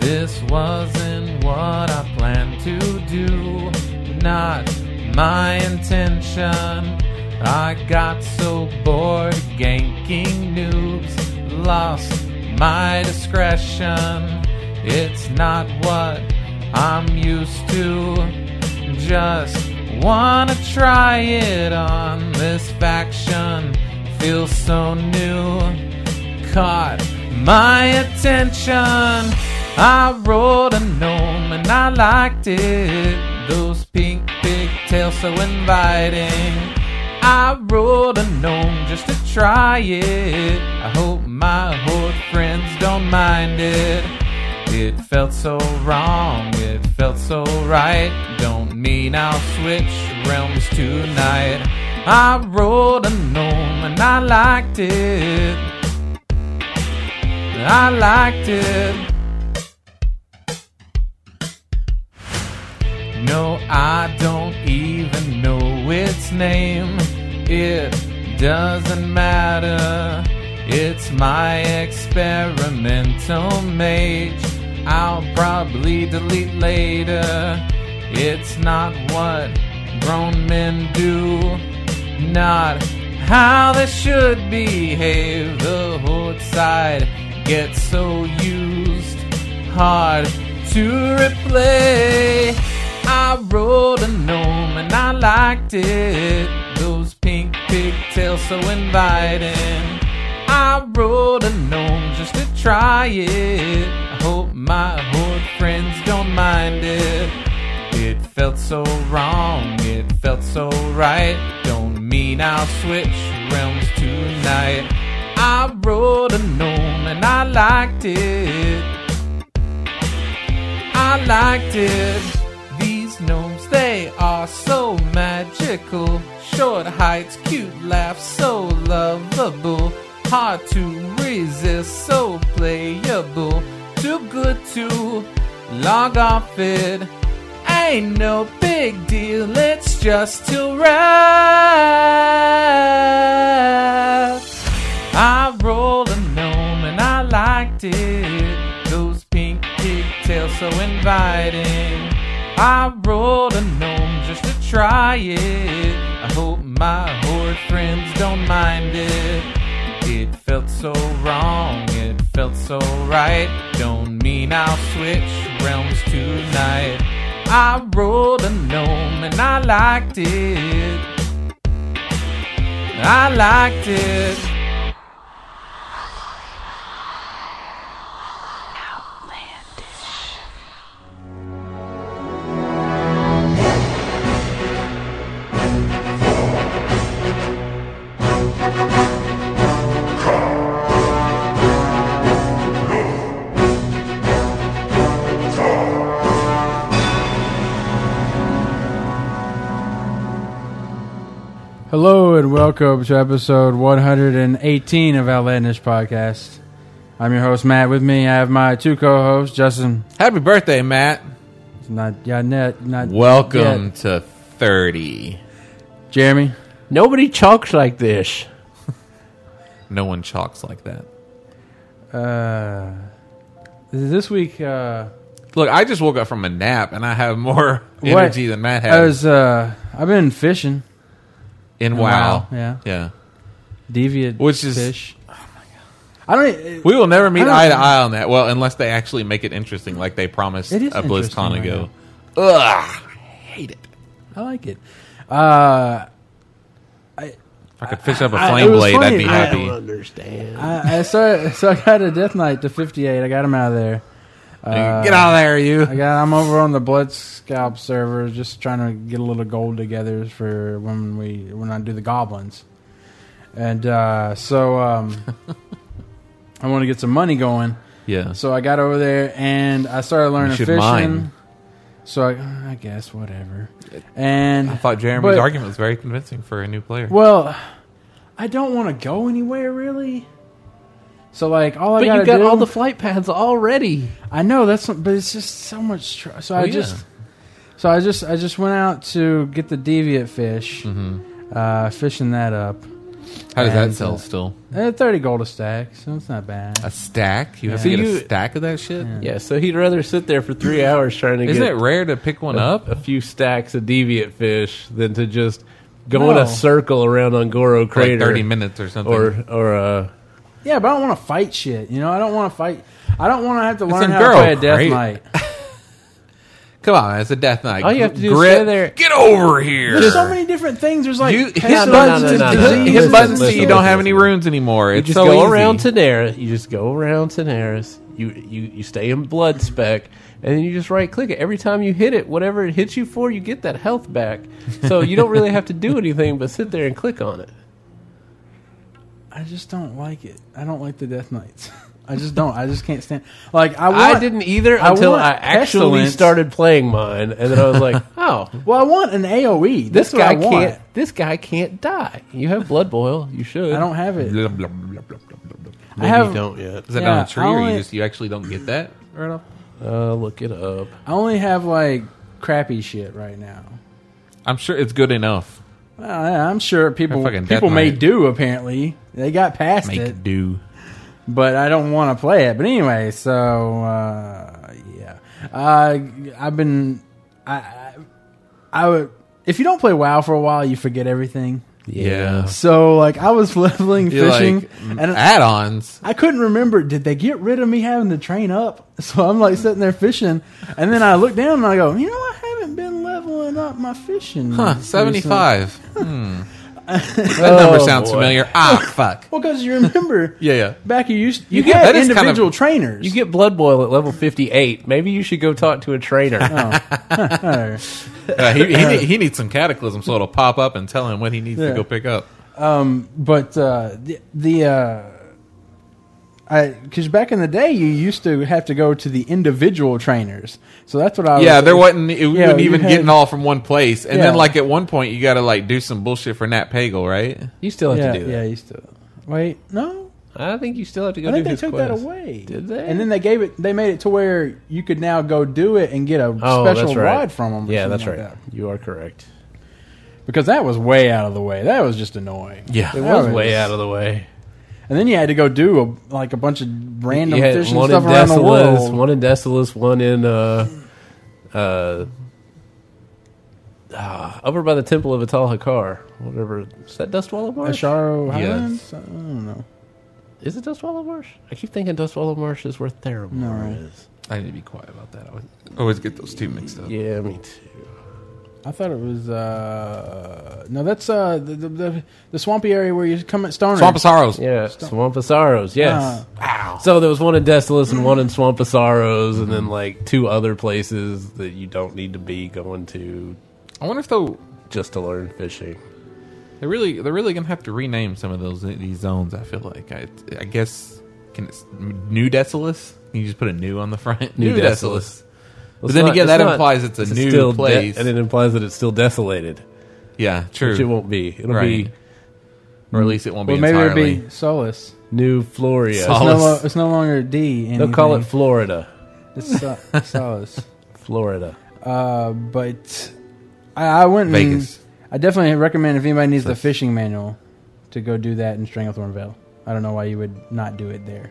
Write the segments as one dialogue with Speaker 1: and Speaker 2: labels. Speaker 1: This wasn't what I planned to do, not my intention. I got so bored ganking noobs, lost my discretion. It's not what I'm used to, just wanna try it on. This faction feels so new caught my attention. I rolled a gnome and I liked it. Those pink pigtails so inviting. I rolled a gnome just to try it. I hope my horde friends don't mind it. It felt so wrong, it felt so right. Don't mean I'll switch realms tonight. I rolled a gnome and I liked it. I liked it. No, I don't even know its name. It doesn't matter. It's my experimental mage. I'll probably delete later. It's not what grown men do, not how they should behave. The horde side gets so used, hard to replay. I rolled a gnome and I liked it. Those pink pigtails so inviting. I rolled a gnome just to try it. I hope my horde friends don't mind it. It felt so wrong, it felt so right. Don't mean I'll switch realms tonight. I rolled a gnome and I liked it. I liked it. These gnomes, they are so magical. Short heights, cute laughs, so lovable. Hard to resist, so playable. Too good to log off it. Ain't no big deal, it's just to rest. I rolled a gnome and I liked it. Those pink pigtails so inviting. I rolled a gnome just to try it. I hope my horde friends don't mind it. It felt so wrong, it felt so right. Don't mean I'll switch realms tonight. I rolled a gnome and I liked it. I liked it.
Speaker 2: Hello and welcome to episode 118 of Outlandish Podcast. I'm your host Matt. With me, I have my two co-hosts, Justin.
Speaker 1: Happy birthday, Matt.
Speaker 2: Not yeah, net not
Speaker 1: Welcome to 30.
Speaker 2: yet, Jeremy.
Speaker 3: Nobody talks like this.
Speaker 1: No one chalks like that.
Speaker 2: Uh, this week, uh,
Speaker 1: Look, I just woke up from a nap and I have more
Speaker 2: What?
Speaker 1: energy than Matt
Speaker 2: I
Speaker 1: has.
Speaker 2: was uh, I've been fishing.
Speaker 1: In
Speaker 2: Wow,
Speaker 1: WoW.
Speaker 2: yeah.
Speaker 1: Yeah.
Speaker 2: Deviant,
Speaker 1: Which is-
Speaker 2: fish. Oh my god! I don't.
Speaker 1: We will never meet
Speaker 2: I don't-
Speaker 1: eye to eye on that. Well, unless they actually make it interesting like they promised
Speaker 2: It is
Speaker 1: a
Speaker 2: interesting
Speaker 1: BlizzCon
Speaker 2: right
Speaker 1: ago. Ugh. I hate it.
Speaker 2: I like it. Uh,
Speaker 1: If I could fish up a
Speaker 2: I-
Speaker 1: flame
Speaker 2: it was
Speaker 1: blade, I'd
Speaker 2: funny.
Speaker 1: be
Speaker 2: I
Speaker 1: happy.
Speaker 3: understand.
Speaker 2: I, I so so I got a death knight to 58. I got him out of there. Uh,
Speaker 1: Get out of there,
Speaker 2: I
Speaker 1: you.
Speaker 2: got. I'm over on the Blood Scalp server, just trying to get a little gold together for when we when I do the goblins. And uh, so um, I want to get some money going.
Speaker 1: Yeah.
Speaker 2: So I got over there and I started learning
Speaker 1: should
Speaker 2: fishing.
Speaker 1: mine.
Speaker 2: So I, I guess whatever.
Speaker 1: I
Speaker 2: And
Speaker 1: thought Jeremy's
Speaker 2: But-
Speaker 1: argument was very convincing for a new player.
Speaker 2: well, I don't want to go anywhere really. So like all I
Speaker 3: but
Speaker 2: gotta
Speaker 3: you got
Speaker 2: do,
Speaker 3: all the flight pads already.
Speaker 2: I know that's, not- but it's just so much. Tr- so I
Speaker 3: Oh,
Speaker 1: yeah.
Speaker 2: just, so I
Speaker 3: Mm-hmm.
Speaker 2: just, I just went out to get the deviant fish, uh, fishing that up,
Speaker 3: How does that
Speaker 2: And,
Speaker 3: sell
Speaker 2: uh,
Speaker 3: still?
Speaker 2: Eh, Thirty gold a stack, so it's not bad.
Speaker 3: A stack? You have
Speaker 2: Yeah.
Speaker 3: to
Speaker 2: So
Speaker 3: get
Speaker 4: you-
Speaker 3: a stack of that shit?
Speaker 4: Yeah, so he'd rather sit there for three hours trying to
Speaker 3: Isn't
Speaker 4: get
Speaker 3: it rare to pick one
Speaker 4: a,
Speaker 3: up?
Speaker 4: a few stacks of deviant fish than to just go in
Speaker 2: No.
Speaker 4: a circle around Ongoro
Speaker 3: For like
Speaker 4: Crater
Speaker 3: 30 minutes or something.
Speaker 4: or or uh,
Speaker 2: Yeah, but I don't want to fight shit. You know, I don't want to fight. I don't want to have to learn
Speaker 3: a
Speaker 2: how
Speaker 3: girl,
Speaker 2: to play a death
Speaker 3: right?
Speaker 2: knight.
Speaker 3: Come on, it's a death knight.
Speaker 4: All you have to do is
Speaker 3: Grit.
Speaker 4: stay there.
Speaker 3: Get over here.
Speaker 2: There's so many different things. There's like
Speaker 3: You- hit
Speaker 2: pestilence
Speaker 4: buttons
Speaker 2: and
Speaker 4: to- No, no, no, no.
Speaker 2: disease
Speaker 3: hit
Speaker 4: Listen,
Speaker 3: buttons so
Speaker 4: listen,
Speaker 3: you don't have
Speaker 4: listen.
Speaker 3: any runes anymore.
Speaker 4: you
Speaker 3: It's
Speaker 4: just
Speaker 3: so
Speaker 4: go
Speaker 3: easy.
Speaker 4: around Tenera. You just go around Tenera's. You you you stay in blood spec, and then you just right click it. Every time you hit it, whatever it hits you for, you get that health back. So you don't really have to do anything but sit there and click on it.
Speaker 2: I just don't like it. I don't like the death knights. I just don't. I just can't stand. Like I, want,
Speaker 4: I didn't either
Speaker 2: I
Speaker 4: until
Speaker 2: want
Speaker 4: I actually
Speaker 2: pestilence.
Speaker 4: started playing mine, and then I was like, oh.
Speaker 2: Well, I want an AOE.
Speaker 4: This
Speaker 2: That's what I
Speaker 4: guy
Speaker 2: want.
Speaker 4: can't. This guy can't die. You have blood boil. You should.
Speaker 2: I don't have it.
Speaker 3: Blah, blah, blah, blah, blah, blah, blah.
Speaker 2: I
Speaker 4: Maybe
Speaker 2: have.
Speaker 4: you don't yet.
Speaker 3: Is that
Speaker 2: Yeah,
Speaker 3: on a tree,
Speaker 2: I
Speaker 3: or you
Speaker 2: only-
Speaker 3: just you actually don't get that right off?
Speaker 4: Uh, look it up.
Speaker 2: I only have like crappy shit right now.
Speaker 3: I'm sure it's good enough.
Speaker 2: Well, yeah, I'm sure people
Speaker 3: A fucking death
Speaker 2: people may
Speaker 3: knight.
Speaker 2: do. Apparently, they got past
Speaker 3: Make
Speaker 2: it,
Speaker 3: it do.
Speaker 2: but I don't want to play it. But anyway, so uh, yeah, uh, I've been. I, I, I would. If you don't play WoW for a while, you forget everything.
Speaker 3: Yeah.
Speaker 2: So like, I was leveling
Speaker 3: You're
Speaker 2: fishing,
Speaker 3: like, mm,
Speaker 2: and
Speaker 3: add-ons.
Speaker 2: I couldn't remember. Did they get rid of me having to train up? So I'm like sitting there fishing, and then I look down and I go, you know, I haven't been leveling up my fishing.
Speaker 3: Huh,
Speaker 2: recently."
Speaker 3: 75. Hmm. that number sounds
Speaker 4: boy.
Speaker 3: familiar. Ah, fuck.
Speaker 2: Well, because you remember,
Speaker 3: Yeah, yeah.
Speaker 2: back you used you,
Speaker 3: get-
Speaker 2: had
Speaker 3: that is kind of-
Speaker 2: individual trainers.
Speaker 4: You get blood boil at level fifty-eight. Maybe you should go talk to a trainer.
Speaker 2: Oh.
Speaker 3: Uh, he, he, need- he needs some cataclysm, so it'll pop up and tell him what he needs
Speaker 2: Yeah.
Speaker 3: to go pick up.
Speaker 2: um, but uh, the, the uh, I because back in the day you used to have to go to the individual trainers, so that's what I was,
Speaker 3: Yeah, there wasn't. It
Speaker 2: Yeah,
Speaker 3: wouldn't
Speaker 2: you
Speaker 3: even
Speaker 2: had-
Speaker 3: getting all from one place. And
Speaker 2: Yeah.
Speaker 3: then, like at one point, you got to like do some bullshit for Nat Pagel, right?
Speaker 4: You still have
Speaker 2: yeah,
Speaker 4: to do
Speaker 2: yeah,
Speaker 4: that.
Speaker 2: used to. Wait, no,
Speaker 4: I think you still have to go.
Speaker 2: I think
Speaker 4: do
Speaker 2: they
Speaker 4: his
Speaker 2: took that
Speaker 4: quest.
Speaker 2: away.
Speaker 4: Did they?
Speaker 2: And then they gave it. They made it to where you could now go do it and get a
Speaker 4: Oh,
Speaker 2: special
Speaker 4: that's right.
Speaker 2: rod from them.
Speaker 4: Yeah, that's right. You are correct.
Speaker 2: Because that was way out of the way. That was just annoying.
Speaker 3: Yeah.
Speaker 4: It
Speaker 2: That
Speaker 4: was
Speaker 2: was-
Speaker 4: way out of the way.
Speaker 2: And then you had to go do a, like a bunch of random
Speaker 4: You had
Speaker 2: fishing
Speaker 4: one
Speaker 2: stuff
Speaker 4: in
Speaker 2: around the
Speaker 4: Desolus,
Speaker 2: world.
Speaker 4: one in Desolus, one in uh, uh, ah, over by the Temple of Atal Hakar. Whatever is that, Dust Wallow Marsh?
Speaker 2: Asharo
Speaker 3: Yes.
Speaker 2: Highlands? I don't know.
Speaker 4: Is it Dust Wallow Marsh? I keep thinking Dust Wallow Marsh is where Theramore
Speaker 2: No.
Speaker 4: is.
Speaker 3: I need to be quiet about that. I always, always get those two mixed up.
Speaker 4: Yeah, me too.
Speaker 2: I thought it was uh no that's uh the the, the, the swampy area where you come at Stoner.
Speaker 3: Swamp of Sorrows.
Speaker 4: Yeah, Swamp of Sorrows. Yes.
Speaker 2: Ah.
Speaker 3: Wow.
Speaker 4: So there was one in Desolus and one in Swamp of Sorrows, and then like two other places that you don't need to be going to
Speaker 3: I wonder if though
Speaker 4: just to learn fishing.
Speaker 3: they really they're really gonna have to rename some of those these zones. I feel like I I guess can it, New Desolus? Can you just put a new on the front?
Speaker 4: New Desolus. It's
Speaker 3: then again,
Speaker 4: it's
Speaker 3: that implies it's a new
Speaker 4: still de-
Speaker 3: place.
Speaker 4: and it implies that it's still desolated,
Speaker 3: Yeah,
Speaker 4: which it
Speaker 3: true.
Speaker 4: won't be. It'll
Speaker 3: Right.
Speaker 4: be
Speaker 3: Or at least it won't
Speaker 2: Well,
Speaker 3: be
Speaker 2: maybe
Speaker 3: entirely.
Speaker 2: it'd be Solus.
Speaker 4: New Floria.
Speaker 2: It's
Speaker 3: Sol-
Speaker 2: no, lo-
Speaker 3: Solus.
Speaker 2: it's no longer D. Anything.
Speaker 4: They'll call it Florida.
Speaker 2: it's so- Solus.
Speaker 4: Florida.
Speaker 2: Uh, but I, I went and-
Speaker 3: Vegas.
Speaker 2: I definitely recommend if anybody needs the fishing manual to go do that in Stranglethorn Vale. I don't know why you would not do it there.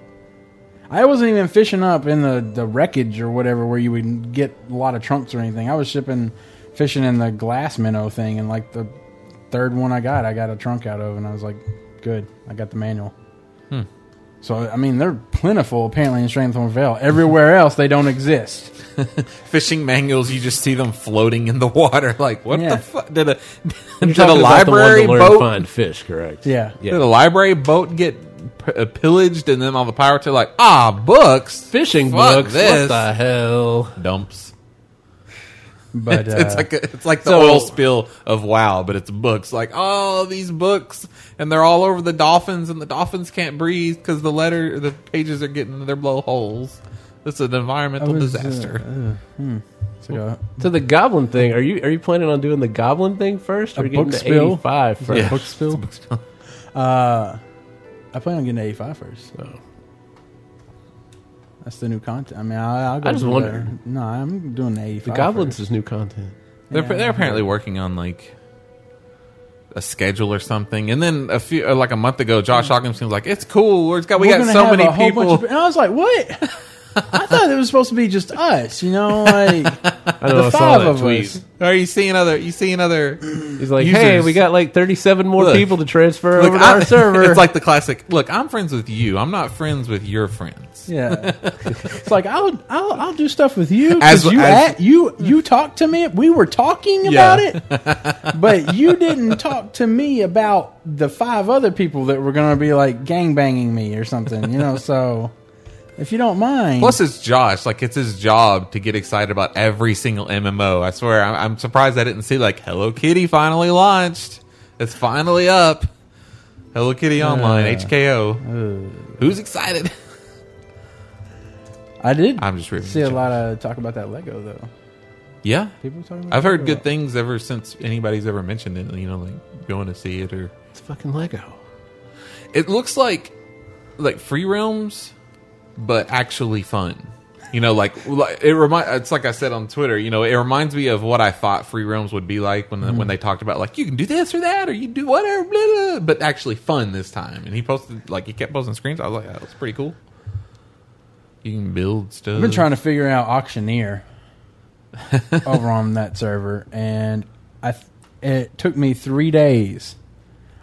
Speaker 2: I wasn't even fishing up in the, the wreckage or whatever where you would get a lot of trunks or anything. I was shipping fishing in the glass minnow thing, and like the third one I got, I got a trunk out of, and I was like, good, I got the manual.
Speaker 3: Hmm.
Speaker 2: So I mean, they're plentiful apparently in Stranglethorn Vale. Everywhere else, they don't exist.
Speaker 3: fishing manuals, you just see them floating in the water. Like, what
Speaker 2: Yeah.
Speaker 3: the fuck? Did a
Speaker 4: You're
Speaker 3: did a
Speaker 4: talking about the one
Speaker 3: library
Speaker 4: to learn to
Speaker 3: boat?
Speaker 4: find fish, correct?
Speaker 2: Yeah.
Speaker 4: yeah.
Speaker 3: Did a library boat get p- uh, pillaged, and then all the pirates are like, ah, books,
Speaker 4: Fishing
Speaker 3: Fuck
Speaker 4: books.
Speaker 3: this.
Speaker 4: What the hell?
Speaker 3: dumps.
Speaker 2: But uh,
Speaker 3: it's like a, it's like the
Speaker 4: so-
Speaker 3: oil spill of wow, but it's books. Like, oh, these books, and they're all over the dolphins, and the dolphins can't breathe because the letter, the pages are getting into their blowholes. It's an
Speaker 2: I
Speaker 3: environmental
Speaker 2: was, uh,
Speaker 3: disaster.
Speaker 2: uh, hmm. It's like a-
Speaker 4: So the goblin thing. Are you are you planning on doing the goblin thing first, or
Speaker 2: A
Speaker 4: getting
Speaker 2: book
Speaker 4: to
Speaker 2: spill?
Speaker 4: eighty five first?
Speaker 3: Yeah.
Speaker 2: book spill?
Speaker 3: It's a book spill.
Speaker 2: Uh, I plan on getting an 85 first.
Speaker 4: Oh.
Speaker 2: That's the new content. I mean, I, I'll go.
Speaker 4: I just
Speaker 2: do
Speaker 4: wonder-
Speaker 2: that. No, I'm doing an 85.
Speaker 4: The goblins
Speaker 2: first.
Speaker 4: is new content.
Speaker 3: They're,
Speaker 2: Yeah.
Speaker 3: they're apparently working on like a schedule or something. And then a few, uh, like a month ago, Josh Hawkins was like, "It's cool. We're, it's got, we
Speaker 2: We're
Speaker 3: got
Speaker 2: gonna
Speaker 3: so
Speaker 2: have
Speaker 3: many
Speaker 2: a whole
Speaker 3: people."
Speaker 2: Bunch of, and I was like, what? I thought it was supposed to be just us, you know, like
Speaker 4: I know
Speaker 2: the
Speaker 4: I saw
Speaker 2: five
Speaker 4: that
Speaker 2: of
Speaker 4: tweet.
Speaker 2: us.
Speaker 3: Are you seeing other? You seeing other?
Speaker 4: He's like,
Speaker 3: Users.
Speaker 4: hey, we got like 37 more
Speaker 3: Look.
Speaker 4: people to transfer over to
Speaker 3: I-
Speaker 4: our server.
Speaker 3: It's like the classic. Look, I'm friends with you. I'm not friends with your friends.
Speaker 2: Yeah, it's like I'll I'll, I'll do stuff with you
Speaker 3: As-
Speaker 2: because you
Speaker 3: as-
Speaker 2: at, you you talked to me. We were talking
Speaker 3: Yeah.
Speaker 2: about it, but you didn't talk to me about the five other people that were going to be like gang banging me or something. You know, so if you don't mind,
Speaker 3: Plus, it's Josh. Like, it's his job to get excited about every single MMO. I swear, I'm, I'm surprised I didn't see like Hello Kitty finally launched. It's finally up. Hello Kitty Online,
Speaker 2: Uh.
Speaker 3: HKO. Who's excited?
Speaker 2: I did
Speaker 3: I'm just reading.
Speaker 2: see a lot of talk about that Lego though.
Speaker 3: Yeah,
Speaker 2: People talking. About
Speaker 3: I've heard
Speaker 2: Lego.
Speaker 3: good things ever since anybody's ever mentioned it. You know, like going to see it or
Speaker 4: it's fucking Lego.
Speaker 3: it looks like like free realms but actually fun you know like like, it remind it's like i said on twitter you know it reminds me of what i thought free realms would be like when
Speaker 2: Mm-hmm.
Speaker 3: when they talked about like you can do this or that or you do whatever blah, blah, but actually fun this time and he posted like he kept posting screens i was like oh, that's pretty cool you can build stuff
Speaker 2: I've been trying to figure out auctioneer over on that server, and I th- it took me three days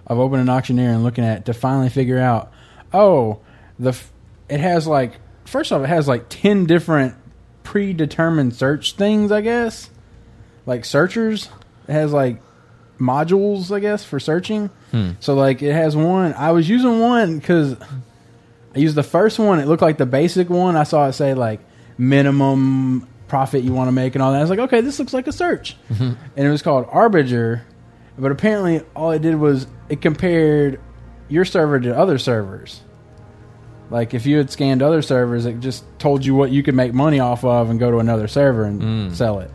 Speaker 2: of opening auctioneer and looking at it to finally figure out. Oh, the f- it has like first off, it has like ten different predetermined search things, I guess, like searchers. It has like modules, I guess, for searching. So like it has one. I was using one because I used the first one. It looked like the basic one. I saw it say like minimum profit you want to make and all that. I was like, okay, this looks like a search, and it was called Arbiter. But apparently, all it did was it compared your server to other servers. Like if you had scanned other servers, it just told you what you could make money off of and go to another server and
Speaker 3: Mm.
Speaker 2: sell it.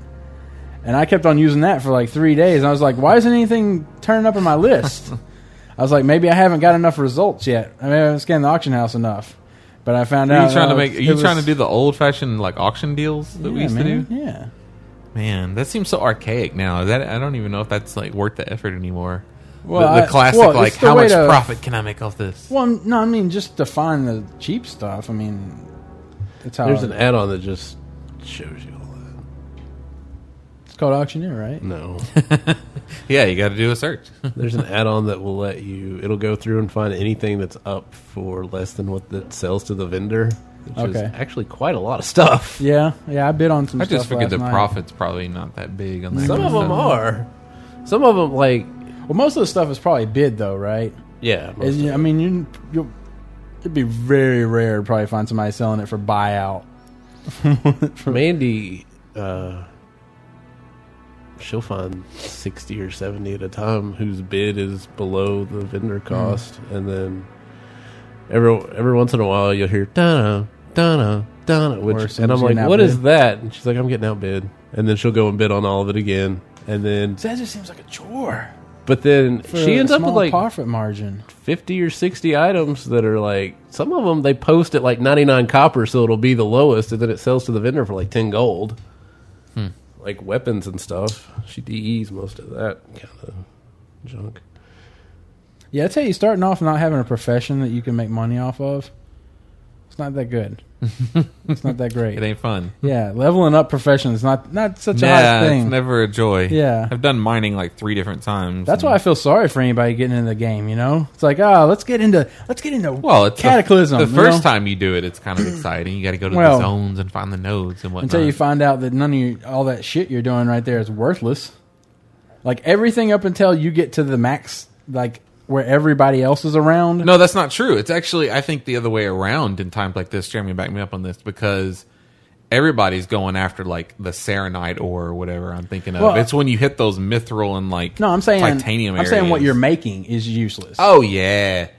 Speaker 2: And I kept on using that for like three days. And I was like, why isn't anything turning up in my list? I was like, maybe I haven't got enough results yet. I mean, I haven't scanned the auction house enough. But I found
Speaker 3: are
Speaker 2: out.
Speaker 3: you trying
Speaker 2: that
Speaker 3: to
Speaker 2: I
Speaker 3: make
Speaker 2: was-
Speaker 3: are you
Speaker 2: it
Speaker 3: trying
Speaker 2: was-
Speaker 3: to do the old fashioned like auction deals that we
Speaker 2: yeah,
Speaker 3: used to
Speaker 2: man,
Speaker 3: do
Speaker 2: Yeah.
Speaker 3: man that seems so archaic now Is that i don't even know if that's like worth the effort anymore
Speaker 2: Well,
Speaker 3: the, the
Speaker 2: I-
Speaker 3: classic
Speaker 2: well, it's
Speaker 3: like
Speaker 2: the
Speaker 3: how
Speaker 2: way
Speaker 3: much
Speaker 2: to-
Speaker 3: profit can i make off this
Speaker 2: Well, I'm- no, I mean just to find the cheap stuff. I mean, it's how
Speaker 3: Uh,
Speaker 4: There's an add on that just shows you all that.
Speaker 2: it's called auctioneer, right?
Speaker 4: No.
Speaker 3: Yeah, you got to do a search.
Speaker 4: There's an add on that will let you, it'll go through and find anything that's up for less than what that sells to the vendor, which
Speaker 2: Okay.
Speaker 4: is actually quite a lot of stuff.
Speaker 2: Yeah, yeah. I bid on some.
Speaker 3: I just
Speaker 2: stuff
Speaker 3: figured
Speaker 2: last
Speaker 3: the
Speaker 2: night.
Speaker 3: profit's probably not that big on that.
Speaker 4: Some
Speaker 3: kind
Speaker 4: of them
Speaker 3: stuff.
Speaker 4: are. Some of them, like,
Speaker 2: Well, most of the stuff is probably bid though, right?
Speaker 4: yeah. most
Speaker 2: Is-
Speaker 4: of
Speaker 2: I mean, you you'll it'd be very rare to probably find somebody selling it for buyout. Hmm.
Speaker 4: Mandy, uh, she'll find sixty or seventy at a time whose bid is below the vendor
Speaker 2: Hmm.
Speaker 4: cost, and then every every once in a while you'll hear Donna, Donna, Donna,
Speaker 2: Or
Speaker 4: which and I'm
Speaker 2: somebody's
Speaker 4: like,
Speaker 2: getting
Speaker 4: what is
Speaker 2: outbid.
Speaker 4: that? And she's like, I'm getting outbid, and then she'll go and bid on all of it again, and then
Speaker 2: That just seems like a chore.
Speaker 4: but then
Speaker 2: For
Speaker 4: she
Speaker 2: a
Speaker 4: ends up with
Speaker 2: small
Speaker 4: like
Speaker 2: profit margin.
Speaker 4: fifty or sixty items that are like some of them they post at like ninety nine copper, so it'll be the lowest, and then it sells to the vendor for like ten gold. Like weapons and stuff. She DEs most of that kind of junk.
Speaker 2: Yeah, I tell you, starting off not having a profession that you can make money off of, it's not that good. it's not that
Speaker 3: It
Speaker 2: great.
Speaker 3: ain't fun.
Speaker 2: Yeah, leveling up profession is not not such a hot
Speaker 3: yeah,
Speaker 2: thing.
Speaker 3: it's never a joy.
Speaker 2: Yeah.
Speaker 3: I've done mining like three different times.
Speaker 2: That's why I feel sorry for anybody getting into the game. You know, it's like, oh, let's get into let's get into
Speaker 3: well, it's the-
Speaker 2: cataclysm.
Speaker 3: The,
Speaker 2: you
Speaker 3: first
Speaker 2: know?
Speaker 3: time you do it, it's kind of exciting. You got to go to
Speaker 2: Well,
Speaker 3: the zones and find the nodes and whatnot.
Speaker 2: until you find out that none of your, all that shit you're doing right there is worthless. Like everything up until you get to the max, like where everybody else is around.
Speaker 3: No, that's not true. It's actually, I think, the other way around in times like this. Jeremy, back me up on this because everybody's going after like the serenite ore or whatever. I'm thinking of.
Speaker 2: Well,
Speaker 3: it's when you hit those mithril and like
Speaker 2: No, I'm saying
Speaker 3: titanium.
Speaker 2: I'm saying what
Speaker 3: areas.
Speaker 2: you're making is useless.
Speaker 3: Oh yeah,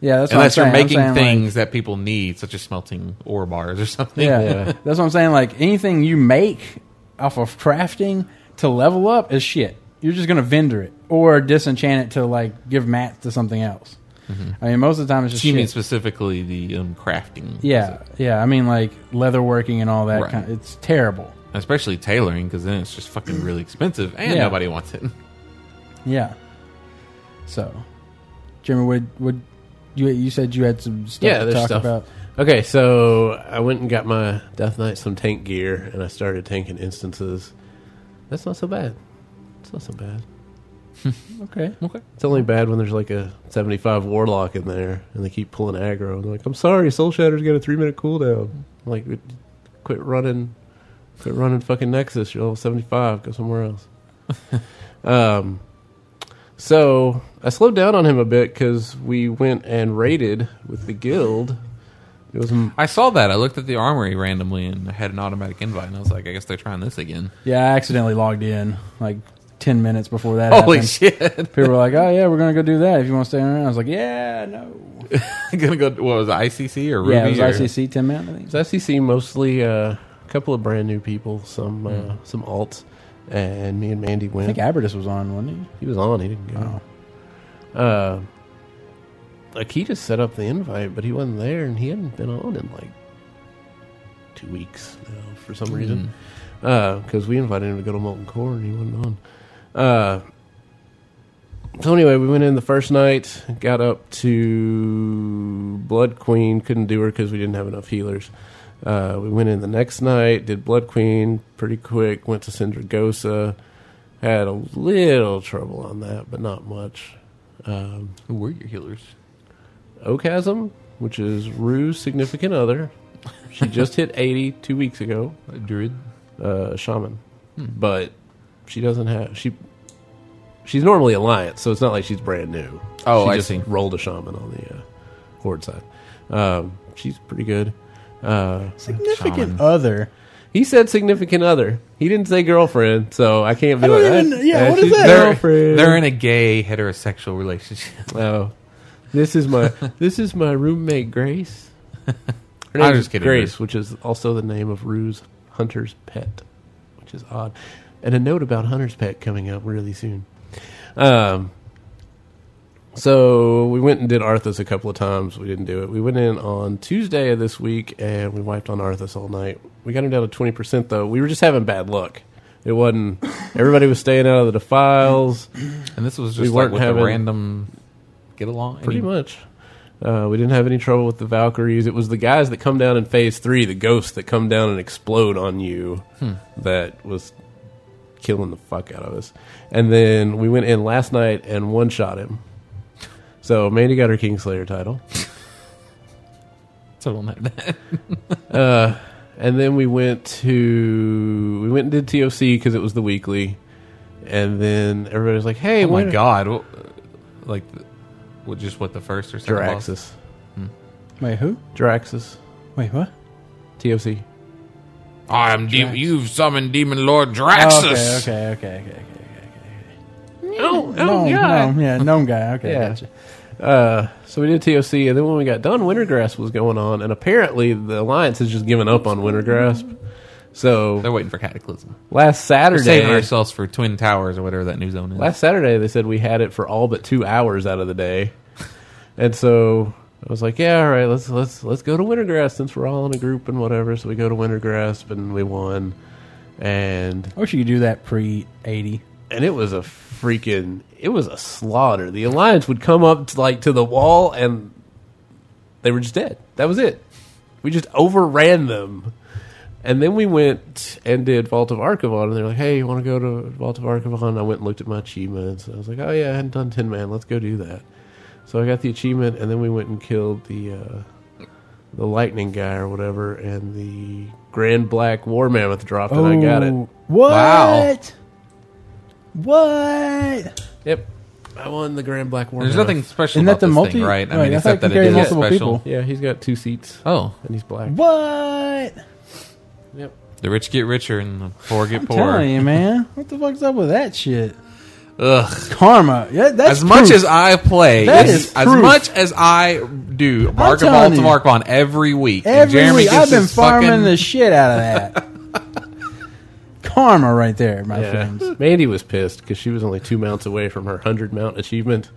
Speaker 2: yeah, that's
Speaker 3: unless
Speaker 2: what
Speaker 3: you're
Speaker 2: I'm saying.
Speaker 3: making
Speaker 2: I'm saying, like,
Speaker 3: things that people need, such as smelting ore bars or something.
Speaker 2: Yeah,
Speaker 4: Yeah.
Speaker 2: that's what I'm saying. Like anything you make off of crafting to level up is shit. You're just gonna vendor it or disenchant it to like give mats to something else.
Speaker 3: Mm-hmm.
Speaker 2: I mean, most of the time it's just
Speaker 3: She
Speaker 2: shit.
Speaker 3: means specifically the um, crafting.
Speaker 2: yeah, yeah. I mean, like leather working and all that.
Speaker 3: Right.
Speaker 2: Kind it's terrible.
Speaker 3: Especially tailoring, because then it's just fucking really expensive and
Speaker 2: Yeah.
Speaker 3: nobody wants it.
Speaker 2: Yeah. So, Jeremy, would would you you said you had some stuff
Speaker 4: Yeah,
Speaker 2: to
Speaker 4: there's
Speaker 2: talk
Speaker 4: stuff.
Speaker 2: about?
Speaker 4: Okay, so I went and got my Death Knight some tank gear, and I started tanking instances. That's not so bad. It's not so bad.
Speaker 2: Okay,
Speaker 4: It's only bad when there's like a 75 Warlock in there, and they keep pulling aggro. And they're like, "I'm sorry, Soul Shatter's got a three minute cooldown." I'm like, quit running, quit running fucking Nexus. You're level 75. Go somewhere else. um, so I slowed down on him a bit because we went and raided with the guild. It was
Speaker 3: I saw that. I looked at the armory randomly and I had an automatic invite, and I was like, I guess they're trying this again.
Speaker 2: yeah, I accidentally logged in like ten minutes before that.
Speaker 3: Holy
Speaker 2: happened.
Speaker 3: shit!
Speaker 2: People were like, "Oh yeah, we're gonna go do that if you want to stay around." I was like, "Yeah, no."
Speaker 3: gonna go. What was it, ICC or Ruby?
Speaker 2: yeah, it
Speaker 3: or-
Speaker 2: was ICC ten minutes. I think.
Speaker 4: So SEC mostly uh, a couple of brand new people, some uh, some alts, and me and Mandy
Speaker 2: Hmm. I
Speaker 4: went.
Speaker 2: think Aberdus was on, wasn't
Speaker 4: he was on. He didn't
Speaker 2: he?
Speaker 4: go. Uh, like he just set up the invite, but he wasn't there, and he hadn't been on in like two weeks now for some
Speaker 3: Hmm. Mm.
Speaker 4: reason. Because Uh, we invited him to go to Molten Core, and he wasn't on. Uh, so anyway, we went in the first night, got up to Blood Queen, couldn't do her because we didn't have enough healers. Uh, we went in the next night, did Blood Queen pretty quick, went to Syndragosa, had a little trouble on that, but not much. Um,
Speaker 3: Who were your healers?
Speaker 4: Ochasm, which is Rue's significant other, she just hit 80 two weeks ago
Speaker 3: A druid.
Speaker 4: uh, shaman,
Speaker 3: Hmm.
Speaker 4: but she doesn't have she. She's normally alliance, so it's not like she's brand new.
Speaker 3: Oh,
Speaker 4: she
Speaker 3: I
Speaker 4: just
Speaker 3: see.
Speaker 4: Rolled a shaman on the uh, horde side. Um, she's pretty good. Uh,
Speaker 2: Significant
Speaker 3: Shaman.
Speaker 2: other.
Speaker 4: he said significant other. He didn't say girlfriend, so I can't be
Speaker 2: I don't
Speaker 4: like.
Speaker 2: even-
Speaker 4: "Ah,
Speaker 2: yeah,
Speaker 4: ah,
Speaker 2: what is
Speaker 4: she's
Speaker 2: that?"
Speaker 3: They're,
Speaker 4: Girlfriend.
Speaker 3: they're in a gay heterosexual relationship.
Speaker 4: Oh, this is my this is my roommate Grace. Her
Speaker 3: I
Speaker 4: name
Speaker 3: was
Speaker 4: is
Speaker 3: just kidding,
Speaker 4: Grace,
Speaker 3: Ruth.
Speaker 4: which is also the name of Rue's hunter's pet, which is odd. And a note about hunter's pet coming up really soon. Um, so we went and did Arthas a couple of times. We didn't do it. We went in on Tuesday of this week and we wiped on Arthas all night. We got him down to twenty percent though. We were just having bad luck. It wasn't. Everybody was staying out of the defiles.
Speaker 3: And this was
Speaker 4: We
Speaker 3: just like
Speaker 4: weren't
Speaker 3: with a
Speaker 4: having-
Speaker 3: random get along.
Speaker 4: Pretty much. Uh, we didn't have any trouble with the Valkyries. It was the guys that come down in phase three, the ghosts that come down and explode on you,
Speaker 3: Hmm.
Speaker 4: that was killing the fuck out of us. And then we went in last night and one shot him. So Mandy got her Kingslayer title.
Speaker 3: So on that.
Speaker 4: Uh, and then we went to we went and did TOC because it was the weekly. And then everybody was like, "Hey,
Speaker 3: Oh my
Speaker 4: when-
Speaker 3: god! What, like, the, what, just what the first or second boss?
Speaker 4: Draxus,
Speaker 2: Wait, who?
Speaker 4: Draxus,
Speaker 2: Wait, what?
Speaker 4: TOC."
Speaker 3: I'm de-
Speaker 2: Drax.
Speaker 3: you've summoned Demon Lord
Speaker 2: Oh,
Speaker 3: Draxus.
Speaker 2: okay, okay, okay, okay, okay.
Speaker 4: Oh, oh
Speaker 2: Gnome,
Speaker 4: yeah.
Speaker 2: gnome, yeah, gnome guy. Okay,
Speaker 4: Yeah.
Speaker 2: gotcha.
Speaker 4: Uh, so we did TOC, and then when we got done, Wintergrasp was going on, and apparently the Alliance has just given up on Wintergrasp. So
Speaker 3: They're waiting for Cataclysm.
Speaker 4: last
Speaker 3: We're saving
Speaker 4: Saturday,
Speaker 3: ourselves for Twin Towers or whatever that new zone is.
Speaker 4: last Saturday they said we had it for all but two hours out of the day, and so I was like, yeah, all right, let's let's let's go to Wintergrasp since we're all in a group and whatever. So we go to Wintergrasp, and we won, and
Speaker 2: I wish you could do that pre eighty.
Speaker 4: and it was a freaking it was a slaughter. The alliance would come up to, like to the wall and they were just dead. That was it. We just overran them. And then we went and did Vault of Archivon, and they're like, "Hey, you want to go to Vault of Archivon?" I went and looked at my achievements. I was like, "Oh yeah, I hadn't done Tin Man. Let's go do that." So I got the achievement, and then we went and killed the uh, the lightning guy or whatever, and the Grand Black War Mammoth dropped, and I got it.
Speaker 2: Oh, What?
Speaker 3: Wow.
Speaker 2: What?
Speaker 4: Yep. I won the Grand Black War.
Speaker 3: There's
Speaker 4: Mammoth.
Speaker 3: nothing special
Speaker 2: Isn't
Speaker 3: about
Speaker 2: that the
Speaker 3: this
Speaker 2: multi-
Speaker 3: thing, right? I
Speaker 2: right,
Speaker 3: mean,
Speaker 2: I
Speaker 3: except
Speaker 2: thought
Speaker 3: that
Speaker 2: you
Speaker 3: it is
Speaker 2: carry multiple
Speaker 3: special.
Speaker 2: people.
Speaker 4: Yeah, he's got two seats
Speaker 3: Oh,
Speaker 4: and he's black.
Speaker 2: What?
Speaker 4: Yep.
Speaker 3: the rich get richer and the poor get
Speaker 2: Telling
Speaker 3: poorer.
Speaker 2: you, man. What the fuck's up with that shit?
Speaker 3: Ugh.
Speaker 2: Karma. Yeah, that's
Speaker 3: as much
Speaker 2: proof.
Speaker 3: as I play,
Speaker 2: That
Speaker 3: as,
Speaker 2: is
Speaker 3: as
Speaker 2: proof.
Speaker 3: much as I do, Mark of
Speaker 2: telling
Speaker 3: Vault of
Speaker 2: you.
Speaker 3: Archon every week. and
Speaker 2: every
Speaker 3: Jeremy
Speaker 2: week
Speaker 3: gets
Speaker 2: I've been
Speaker 3: his
Speaker 2: farming
Speaker 3: fucking,
Speaker 2: the shit out of that. Karma, right there, my friends.
Speaker 4: Yeah. Mandy was pissed because she was only two mounts away from her hundred mount achievement,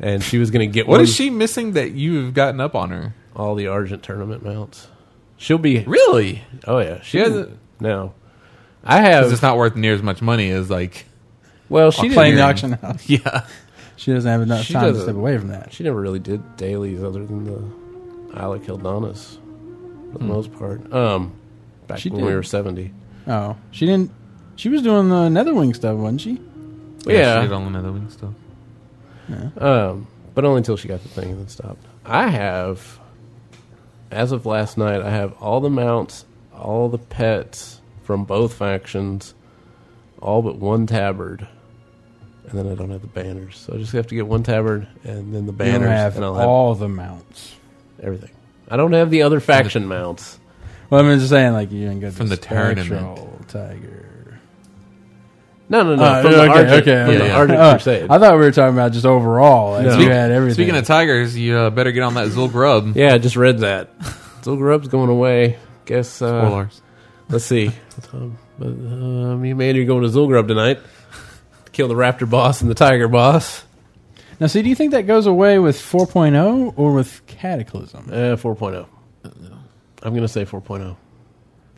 Speaker 4: and she was going to get
Speaker 3: What
Speaker 4: one
Speaker 3: is she missing that you have gotten up on her?
Speaker 4: all the Argent tournament mounts. She'll be
Speaker 3: Really?
Speaker 4: oh yeah she
Speaker 3: has
Speaker 4: didn't-
Speaker 3: a-
Speaker 4: no. I
Speaker 3: Because
Speaker 4: have
Speaker 3: it's not worth near as much money as like
Speaker 4: well she
Speaker 3: I'll
Speaker 4: didn't
Speaker 3: play
Speaker 2: Playing the auction
Speaker 3: Hearing.
Speaker 2: house.
Speaker 3: yeah.
Speaker 2: She doesn't have enough
Speaker 4: She
Speaker 2: time to
Speaker 4: doesn't-
Speaker 2: step away from that.
Speaker 4: She never really did dailies other than the Isle of Kildonas for the most part. Um, back
Speaker 3: Hmm. She
Speaker 4: when
Speaker 3: did.
Speaker 4: we were 70.
Speaker 2: Oh, she didn't. She was doing the Netherwing stuff, wasn't she?
Speaker 3: she
Speaker 4: Yeah.
Speaker 3: did all the Netherwing stuff.
Speaker 4: Um, but only until she got the thing and then stopped. I have, as of last night, I have all the mounts, all the pets from both factions, all but one tabard. And then I don't have the banners. So I just have to get one tabard and then
Speaker 2: You'll
Speaker 4: the banners.
Speaker 2: have
Speaker 4: and I'll have
Speaker 2: all the mounts.
Speaker 4: everything. I don't have the other faction mounts.
Speaker 2: Well, I'm just saying, like you didn't get
Speaker 3: From the tournament.
Speaker 2: spectral tiger.
Speaker 4: No, no, no.
Speaker 2: Uh,
Speaker 4: from the
Speaker 2: okay,
Speaker 4: Argent,
Speaker 2: okay,
Speaker 4: from the
Speaker 3: okay.
Speaker 4: Argent
Speaker 2: Uh,
Speaker 4: Crusade.
Speaker 2: I thought we were talking about just overall. Like,
Speaker 4: No.
Speaker 2: You
Speaker 4: Speak-
Speaker 2: had everything.
Speaker 3: Speaking of tigers, you uh, better get on that Zulgrub.
Speaker 4: yeah, I just read that. Zul'Gurub's going away. Guess uh,
Speaker 3: Spoilers.
Speaker 4: Let's see. Um, but, uh, me and Mandy are going to Zulgrub tonight. Kill the raptor boss and the tiger boss.
Speaker 2: now, see, do you think that goes away with 4.0 or with Cataclysm?
Speaker 4: Uh, 4.0. I'm going to say oh. 4.0.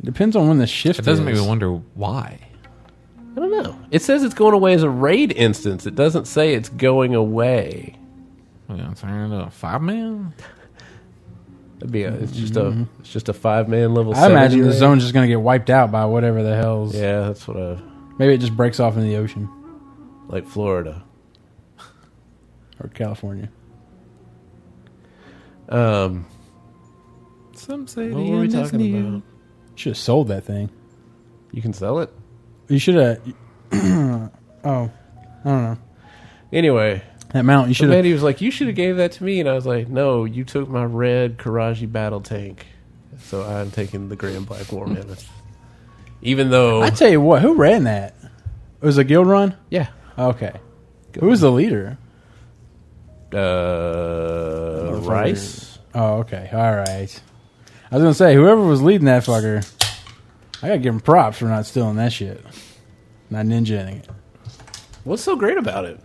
Speaker 2: Depends on when the shift.
Speaker 3: It doesn't make
Speaker 2: is.
Speaker 3: me wonder why.
Speaker 4: I don't know. It says it's going away as a raid instance. It doesn't say it's going away.
Speaker 3: Yeah, turn it up. Five man?
Speaker 4: It'd be a, it's just a it's just a five man level.
Speaker 2: Mm-hmm. I imagine the
Speaker 4: raid.
Speaker 2: zone's just going to get wiped out by whatever the hell's.
Speaker 4: Yeah, that's what I
Speaker 2: Maybe it just breaks off into the ocean
Speaker 4: like Florida.
Speaker 2: or California.
Speaker 4: Um,
Speaker 3: Some say
Speaker 4: what were we talking about?
Speaker 2: Should have sold that thing.
Speaker 4: You can sell it
Speaker 2: You should have. oh, I don't know
Speaker 4: anyway.
Speaker 2: that mount. You
Speaker 4: The
Speaker 2: should have.
Speaker 4: man he was like, "You should have gave that to me," and I was like, "No, you took my red Karaji battle tank, so I'm taking the Grand Black War Mammoth." Even though,
Speaker 2: I tell you what, who ran that? It was a guild run.
Speaker 4: yeah,
Speaker 2: Okay, who was the leader?
Speaker 4: uh, Rice?
Speaker 2: Oh, okay, all right. I was gonna say whoever was leading that fucker, I gotta give him props for not stealing that shit, not ninjaing it.
Speaker 4: What's so great about it?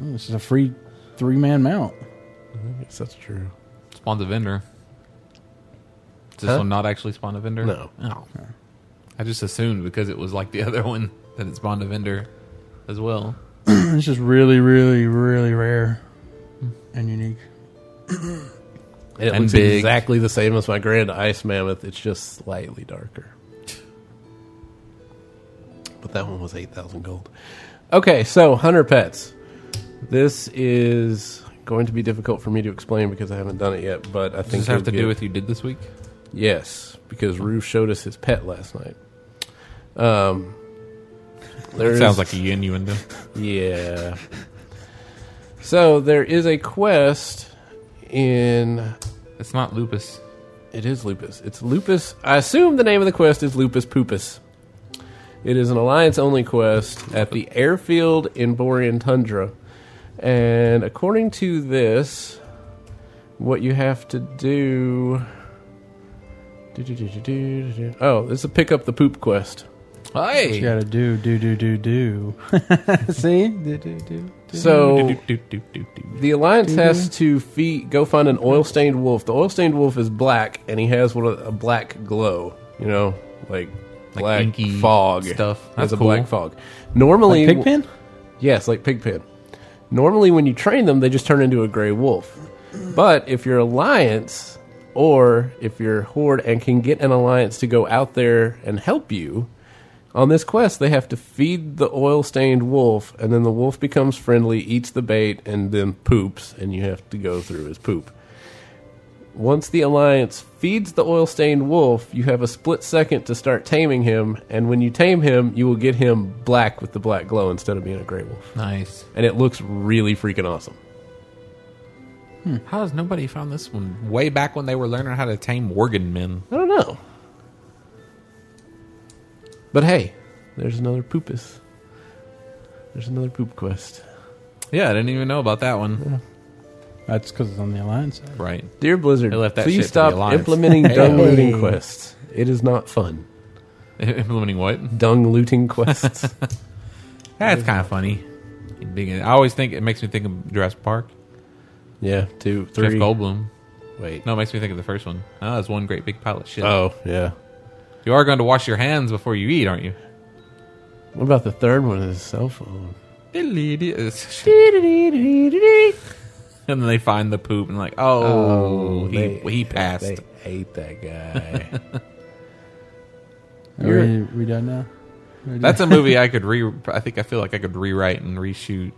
Speaker 2: This is a free three man mount.
Speaker 4: Yes, that's true.
Speaker 3: Spawned a vendor. Does this
Speaker 4: Huh?
Speaker 3: one not actually spawn a vendor?
Speaker 4: No.
Speaker 3: No. I just assumed because it was like the other one that it spawned a vendor as well.
Speaker 2: It's just really, really, really rare and unique.
Speaker 4: It
Speaker 3: And
Speaker 4: looks
Speaker 3: big.
Speaker 4: exactly the same as my Grand Ice Mammoth. It's just slightly darker. But that one was eight thousand gold. Okay, so hunter pets. This is going to be difficult for me to explain because I haven't done it yet. But I
Speaker 3: Does
Speaker 4: think
Speaker 3: this have
Speaker 4: you'll
Speaker 3: to
Speaker 4: get-
Speaker 3: do with you did this week?
Speaker 4: Yes, because Roof showed us his pet last night. Um, there
Speaker 3: It
Speaker 4: is-
Speaker 3: sounds like a innuendo.
Speaker 4: yeah. So there is a quest in.
Speaker 3: It's not lupus.
Speaker 4: It is Lupus. It's Lupus. I assume the name of the quest is Lupus Poopus. It is an alliance only quest at the airfield in Borean Tundra. And according to this, what you have to do. do, do, do, do, do, do, do. Oh, this is a pick up the poop quest.
Speaker 2: You
Speaker 3: Hey.
Speaker 2: gotta do, do, do, do, do. See, do, do, do.
Speaker 4: So
Speaker 3: Do-do-do-do-do-do.
Speaker 4: the alliance
Speaker 3: Mm-hmm.
Speaker 4: has to feed, go find an oil stained wolf. The oil stained wolf is black, and he has what a, a black glow. You know, like,
Speaker 3: Like
Speaker 4: black
Speaker 3: inky
Speaker 4: fog
Speaker 3: stuff.
Speaker 4: He
Speaker 3: That's
Speaker 4: has a
Speaker 3: cool.
Speaker 4: black fog. Normally,
Speaker 2: Pigpen?
Speaker 4: Yes, like Pigpen. Normally, when you train them, they just turn into a gray wolf. But if you're alliance, or if you're horde and can get an alliance to go out there and help you on this quest, they have to feed the oil-stained wolf, and then the wolf becomes friendly, eats the bait, and then poops, and you have to go through his poop. Once the alliance feeds the oil-stained wolf, you have a split second to start taming him, and when you tame him, you will get him black with the black glow instead of being a gray wolf
Speaker 3: Nice.
Speaker 4: and it looks really freaking awesome.
Speaker 3: How has nobody found this one way back when they were learning how to tame Worgen men?
Speaker 4: I don't know. But hey, there's another poopus. There's another poop quest.
Speaker 3: Yeah, I didn't even know about that one.
Speaker 2: That's because it's on the alliance. side.
Speaker 3: Right.
Speaker 4: Dear Blizzard,
Speaker 3: They left that shit
Speaker 4: please
Speaker 3: to
Speaker 4: stop
Speaker 3: the Alliance.
Speaker 4: implementing dung
Speaker 2: Hey.
Speaker 4: looting quests. It is not fun.
Speaker 3: Implementing what?
Speaker 4: Dung looting quests.
Speaker 3: That's kind of funny. Being- I always think it makes me think of Jurassic Park.
Speaker 4: yeah, two,
Speaker 3: Jeff
Speaker 4: three.
Speaker 3: Goldblum.
Speaker 4: Wait.
Speaker 3: No, it makes me think of the first one. Oh, that's one great big pile of shit.
Speaker 4: Oh, yeah.
Speaker 3: You are going to wash your hands before you eat, aren't you?
Speaker 4: What about the third one? Is cell phone?
Speaker 3: And then they find the poop and like, oh, he,
Speaker 4: they-
Speaker 3: he passed.
Speaker 4: They ate that guy.
Speaker 2: Are
Speaker 4: You're-
Speaker 2: we, we done now? We
Speaker 3: That's
Speaker 2: done-
Speaker 3: a movie I could re. I think I feel like I could rewrite and reshoot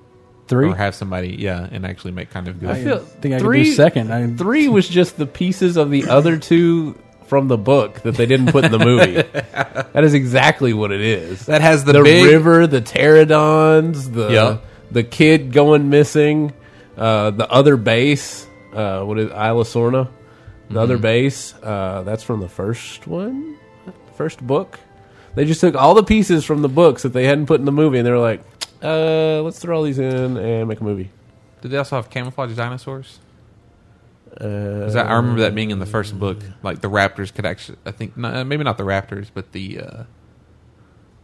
Speaker 2: three.
Speaker 3: or have somebody, yeah, and actually make kind of good.
Speaker 4: I feel
Speaker 2: think I could
Speaker 4: three-
Speaker 2: do second. I,
Speaker 4: Three was just the pieces of the other two from the book that they didn't put in the movie. that is exactly what it is.
Speaker 3: that has the,
Speaker 4: the
Speaker 3: big
Speaker 4: river, the pterodons, the
Speaker 3: Yeah.
Speaker 4: the kid going missing, uh, the other base. Uh, what is Isla Sorna? The other
Speaker 3: Mm-hmm.
Speaker 4: base. Uh, that's from the first one, first book. They just took all the pieces from the books that they hadn't put in the movie, and they were like, uh, "Let's throw all these in and make a movie."
Speaker 3: Did they also have camouflage dinosaurs?
Speaker 4: Uh,
Speaker 3: 'Cause I, I remember that being in the first book. Like the raptors could actually, I think no, maybe not the raptors, but the uh,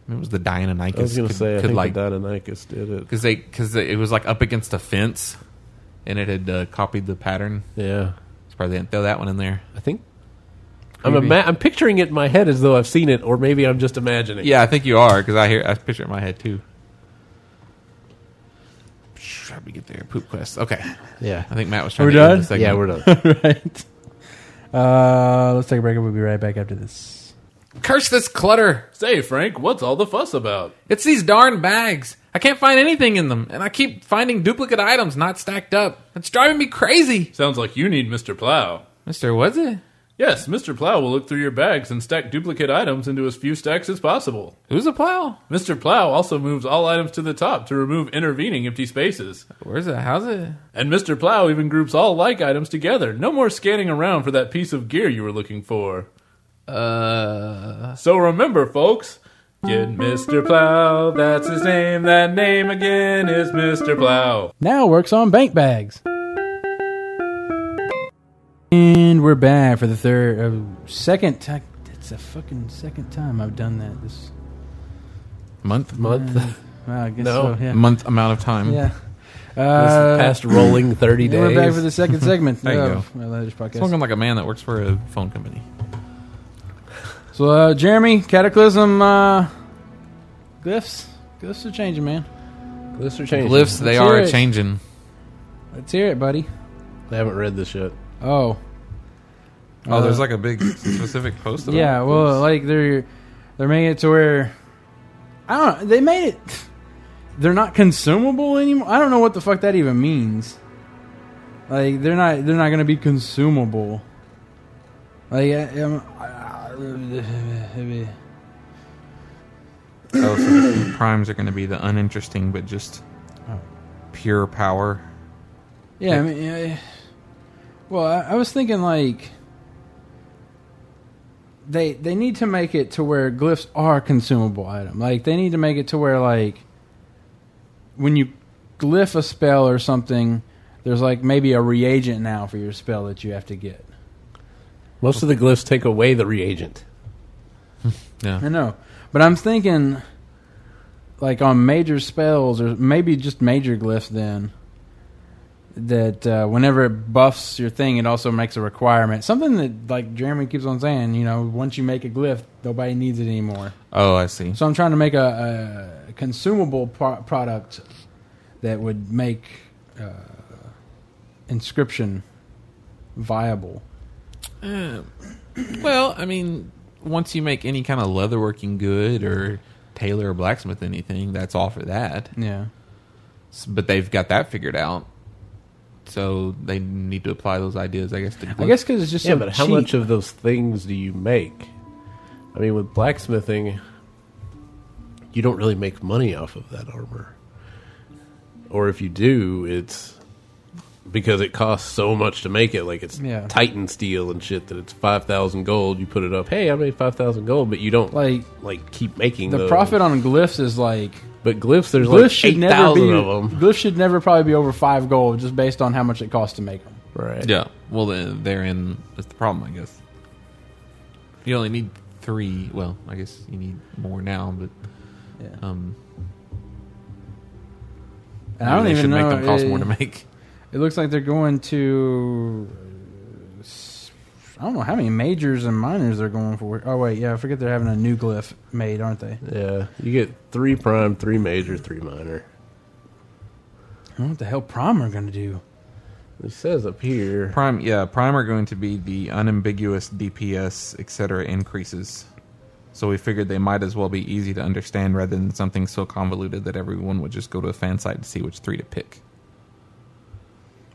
Speaker 3: it was the Deinonychus.
Speaker 4: I was going to
Speaker 3: could-
Speaker 4: say, I
Speaker 3: could,
Speaker 4: think
Speaker 3: like
Speaker 4: the Deinonychus did it.
Speaker 3: because they because it was like up against a fence, and it had uh, copied the pattern.
Speaker 4: Yeah,
Speaker 3: It's probably they didn't throw that one in there.
Speaker 4: I think. I'm,
Speaker 2: Creepy.
Speaker 4: ima- I'm picturing it in my head as though I've seen it, or maybe I'm just imagining.
Speaker 3: Yeah, I think you are because I hear I picture it in my head too. How do we get there? Poop quest. Okay,
Speaker 4: yeah,
Speaker 3: I think Matt was trying.
Speaker 2: We're
Speaker 3: to end
Speaker 2: done?
Speaker 3: the segment.
Speaker 4: yeah. We're done.
Speaker 2: right. Uh, let's take a break. and We'll be right back after this.
Speaker 3: curse this clutter.
Speaker 4: Say, Frank, what's all the fuss about?
Speaker 3: It's these darn bags. I can't find anything in them, and I keep finding duplicate items not stacked up. It's driving me crazy.
Speaker 4: Sounds like you need Mr. Plow.
Speaker 3: Mister, was it?
Speaker 4: Yes, Mr. Plow will look through your bags and stack duplicate items into as few stacks as possible.
Speaker 3: Who's a plow?
Speaker 4: Mr. Plow also moves all items to the top to remove intervening empty spaces.
Speaker 3: Where's it? How's it?
Speaker 4: And Mr. Plow even groups all like items together. No more scanning around for that piece of gear you were looking for.
Speaker 3: Uh,
Speaker 4: So remember, folks, get Mr. Plow. That's his name. That name again is Mr. Plow.
Speaker 2: Now works on bank bags. And we're back for the third, uh, second time. That's a fucking second time I've done that. This
Speaker 3: month,
Speaker 4: Month.
Speaker 2: well, I guess
Speaker 4: No.
Speaker 2: so. Yeah.
Speaker 3: month amount of time.
Speaker 2: yeah. Uh,
Speaker 4: rolling 30
Speaker 2: and we're back for the second segment
Speaker 3: There you
Speaker 2: of my latest
Speaker 3: It's
Speaker 2: podcast.
Speaker 3: Talking like a man that works for a phone company.
Speaker 2: So, uh, Jeremy, Cataclysm uh, glyphs. Glyphs are changing, man.
Speaker 4: Glyphs are changing.
Speaker 3: Glyphs,
Speaker 2: Let's
Speaker 3: they are
Speaker 2: hear it.
Speaker 3: changing.
Speaker 2: Let's hear it, buddy.
Speaker 4: I haven't read this yet.
Speaker 2: Oh,
Speaker 3: Oh, there's
Speaker 2: Uh,
Speaker 3: like a big specific post. About
Speaker 2: Yeah,
Speaker 3: it.
Speaker 2: well, like they're they're making it to where I don't. know, They made it. They're not consumable anymore. I don't know what the fuck that even means. Like they're not they're not going to be consumable. Like I, I'm- I-
Speaker 3: So, Oh, so primes are going to be the uninteresting, but just
Speaker 2: Oh.
Speaker 3: pure power.
Speaker 2: yeah, I mean, yeah, well, I, I was thinking like they they need to make it to where glyphs are a consumable item. Like they need to make it to where like when you glyph a spell or something, there's like maybe a reagent now for your spell that you have to get.
Speaker 4: Most of the glyphs take away the reagent.
Speaker 3: Yeah.
Speaker 2: I know, but I'm thinking like on major spells or maybe just major glyphs then that uh, whenever it buffs your thing it also makes a requirement something that like jeremy keeps on saying you know once you make a glyph nobody needs it anymore
Speaker 3: Oh, I see.
Speaker 2: so i'm trying to make a, a consumable pro- product that would make uh, inscription viable
Speaker 3: Uh, well, I mean, once you make any kind of leatherworking good or tailor or blacksmith anything, that's all for that.
Speaker 2: yeah
Speaker 3: S- But they've got that figured out. So they need to apply those ideas, I guess. To
Speaker 2: i guess because it's just
Speaker 4: Yeah,
Speaker 2: so
Speaker 4: but how
Speaker 2: cheap.
Speaker 4: much of those things do you make? I mean, with blacksmithing, you don't really make money off of that armor. Or if you do, it's because it costs so much to make it. Like it's
Speaker 2: Yeah.
Speaker 4: Titan steel and shit that it's 5,000 gold. You put it up, hey, I made 5,000 gold, but you don't like,
Speaker 2: like
Speaker 4: keep making
Speaker 2: the
Speaker 4: those.
Speaker 2: profit on glyphs is like
Speaker 4: But glyphs, there's
Speaker 2: Glyph
Speaker 4: like
Speaker 2: should never
Speaker 4: 8,000
Speaker 2: be.
Speaker 4: of them.
Speaker 2: Glyph should never probably be over five gold, just based on how much it costs to make them.
Speaker 4: Right.
Speaker 3: Yeah. Well, th- therein is the problem, I guess. You only need three. Well, I guess you need more now, but.
Speaker 2: Yeah.
Speaker 3: Um,
Speaker 2: And I don't
Speaker 3: maybe they
Speaker 2: even
Speaker 3: should
Speaker 2: know.
Speaker 3: make them cost
Speaker 2: it,
Speaker 3: more to make.
Speaker 2: it looks like they're going to. uh, s- I don't know how many majors and minors they're going for. Oh wait, yeah, I forget they're having a new glyph made, aren't they?
Speaker 4: Yeah. You get three prime, three major, three minor.
Speaker 2: I wonder what the hell Primer going to do?
Speaker 4: It says up here.
Speaker 3: Prime, yeah, prime are going to be the unambiguous DPS, etc. increases. So we figured they might as well be easy to understand rather than something so convoluted that everyone would just go to a fan site to see which three to pick.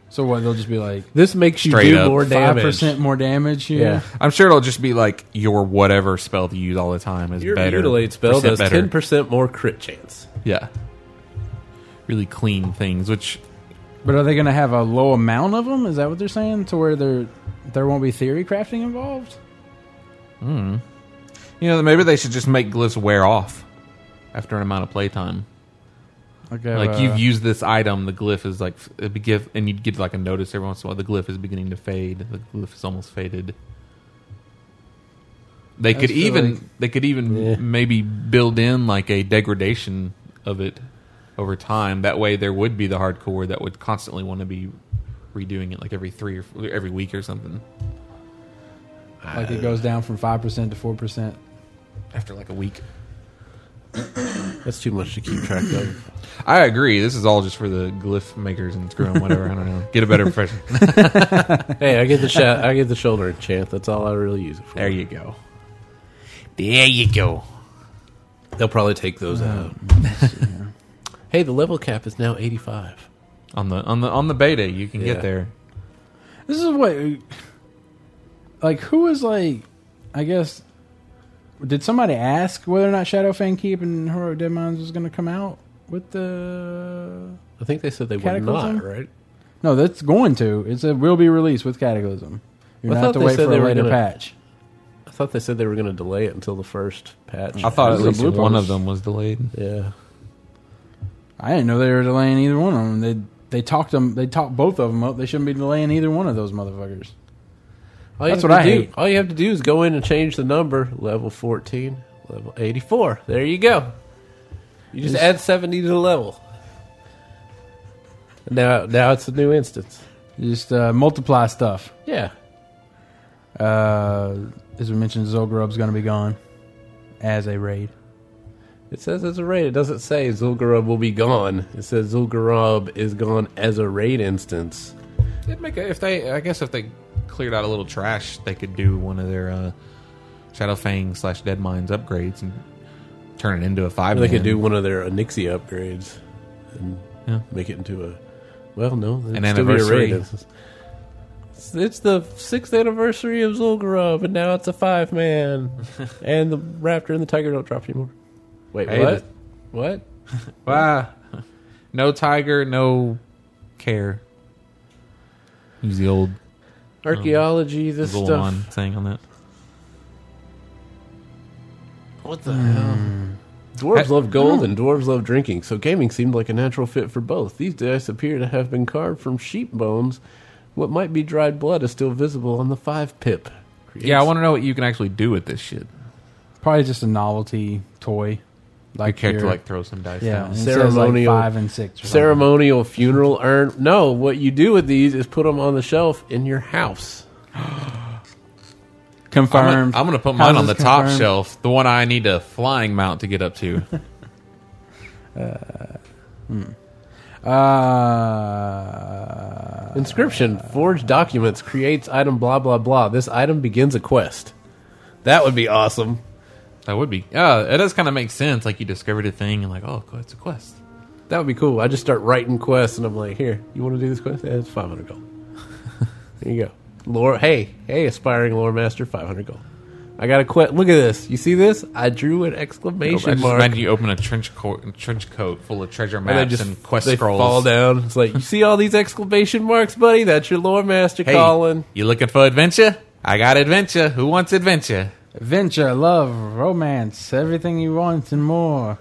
Speaker 2: So what? They'll just be like
Speaker 4: This makes you
Speaker 3: Straight
Speaker 4: do
Speaker 3: up.
Speaker 4: more
Speaker 2: five
Speaker 4: damage.
Speaker 2: percent more damage. Yeah.
Speaker 4: Yeah.
Speaker 3: I'm sure it'll just be like your whatever spell that you use all the time is
Speaker 4: Your
Speaker 3: better.
Speaker 4: mutilate spell
Speaker 3: percent
Speaker 4: does
Speaker 3: better.
Speaker 4: ten percent more crit chance.
Speaker 3: Yeah. Really clean things, which
Speaker 2: But are they going to have a low amount of them? Is that what they're saying? To where there there won't be theory crafting involved?
Speaker 3: you know maybe they should just make glyphs wear off after an amount of playtime.
Speaker 2: Okay.
Speaker 3: Like you've used this item, the glyph is like it be give, and you'd get like a notice every once in a while. The glyph is beginning to fade. The glyph is almost faded. They could
Speaker 2: just feel
Speaker 3: even
Speaker 2: like-
Speaker 3: they could even
Speaker 4: Yeah.
Speaker 3: maybe build in like a degradation of it over time. That way, there would be the hardcore that would constantly want to be redoing it, like every three or f- every week or something.
Speaker 2: like it goes down from five percent to four percent.
Speaker 3: After like a week,
Speaker 4: That's too much to keep track of.
Speaker 3: I agree. This is all just for the glyph makers and screw 'em, whatever. I don't know. Get a better profession.
Speaker 4: hey, I get the shot. I get the shoulder enchant. That's all I really use it for.
Speaker 3: There you go. There you go.
Speaker 4: They'll probably take those out. hey, the level cap is now eighty-five.
Speaker 3: on the on the on the beta you can
Speaker 4: Yeah.
Speaker 3: get there
Speaker 2: This is what, like, who was like, I guess, did somebody ask whether or not Shadowfang Keep and Hero of Dead Minds was going to come out with the?
Speaker 4: I think they said they would
Speaker 2: Cataclysm?
Speaker 4: not, right?
Speaker 2: No, that's going to. It's a will be released with Cataclysm. You're gonna
Speaker 4: I thought
Speaker 2: have to
Speaker 4: they
Speaker 2: wait
Speaker 4: said
Speaker 2: for
Speaker 4: they
Speaker 2: a
Speaker 4: were
Speaker 2: later
Speaker 4: gonna-
Speaker 2: patch.
Speaker 4: I thought they said they were going to delay it until the first patch.
Speaker 3: i thought
Speaker 2: This is
Speaker 3: at
Speaker 2: a
Speaker 3: least
Speaker 2: blue
Speaker 3: one
Speaker 2: post.
Speaker 3: of them was delayed
Speaker 4: yeah,
Speaker 2: I didn't know they were delaying either one of them. They they talked them. They talked both of them up. They shouldn't be delaying either one of those motherfuckers.
Speaker 4: all you
Speaker 2: That's
Speaker 4: have
Speaker 2: what I
Speaker 4: to do,
Speaker 2: hate.
Speaker 4: All you have to do is go in and change the number, level fourteen, level eighty-four. There you go. You just
Speaker 2: This-
Speaker 4: add seventy to the level. Now, now it's a new instance.
Speaker 2: Just uh, multiply stuff.
Speaker 4: Yeah,
Speaker 2: Uh, as we mentioned, Zolgrub's going to be gone as a raid.
Speaker 4: it says as a raid. It doesn't say Zul'Garub will be gone. It says Zul'Garub is gone as a raid instance.
Speaker 3: They'd make a, if they i guess if they cleared out a little trash they could do one of their uh shadowfang slash dead mines upgrades and turn it into a five
Speaker 4: Or they
Speaker 3: man.
Speaker 4: could do one of their Onyxia upgrades and
Speaker 3: Yeah.
Speaker 4: make it into a. Well, no,
Speaker 3: An
Speaker 4: it'd still be a
Speaker 3: anniversary.
Speaker 4: raid. It's- It's, it's the sixth anniversary of Zul'Garub, and now it's a five man. and the Raptor and the Tiger don't drop anymore. Wait,
Speaker 3: Hey,
Speaker 4: what? What?
Speaker 3: Wow. no tiger no care use the old
Speaker 4: Archaeology, this
Speaker 3: little
Speaker 4: stuff.
Speaker 3: one saying Oh. on that
Speaker 4: What the hell? Dwarves
Speaker 3: Ha- Hmm.
Speaker 4: love gold and dwarves love drinking, so gaming seemed like a natural fit for both. These dice appear to have been carved from sheep bones. What might be dried blood is still visible on the five pip.
Speaker 3: yeah i want to know what you can actually do with this shit
Speaker 2: Probably just a novelty toy.
Speaker 3: like character
Speaker 2: your-
Speaker 3: like throw some dice
Speaker 2: yeah,
Speaker 3: down.
Speaker 2: and it says, like,
Speaker 4: Ceremonial-
Speaker 2: five and six. Or something.
Speaker 4: ceremonial funeral urn. No, what you do with these is put them on the shelf in your house.
Speaker 3: I'm
Speaker 2: confirmed.
Speaker 3: gonna, I'm gonna put mine on the
Speaker 2: Houses
Speaker 3: top
Speaker 2: confirmed.
Speaker 3: shelf, the one I need a flying mount to get up to.
Speaker 2: Uh,
Speaker 4: Inscription: Forged documents creates item blah blah blah. This item begins a quest. That would be awesome.
Speaker 3: That would be. Yeah, it does kind of make sense. Like you discovered a thing and like, oh, cool, it's a quest.
Speaker 4: That would be cool. I just start writing quests, and I'm like, "Here, you want to do this quest? Yeah, it's 500 gold. there you go, lore. Hey, hey, aspiring lore master, 500 gold. I got a quest. Look at this. You see this? I drew an
Speaker 3: I just
Speaker 4: exclamation mark.
Speaker 3: imagine you open a trench coat, trench coat full of treasure maps
Speaker 4: they
Speaker 3: and,
Speaker 4: just
Speaker 3: quest
Speaker 4: they
Speaker 3: scrolls.
Speaker 4: fall down. It's like you see all these exclamation marks, buddy. That's your lore master
Speaker 3: Hey,
Speaker 4: calling.
Speaker 3: you looking for adventure? I got adventure. Who wants adventure?
Speaker 2: adventure, love, romance, everything you want and more.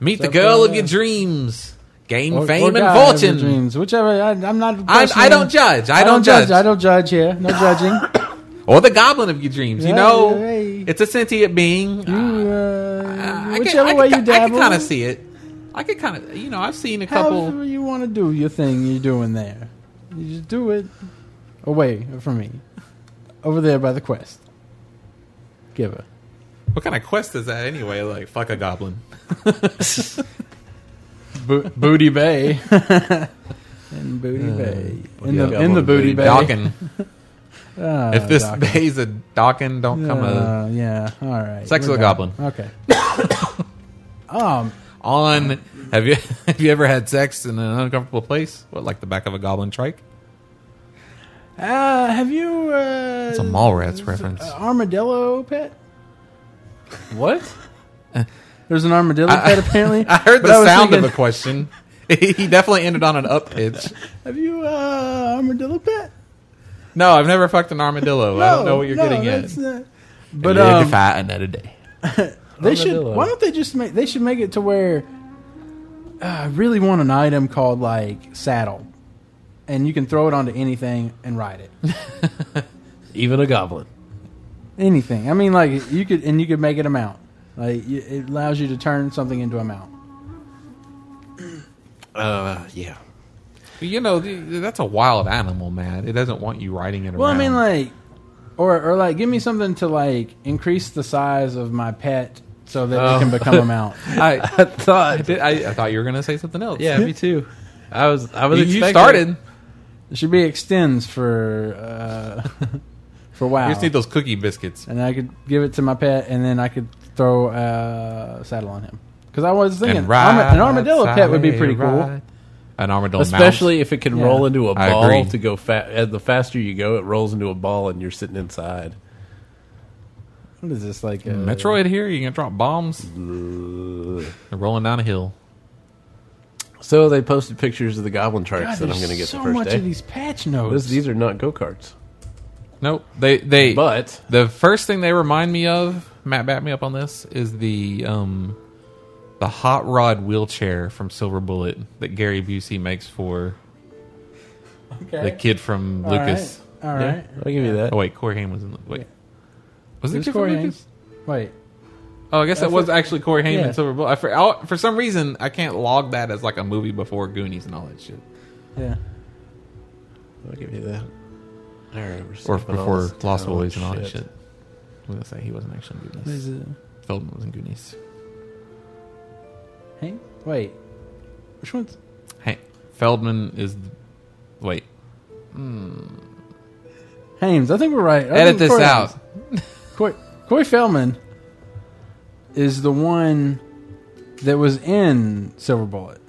Speaker 3: Meet the
Speaker 2: Except
Speaker 3: girl
Speaker 2: for,
Speaker 3: of
Speaker 2: uh,
Speaker 3: your dreams. Gain
Speaker 2: Or- or
Speaker 3: fame and
Speaker 2: God, your
Speaker 3: fortune.
Speaker 2: dreams, whichever. I, I'm not.
Speaker 3: I, I
Speaker 2: questioning-
Speaker 3: don't judge. I, don't, judge.
Speaker 2: I don't judge here. No judging.
Speaker 3: Or the goblin of your dreams. you
Speaker 2: Yeah,
Speaker 3: know,
Speaker 2: hey.
Speaker 3: it's a sentient being.
Speaker 2: you,
Speaker 3: Ah.
Speaker 2: uh,
Speaker 3: I
Speaker 2: whichever way you
Speaker 3: I
Speaker 2: dabble,
Speaker 3: can kind of see it. I could kind of, you know, I've seen a couple.
Speaker 2: however you want to do your thing, you're doing there. You just do it away from me, over there by the quest. Give it.
Speaker 3: What kind of quest is that anyway? Like, fuck a goblin.
Speaker 2: Bo- Booty Bay. in Booty
Speaker 3: Uh,
Speaker 2: Bay. In the, in the Booty Bay.
Speaker 3: Docking.
Speaker 2: Ah,
Speaker 3: if this
Speaker 2: Dockin.
Speaker 3: bay's a docking, don't come a
Speaker 2: Uh, yeah, all right.
Speaker 3: sex
Speaker 2: We're
Speaker 3: with a
Speaker 2: back.
Speaker 3: goblin.
Speaker 2: Okay. um,
Speaker 3: On have you have you ever had sex in an uncomfortable place? What, like the back of a goblin trike?
Speaker 2: uh, have you? Uh,
Speaker 3: It's a Mallrats reference.
Speaker 2: uh, armadillo pet.
Speaker 4: What?
Speaker 2: There's an armadillo pet apparently.
Speaker 3: I heard
Speaker 2: But
Speaker 3: the
Speaker 2: was
Speaker 3: sound
Speaker 2: thinking,
Speaker 3: of the question. he definitely ended on an up pitch.
Speaker 2: Have you uh, armadillo pet?
Speaker 3: No, I've never fucked an armadillo. I don't
Speaker 2: No,
Speaker 3: know what you're
Speaker 2: no,
Speaker 3: getting at.
Speaker 2: that's not- But
Speaker 3: Live
Speaker 2: um,
Speaker 3: fight another day.
Speaker 2: they should.
Speaker 4: Armadillo.
Speaker 2: Why don't they just make? They should make it to where. Uh, I really want an item called like saddle, and you can throw it onto anything and ride it.
Speaker 4: Even a goblin.
Speaker 2: anything. I mean, like you could, and you could make it a mount. Like you, it allows you to turn something into a mount.
Speaker 4: Uh, yeah.
Speaker 3: You know, th- that's a wild animal, man. It doesn't want you riding it
Speaker 2: Well,
Speaker 3: around.
Speaker 2: I mean, like, or or like, give me something to like increase the size of my pet so that
Speaker 4: Oh.
Speaker 2: it can become a mount.
Speaker 3: I,
Speaker 4: I thought.
Speaker 3: I, did, I, I thought you were going to say something else.
Speaker 4: Yeah, me too. I was. I was.
Speaker 3: You, you
Speaker 4: expecting-
Speaker 3: started.
Speaker 2: It should be extends for uh, for
Speaker 3: You
Speaker 2: wow,
Speaker 3: just need those cookie biscuits.
Speaker 2: and I could give it to my pet, and then I could throw a uh, saddle on him. Because I was thinking, arma- an armadillo pet would be pretty cool.
Speaker 3: An armadillo, mouse.
Speaker 4: Especially if it can
Speaker 2: Yeah.
Speaker 4: roll into a
Speaker 3: I
Speaker 4: ball
Speaker 3: agree.
Speaker 4: to go fast. As the faster you go, it rolls into a ball, and you're sitting inside.
Speaker 2: What is this like? uh, A,
Speaker 3: Metroid here. You can drop bombs. They're rolling down a hill.
Speaker 4: So they posted pictures of the goblin
Speaker 2: God,
Speaker 4: charts that I'm
Speaker 2: there's
Speaker 4: going to get
Speaker 2: so
Speaker 4: the first
Speaker 2: much
Speaker 4: day.
Speaker 2: of these patch notes.
Speaker 4: This- these are not go karts,
Speaker 3: Nope. They they
Speaker 4: but
Speaker 3: The first thing they remind me of, Matt, back me up on this, is the um, the hot rod wheelchair from Silver Bullet that Gary Busey makes for
Speaker 2: okay.
Speaker 3: the kid from
Speaker 2: All right.
Speaker 3: Lucas.
Speaker 2: All
Speaker 4: Yeah,
Speaker 2: right.
Speaker 4: I'll give you that.
Speaker 3: Oh wait, Corey Haim was in. The, wait, was it
Speaker 2: Who's
Speaker 3: kid
Speaker 2: Corey
Speaker 3: from
Speaker 2: Haim?
Speaker 3: Lucas?
Speaker 2: Wait.
Speaker 3: Oh, I guess that
Speaker 2: I
Speaker 3: was
Speaker 2: thought-
Speaker 3: actually Corey Haim
Speaker 2: Yeah.
Speaker 3: in Silver Bullet. I, for, I, for some reason, I can't log that as like a movie before Goonies and all that shit,
Speaker 2: Yeah.
Speaker 4: I'll give you that. All right, we're
Speaker 3: or
Speaker 4: skipping all
Speaker 3: before
Speaker 4: this Oh,
Speaker 3: Lost
Speaker 4: talent
Speaker 3: Boys and all that shit. I'm gonna say he wasn't actually in Goonies.
Speaker 2: uh,
Speaker 3: Feldman was in Goonies.
Speaker 2: Hank? Wait. Which one's?
Speaker 3: Hey, Feldman is. Wait,
Speaker 2: Hames. I think we're right. I
Speaker 3: edit
Speaker 2: think
Speaker 3: this
Speaker 2: Corey
Speaker 3: out.
Speaker 2: Hames. Corey, Corey Feldman is the one that was in Silver Bullet.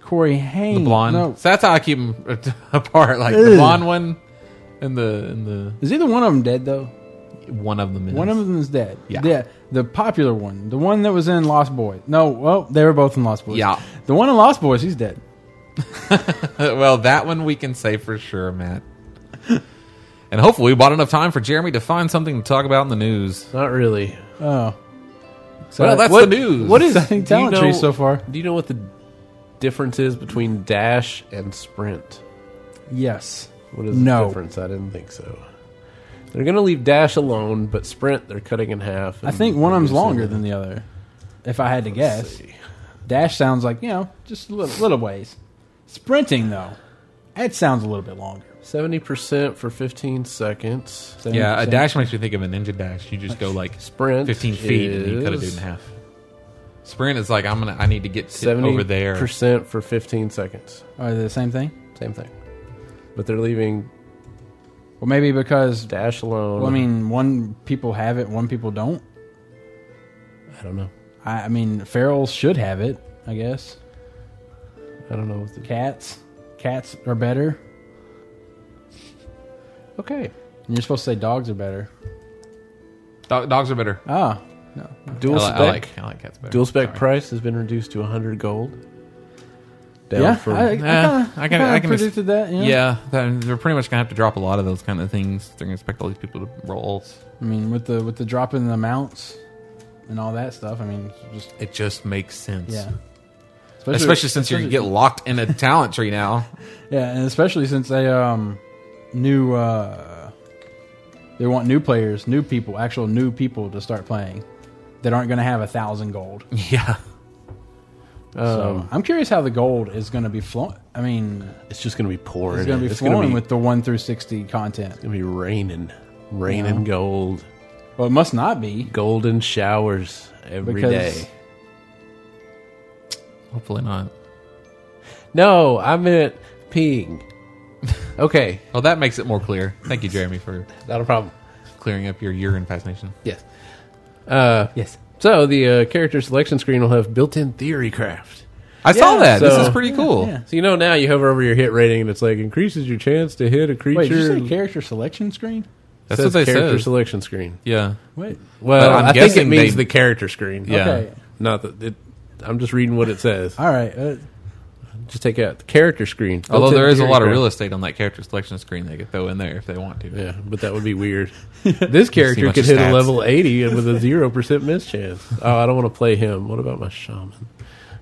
Speaker 2: Corey Hames.
Speaker 3: the blonde.
Speaker 2: Hmm, No.
Speaker 3: So that's how I keep them apart. Like the
Speaker 2: Ugh.
Speaker 3: blonde one, and the and the
Speaker 2: Is either one of them dead, though?
Speaker 3: one of them. Is.
Speaker 2: One of them is dead.
Speaker 3: Yeah.
Speaker 2: The popular one. The one that was in Lost Boys. No, well, they were both in Lost Boys.
Speaker 3: Yeah.
Speaker 2: The one in Lost Boys, he's dead.
Speaker 3: well, that one we can say for sure, Matt. and hopefully, we bought enough time for Jeremy to find something to talk about in the news.
Speaker 4: Not really.
Speaker 2: Oh. So
Speaker 3: Well, that's
Speaker 4: what-
Speaker 3: the news.
Speaker 4: what is-
Speaker 2: I think
Speaker 4: Do you
Speaker 2: talent
Speaker 4: know-
Speaker 2: tree so far.
Speaker 4: Do you know what the difference is between dash and sprint?
Speaker 2: Yes.
Speaker 4: What is the
Speaker 2: No.
Speaker 4: difference? I didn't think so. They're going to leave dash alone, but sprint they're cutting in half.
Speaker 2: I think one of them's longer than the other. If I had to guess, dash sounds like you know just a little, little ways. Sprinting though, that sounds a little bit longer.
Speaker 4: Seventy percent for fifteen seconds.
Speaker 3: Yeah, a
Speaker 2: 70%.
Speaker 3: dash makes me think of a ninja dash. You just go like
Speaker 4: Sprint.
Speaker 3: 15 feet and you cut a dude in half. Sprint is like I'm gonna. I need to get to
Speaker 4: Seventy
Speaker 3: over there.
Speaker 4: percent for fifteen seconds.
Speaker 2: Are they the same thing?
Speaker 4: Same thing. But they're leaving
Speaker 2: Well, maybe because
Speaker 4: dash alone.
Speaker 2: well, I mean, one people have it, one people don't.
Speaker 4: I don't know.
Speaker 2: I, I mean, ferals should have it, I guess.
Speaker 4: I don't know what the
Speaker 2: Cats, cats are better.
Speaker 4: Okay.
Speaker 2: And you're supposed to say dogs are better.
Speaker 3: Dog, dogs are better.
Speaker 2: Ah,
Speaker 3: I,
Speaker 4: Dual
Speaker 3: li-
Speaker 4: spec.
Speaker 3: I like. I like cats better.
Speaker 4: Dual spec
Speaker 3: Sorry.
Speaker 4: price has been reduced to 100 gold. Down
Speaker 2: yeah,
Speaker 4: from
Speaker 2: I, I,
Speaker 3: Nah,
Speaker 2: kinda,
Speaker 3: Eh, I can- I
Speaker 2: kinda
Speaker 3: can-
Speaker 2: predicted that. You know?
Speaker 3: Yeah, that- they're pretty much gonna have to drop a lot of those kind of things. They're gonna expect all these people to roll ults.
Speaker 2: I mean, with the with the drop in the amounts and all that stuff. I mean, it's just
Speaker 3: It just makes sense.
Speaker 2: yeah.
Speaker 3: Especially, since you get locked in a talent tree now.
Speaker 2: yeah, and especially since they um new uh they want new players, new people, actual new people to start playing that aren't going to have a thousand gold.
Speaker 3: yeah.
Speaker 2: So
Speaker 4: um,
Speaker 2: I'm curious how the gold is going to be flowing. I mean,
Speaker 4: it's just going to be pouring.
Speaker 2: it's going to
Speaker 4: in.
Speaker 2: be
Speaker 4: it's going to
Speaker 2: flowing
Speaker 4: be
Speaker 2: with the one through sixty content.
Speaker 4: going to be raining, raining gold,
Speaker 2: Well, it must not be
Speaker 4: golden showers every day.
Speaker 2: because
Speaker 3: Hopefully not.
Speaker 4: No, I meant peeing. Okay,
Speaker 3: Well, that makes it more clear. Thank you, Jeremy, for
Speaker 4: not a problem.
Speaker 3: clearing up your urine fascination.
Speaker 4: Yes. Uh,
Speaker 3: Yes.
Speaker 4: so the uh, character selection screen will have built-in theory craft.
Speaker 3: I saw
Speaker 2: Yeah,
Speaker 3: that.
Speaker 4: so-
Speaker 3: this is pretty cool.
Speaker 2: yeah.
Speaker 4: So you know now you hover over your hit rating and it's like increases your chance to hit a creature.
Speaker 2: Wait, did you say character selection screen?
Speaker 3: That's
Speaker 4: Says
Speaker 3: what they
Speaker 4: character
Speaker 3: said.
Speaker 4: selection screen.
Speaker 3: yeah.
Speaker 2: Wait.
Speaker 4: Well,
Speaker 3: I'm
Speaker 4: I think it
Speaker 3: guessing
Speaker 4: means
Speaker 3: they-
Speaker 4: the character screen.
Speaker 3: Yeah.
Speaker 2: Okay.
Speaker 4: Not that it, I'm just reading what it says.
Speaker 2: All right. Uh,
Speaker 4: Just take out the character screen.
Speaker 3: Although
Speaker 4: Built-in
Speaker 3: there is a
Speaker 4: theory
Speaker 3: lot of
Speaker 4: craft.
Speaker 3: real estate on that character selection screen they could throw in there if they want to.
Speaker 4: Yeah, but that would be weird. this
Speaker 3: See
Speaker 4: character
Speaker 3: much
Speaker 4: could hit
Speaker 3: stats.
Speaker 4: a level 80 and with a 0% miss chance. Oh, I don't want to play him. What about my shaman?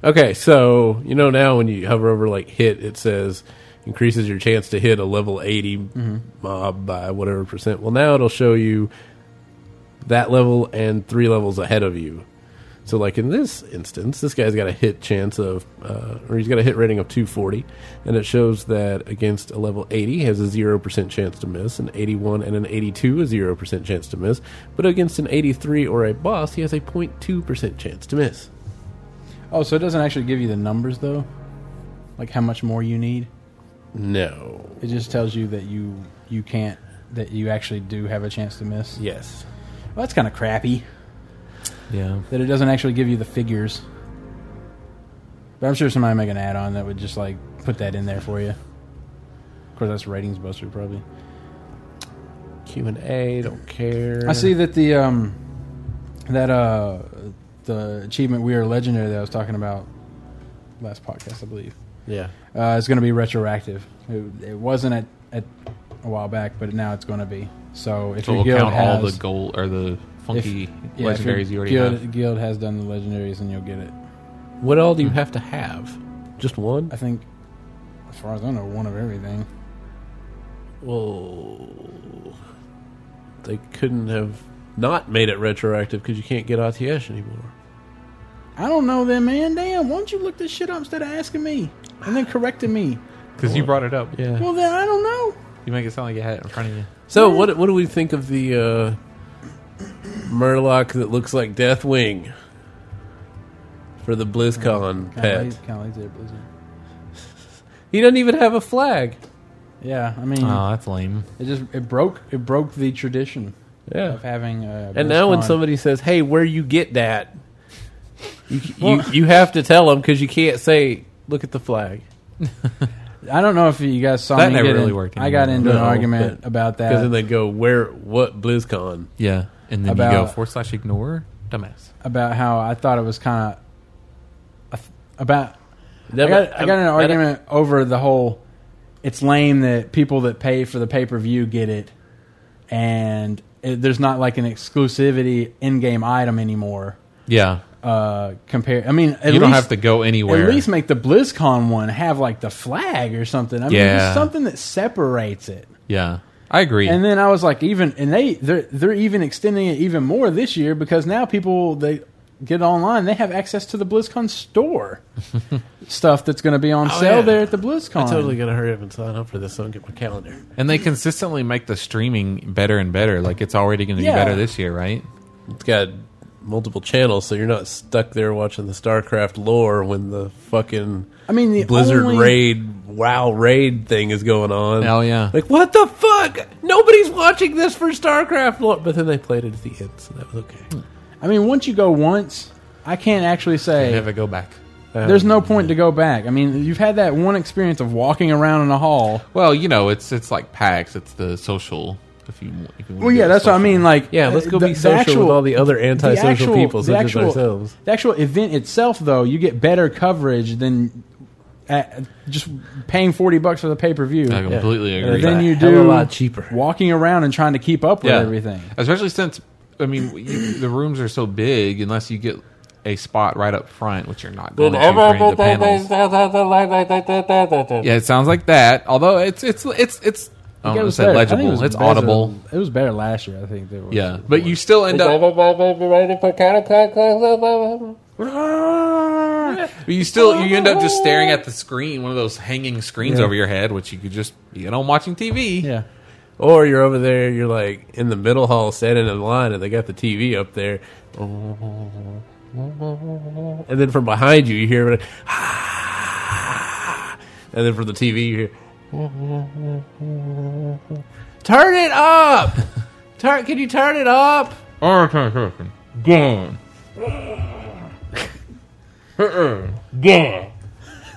Speaker 4: Okay, so you know now when you hover over like hit, it says increases your chance to hit a level 80 mob by whatever percent. Well, now it'll show you that level and three levels ahead of you. So, like in this instance, this guy's got a hit chance of, uh, or he's got a hit rating of 240, and it shows that against a level 80 he has a 0% chance to miss, an 81 and an 82 a 0% chance to miss, but against an 83 or a boss he has a 0.2% chance to miss.
Speaker 2: oh, so it doesn't actually give you the numbers though, like how much more you need.
Speaker 4: No.
Speaker 2: It just tells you that you you can't that you actually do have a chance to miss.
Speaker 4: Yes.
Speaker 2: Well, that's kind of crappy
Speaker 3: Yeah.
Speaker 2: that it doesn't actually give you the figures. But I'm sure somebody make an add-on that would just like put that in there for you. Of course, that's ratings buster probably.
Speaker 4: Q and A. Don't care.
Speaker 2: I see that the um that uh the achievement we are legendary that I was talking about last podcast, I believe.
Speaker 4: Yeah.
Speaker 2: Uh, it's going to be retroactive. It, it wasn't at, at a while back, but now it's going to be. So if
Speaker 3: So
Speaker 2: your
Speaker 3: we'll
Speaker 2: guild
Speaker 3: count
Speaker 2: has,
Speaker 3: all the gold or the
Speaker 2: if-
Speaker 3: funky
Speaker 2: yeah, if your
Speaker 3: legendaries you already
Speaker 2: guild,
Speaker 3: have.
Speaker 2: Guild has done the legendaries, and you'll get it.
Speaker 4: What all do you have to have? Just one?
Speaker 2: I think, as far as I know, one of everything.
Speaker 4: Whoa. They couldn't have not made it retroactive because you can't get ATS anymore.
Speaker 2: I don't know, then, man. Damn, why don't you look this shit up instead of asking me and then correcting me?
Speaker 3: Because you brought it up.
Speaker 4: Yeah.
Speaker 2: Well, then I don't know.
Speaker 3: You make it sound like you had it in front of you.
Speaker 4: So what what do we think of the uh, Murloc that looks like Deathwing for the BlizzCon
Speaker 2: Kind
Speaker 4: pet?
Speaker 2: of like that Blizzard.
Speaker 4: He doesn't even have a flag.
Speaker 2: Yeah, I mean,
Speaker 3: Oh, that's lame.
Speaker 2: it just it broke it broke the tradition
Speaker 4: Yeah.
Speaker 2: of having. Uh,
Speaker 4: And now when
Speaker 2: BlizzCon.
Speaker 4: somebody says, "Hey, where you get that?" You you, you have to tell them because you can't say, "Look at the flag,"
Speaker 2: I don't know if you guys saw
Speaker 3: That
Speaker 2: me
Speaker 3: never
Speaker 2: get in-
Speaker 3: really worked
Speaker 2: I got
Speaker 3: anymore.
Speaker 2: into an
Speaker 4: No,
Speaker 2: argument
Speaker 4: but-
Speaker 2: about
Speaker 4: because then
Speaker 2: that
Speaker 4: they go, "Where what BlizzCon?"
Speaker 3: Yeah. And then you go
Speaker 2: About-
Speaker 3: forward slash ignore. Dumbass.
Speaker 2: about how I thought it was kind of about. I
Speaker 4: That-
Speaker 2: got, I got in an
Speaker 4: that-
Speaker 2: argument over the whole. It's lame that people that pay for the pay per view get it, and it, there's not like an exclusivity in game item anymore.
Speaker 3: Yeah.
Speaker 2: Uh, compare. I mean, at
Speaker 3: you
Speaker 2: least,
Speaker 3: don't have to go anywhere.
Speaker 2: At least make the BlizzCon one have like the flag or something. I mean,
Speaker 3: Yeah.
Speaker 2: just something that separates it.
Speaker 3: yeah. I agree.
Speaker 2: And then I was like, even and they they're they're even extending it even more this year because now people they get online they have access to the BlizzCon store stuff that's going to be on
Speaker 4: Oh,
Speaker 2: sale
Speaker 4: yeah.
Speaker 2: there at the BlizzCon.
Speaker 4: I'm totally gonna hurry up and sign up for this so I can get my calendar.
Speaker 3: And they consistently make the streaming better and better. Like it's already going to
Speaker 2: Yeah.
Speaker 3: be better this year, right?
Speaker 4: It's got multiple channels, so you're not stuck there watching the StarCraft lore when the fucking
Speaker 2: I mean, the
Speaker 4: Blizzard
Speaker 2: only-
Speaker 4: raid, WoW raid thing is going on.
Speaker 3: Hell yeah.
Speaker 4: Like what the fuck? Nobody's watching this for StarCraft lore. But then they played it at the end, so that was okay.
Speaker 2: I mean, once you go once, I can't actually say
Speaker 3: Never go back.
Speaker 2: there's no point to go back. I mean, you've had that one experience of walking around in a hall.
Speaker 3: Well, you know, it's it's like PAX. It's the social. If you if you wanna
Speaker 2: Well,
Speaker 3: do
Speaker 2: yeah,
Speaker 3: the
Speaker 2: that's what I
Speaker 3: social.
Speaker 2: mean. Like,
Speaker 4: Yeah, let's go
Speaker 2: the-
Speaker 4: be
Speaker 2: the
Speaker 4: social
Speaker 2: actual-
Speaker 4: with all Uh, the other antisocial people,
Speaker 2: the
Speaker 4: such
Speaker 2: actual-
Speaker 4: as ourselves.
Speaker 2: The actual event itself, though, you get better coverage than at, just paying forty bucks for the pay per view.
Speaker 3: I completely agree.
Speaker 2: then
Speaker 4: It's
Speaker 2: you
Speaker 4: a hell of
Speaker 2: do
Speaker 4: a lot cheaper.
Speaker 2: walking around and trying to keep up with everything.
Speaker 3: Especially since, I mean, you, the rooms are so big. Unless you get a spot right up front, which you're not going to during the panels. Yeah, it sounds like that. Although it's it's it's it's. I
Speaker 2: think it
Speaker 3: don't want to
Speaker 2: was
Speaker 3: say
Speaker 2: better. I think it
Speaker 3: legible.
Speaker 2: was
Speaker 3: It's
Speaker 2: better-
Speaker 3: audible.
Speaker 2: It was better last year, I think. than it was
Speaker 3: Yeah,
Speaker 2: before.
Speaker 3: but you still end up. But you still you end up just staring at the screen, one of those hanging screens
Speaker 2: Yeah.
Speaker 3: over your head, which you could just be at home watching TV.
Speaker 2: yeah,
Speaker 4: Or you're over there, you're like in the middle hall standing in line, and they got the TV up there. and then from behind you you hear it, and then from the TV you hear turn it up turn can you turn it up
Speaker 3: Arcanine. Gone. Gone.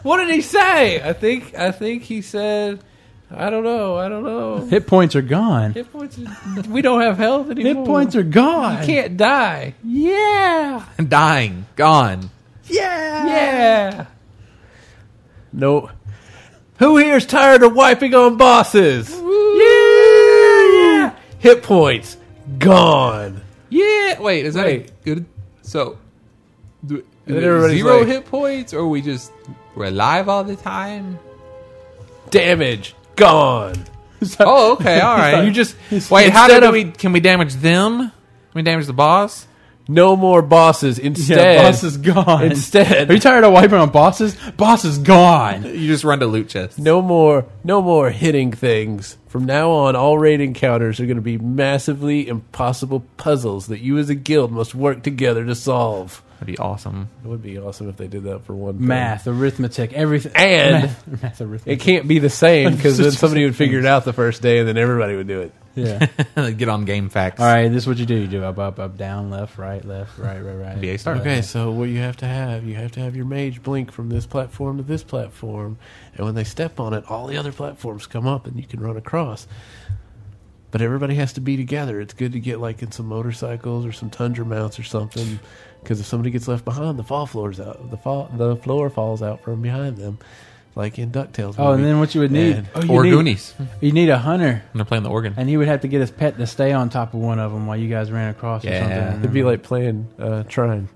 Speaker 4: what did he say I think I think he said I don't know I don't know
Speaker 2: Hit points are gone.
Speaker 4: hit points are- we don't have health anymore
Speaker 2: Hit points are gone.
Speaker 4: you can't die
Speaker 2: Yeah.
Speaker 3: Dying. Gone.
Speaker 2: Yeah.
Speaker 4: yeah no who here's tired of wiping on bosses
Speaker 2: Yeah.
Speaker 4: hit points gone.
Speaker 3: Yeah. Wait, is that a
Speaker 4: Wait.
Speaker 3: good? So, do,
Speaker 4: then
Speaker 3: is it
Speaker 4: everybody's
Speaker 3: zero
Speaker 4: like-
Speaker 3: hit points, or we just we're alive all the time?
Speaker 4: Damage gone.
Speaker 3: Oh, okay, all right.
Speaker 4: You just
Speaker 3: Wait, how
Speaker 4: instead
Speaker 3: do
Speaker 4: of-
Speaker 3: we? Can we damage them? Can we damage the boss?
Speaker 4: no more bosses. Instead,
Speaker 2: Yeah, boss is gone.
Speaker 4: Instead-
Speaker 2: are you tired of wiping on bosses? Boss is gone.
Speaker 3: You just run to loot chests.
Speaker 4: no more, no more hitting things. From now on, all raid encounters are going to be massively impossible puzzles that you as a guild must work together to solve.
Speaker 3: That'd be awesome.
Speaker 4: It would be awesome if they did that for one thing.
Speaker 2: Math, arithmetic, everything.
Speaker 4: And-
Speaker 2: math, math
Speaker 4: It
Speaker 2: arithmetic.
Speaker 4: can't be the same because then somebody would figure it out the first day, and then everybody would do it.
Speaker 2: Yeah.
Speaker 3: Get on game facts.
Speaker 2: All right. This is what you do. You do up, up, up, down, left, right, left, right, right, right.
Speaker 3: NBA start.
Speaker 4: Okay, so what you have to have, you have to have your mage blink from this platform to this platform, and when they step on it, all the other platforms come up and you can run across. But everybody has to be together. It's good to get like in some motorcycles or some tundra mounts or something, because if somebody gets left behind, the fall floors out. The fall, the floor falls out from behind them, like in Ducktales.
Speaker 2: Oh, and
Speaker 4: movie.
Speaker 2: then what you would need?
Speaker 4: And-
Speaker 2: oh, you
Speaker 3: Or
Speaker 2: need,
Speaker 3: Goonies. When
Speaker 2: You need a hunter,
Speaker 3: they're playing the organ.
Speaker 2: and he would have to get his pet to stay on top of one of them while you guys ran across
Speaker 3: Yeah.
Speaker 2: or something. and
Speaker 4: it'd be
Speaker 2: then-
Speaker 4: like playing uh, Trine.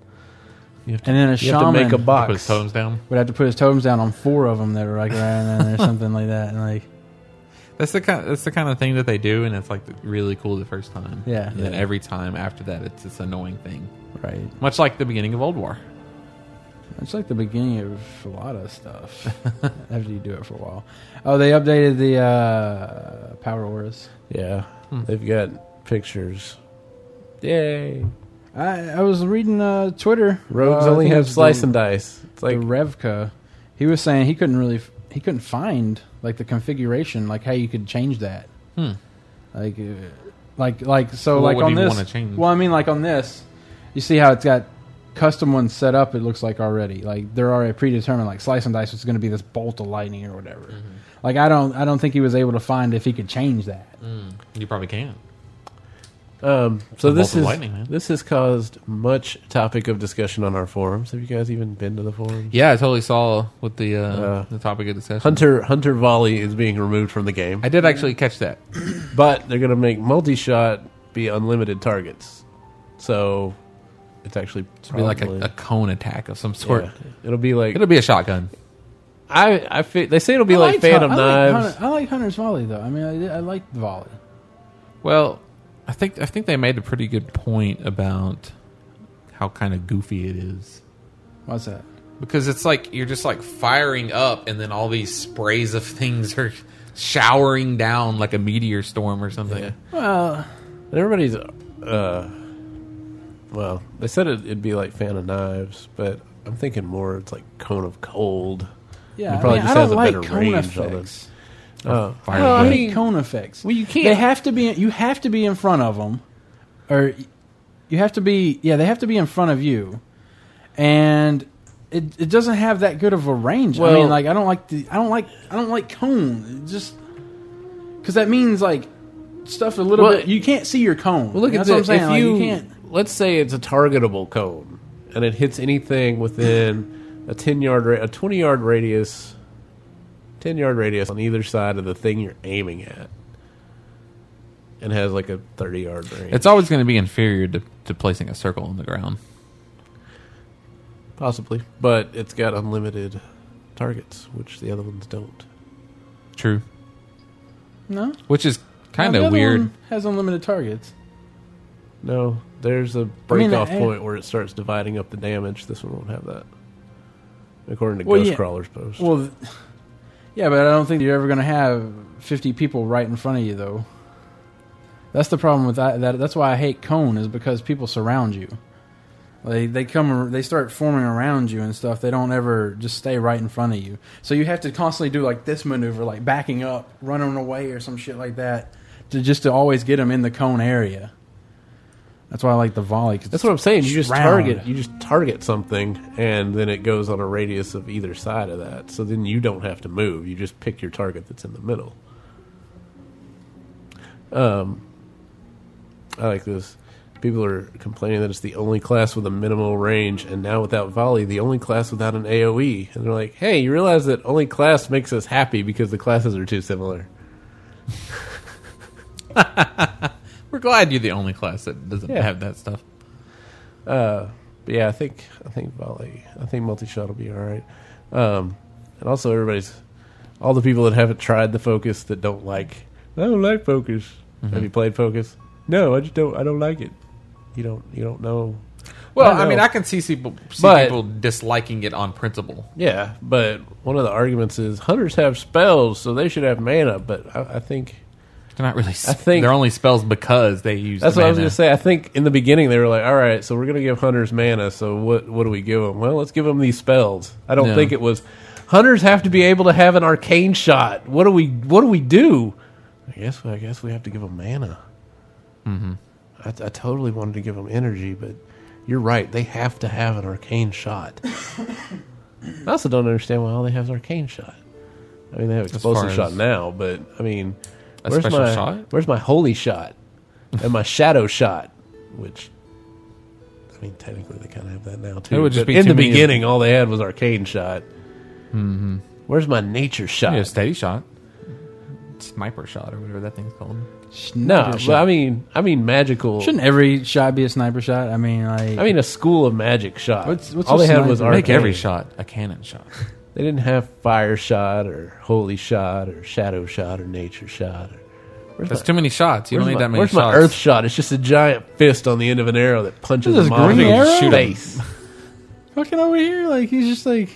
Speaker 4: You have to,
Speaker 2: and then a
Speaker 4: you have to
Speaker 2: shaman
Speaker 4: make a box.
Speaker 3: Put his totems down.
Speaker 2: would have to put his totems down on four of them that were like around there or something like that, and like
Speaker 3: That's the kind. That's the kind of thing that they do, and it's like really cool the first time.
Speaker 2: Yeah.
Speaker 3: And then
Speaker 2: Yeah.
Speaker 3: every time after that, it's this annoying thing.
Speaker 2: right.
Speaker 3: Much like the beginning of Old War.
Speaker 2: It's like the beginning of a lot of stuff after you do it for a while. Oh, they updated the uh, Power Wars.
Speaker 4: Yeah,
Speaker 3: Hmm.
Speaker 4: they've got pictures. Yay!
Speaker 2: I, I was reading uh, Twitter.
Speaker 4: Rogues
Speaker 2: Uh, I
Speaker 4: only
Speaker 2: think it
Speaker 4: have
Speaker 2: was
Speaker 4: slice
Speaker 2: the,
Speaker 4: and dice. It's like
Speaker 2: the Revka. He was saying he couldn't really f- he couldn't find like the configuration, like how you could change that.
Speaker 3: Hmm.
Speaker 2: Like, uh, like, like so,
Speaker 3: What
Speaker 2: like
Speaker 3: would
Speaker 2: on
Speaker 3: you
Speaker 2: this.
Speaker 3: wanna change?
Speaker 2: Well, I mean, like on this, you see how it's got custom ones set up. It looks like already, like they're already predetermined. Like slice and dice was going to be this bolt of lightning or whatever.
Speaker 4: Mm-hmm.
Speaker 2: Like I don't, I don't think he was able to find if he could change that.
Speaker 3: You probably can.
Speaker 4: um, so.
Speaker 3: The
Speaker 4: This
Speaker 3: bolt of
Speaker 4: is
Speaker 3: lightning, man.
Speaker 4: this has caused much topic of discussion on our forums. Have you guys even been to the forums?
Speaker 3: Yeah, I totally saw what the uh,
Speaker 4: Uh,
Speaker 3: the topic of discussion.
Speaker 4: Hunter Hunter Volley is being removed from the game,
Speaker 3: I did actually catch that.
Speaker 4: but they're going to make multi shot be unlimited targets. So it's actually
Speaker 3: It'd be like
Speaker 4: probably-
Speaker 3: a, a cone attack of some sort.
Speaker 4: yeah. It'll be like
Speaker 3: It'll be a shotgun.
Speaker 4: I I fe- they say it'll be
Speaker 2: I liked
Speaker 4: like,
Speaker 2: Hun-
Speaker 4: Phantom
Speaker 2: I like
Speaker 4: Knives.
Speaker 2: Hunter- I like Hunter's volley though. I mean, I, did- I like volley.
Speaker 3: Well, I think I think they made a pretty good point about how kind of goofy it is
Speaker 2: What's that?
Speaker 3: because it's like you're just like firing up, and then all these sprays of things are showering down like a meteor storm or something.
Speaker 4: Yeah.
Speaker 2: Well,
Speaker 4: And everybody's, uh, well, they said it, it'd be like fan of knives, but I'm thinking more it's like cone of cold.
Speaker 2: yeah.
Speaker 4: It
Speaker 2: I,
Speaker 4: probably
Speaker 2: mean,
Speaker 4: just
Speaker 2: I don't
Speaker 4: has a
Speaker 2: like
Speaker 4: better
Speaker 2: cone
Speaker 4: range on
Speaker 2: effects.
Speaker 4: Oh,
Speaker 3: Fire
Speaker 2: Well, I
Speaker 3: breath.
Speaker 2: mean, cone effects.
Speaker 4: Well, you can't-
Speaker 2: They have to be. You have to be in front of them, or you have to be. Yeah, they have to be in front of you, and it it doesn't have that good of a range. I
Speaker 4: Well-
Speaker 2: mean, like I don't like the. I don't like. I don't like cone. It just because that means like stuff a little
Speaker 4: Well-
Speaker 2: bit. You can't see your cone.
Speaker 4: Well, look
Speaker 2: That's
Speaker 4: at
Speaker 2: what I'm
Speaker 4: this.
Speaker 2: saying.
Speaker 4: If
Speaker 2: like,
Speaker 4: you,
Speaker 2: you can't.
Speaker 4: let's say it's a targetable cone, and it hits anything within a ten yard, ra- a twenty yard radius, ten yard radius on either side of the thing you're aiming at, and has like a thirty yard range.
Speaker 3: It's always going to be inferior to, to placing a circle on the ground.
Speaker 4: Possibly, but it's got unlimited targets, which the other ones don't.
Speaker 3: True,
Speaker 2: No.
Speaker 3: which is kind
Speaker 2: No, the
Speaker 3: of
Speaker 2: other
Speaker 3: weird.
Speaker 2: one Has unlimited targets.
Speaker 4: No, there's a
Speaker 2: I mean,
Speaker 4: break-off
Speaker 2: I-
Speaker 4: point where it starts dividing up the damage. This one won't have that, according to
Speaker 2: Well, yeah.
Speaker 4: Ghostcrawler's post.
Speaker 2: Well, th- yeah, but I don't think you're ever going to have 50 people right in front of you, though. That's the problem with that, that. That's why I hate cone is because people surround you. They they come they start forming around you and stuff. They don't ever just stay right in front of you. So you have to constantly do like this maneuver, like backing up, running away, or some shit like that, to just to always get them in the cone area. That's why I like the volley. 'cause
Speaker 4: That's what I'm saying. You just
Speaker 2: round.
Speaker 4: target. You just target something, and then it goes on a radius of either side of that. So then you don't have to move. You just pick your target that's in the middle. Um, I like this. People are complaining that it's the only class with a minimal range, and now without volley, the only class without an AOE. And they're like, "Hey, you realize that only class makes us happy because the classes are too similar."
Speaker 3: We're glad you're the only class that doesn't
Speaker 4: Yeah.
Speaker 3: have that stuff.
Speaker 4: Uh, but yeah, I think I think volley, I think multi shot will be all right. Um, and also, everybody's all the people that haven't tried the focus that don't like. I don't like focus.
Speaker 3: Mm-hmm.
Speaker 4: Have you played focus? No, I just don't. I don't like it. You don't. You don't know.
Speaker 3: Well,
Speaker 4: I
Speaker 3: I, mean,
Speaker 4: know.
Speaker 3: I can see people see
Speaker 4: But-
Speaker 3: people disliking it on principle.
Speaker 4: Yeah, but one of the arguments is hunters have spells, so they should have mana. But I, I think
Speaker 3: They're not really. Sp-
Speaker 4: I think-
Speaker 3: they're only spells because they use.
Speaker 4: That's
Speaker 3: the
Speaker 4: what I was
Speaker 3: mana.
Speaker 4: going to say. I think in the beginning they were like, "All right, so we're going to give hunters mana. So what? What do we give them? Well, let's give them these spells." I don't
Speaker 3: Yeah.
Speaker 4: think it was hunters have to be able to have an arcane shot. What do we? What do we do? I guess. I guess we have to give them mana. Mm-hmm. I, I totally wanted to give them energy, but you're right. They have to have an arcane shot. I also don't understand why all they have is arcane shot. I mean, they have
Speaker 3: far
Speaker 4: explosive
Speaker 3: as-
Speaker 4: shot now, but I mean,
Speaker 3: A
Speaker 4: where's
Speaker 3: special
Speaker 4: my
Speaker 3: shot?
Speaker 4: where's my holy shot and my shadow shot, which. I mean, technically, they kind of have that now too.
Speaker 3: It would just
Speaker 4: but
Speaker 3: be
Speaker 4: in
Speaker 3: too
Speaker 4: the
Speaker 3: many-
Speaker 4: beginning, all they had was arcane shot. Mm-hmm. Where's my nature shot?
Speaker 3: Yeah, steady shot, sniper shot, or whatever that thing's called.
Speaker 4: No,
Speaker 2: sniper
Speaker 4: but
Speaker 2: shot.
Speaker 4: I mean, I mean magical.
Speaker 2: shouldn't every shot be a sniper shot? I mean, like
Speaker 4: I mean a school of magic shot.
Speaker 2: What's- what's
Speaker 4: all
Speaker 2: a
Speaker 4: they had was
Speaker 2: sniper?
Speaker 4: arcane.
Speaker 3: Make every shot a cannon shot.
Speaker 4: They didn't have fire shot or holy shot or shadow shot or nature shot. Or, where's
Speaker 3: That's
Speaker 4: my-
Speaker 3: too many shots. You
Speaker 4: where's
Speaker 3: don't need
Speaker 4: my-
Speaker 3: that many
Speaker 4: Where's
Speaker 3: shots.
Speaker 4: my earth shot? It's just a giant fist on the end of an arrow that punches
Speaker 2: This
Speaker 4: a
Speaker 2: is
Speaker 4: mob
Speaker 2: green
Speaker 4: in the
Speaker 2: arrow?
Speaker 4: face.
Speaker 2: fucking over here. Like he's just like,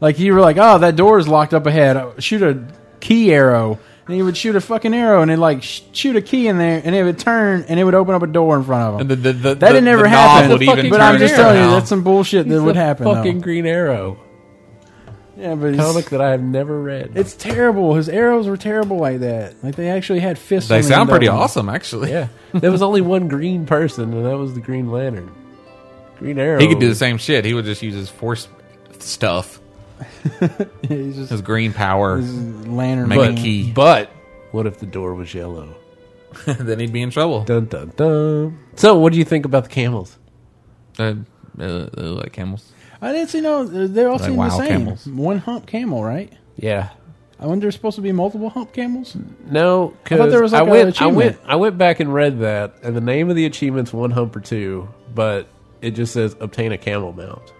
Speaker 2: like you were like, oh, that door is locked up ahead. Oh, Shoot a key arrow, and he would shoot a fucking arrow, and it like sh- shoot a key in there, and it would turn, and it would open up a door in front of him.
Speaker 3: And the, the, the,
Speaker 2: that
Speaker 3: the-
Speaker 2: didn't ever
Speaker 3: the knob
Speaker 2: happen.
Speaker 3: Would even
Speaker 2: but I'm
Speaker 3: turn
Speaker 2: just
Speaker 3: somehow.
Speaker 2: telling you, that's some bullshit that
Speaker 4: He's
Speaker 2: would
Speaker 4: a
Speaker 2: happen.
Speaker 4: Fucking
Speaker 2: Fucking
Speaker 4: green arrow
Speaker 2: yeah, but it's,
Speaker 4: comic that I have never read.
Speaker 2: it's terrible. His arrows were terrible like that. Like they actually had fists.
Speaker 3: they
Speaker 2: on the
Speaker 3: sound
Speaker 2: end of
Speaker 3: pretty
Speaker 2: them.
Speaker 3: awesome, actually.
Speaker 4: yeah. There was only one green person, and that was the Green Lantern. Green Arrow.
Speaker 3: He could do the same shit. He would just use his force stuff,
Speaker 2: He's just
Speaker 3: his green power.
Speaker 2: his lantern.
Speaker 3: Make a
Speaker 2: man.
Speaker 3: key.
Speaker 4: But what if the door was yellow?
Speaker 3: then he'd be in trouble.
Speaker 4: Dun dun dun. So, what do you think about the camels?
Speaker 3: Uh, uh, they look like camels.
Speaker 2: I didn't see no. They're all
Speaker 3: Like
Speaker 2: seem the
Speaker 3: wild
Speaker 2: same.
Speaker 3: camels.
Speaker 2: One hump camel, right?
Speaker 4: Yeah.
Speaker 2: I wonder. There's supposed to be multiple hump camels. I
Speaker 4: No,
Speaker 2: thought
Speaker 4: because
Speaker 2: there was,
Speaker 4: I,
Speaker 2: like, a
Speaker 4: went, I
Speaker 2: achievement.
Speaker 4: went, I went back and read that, and the name of the achievement's one hump or two, but it just says obtain a camel mount.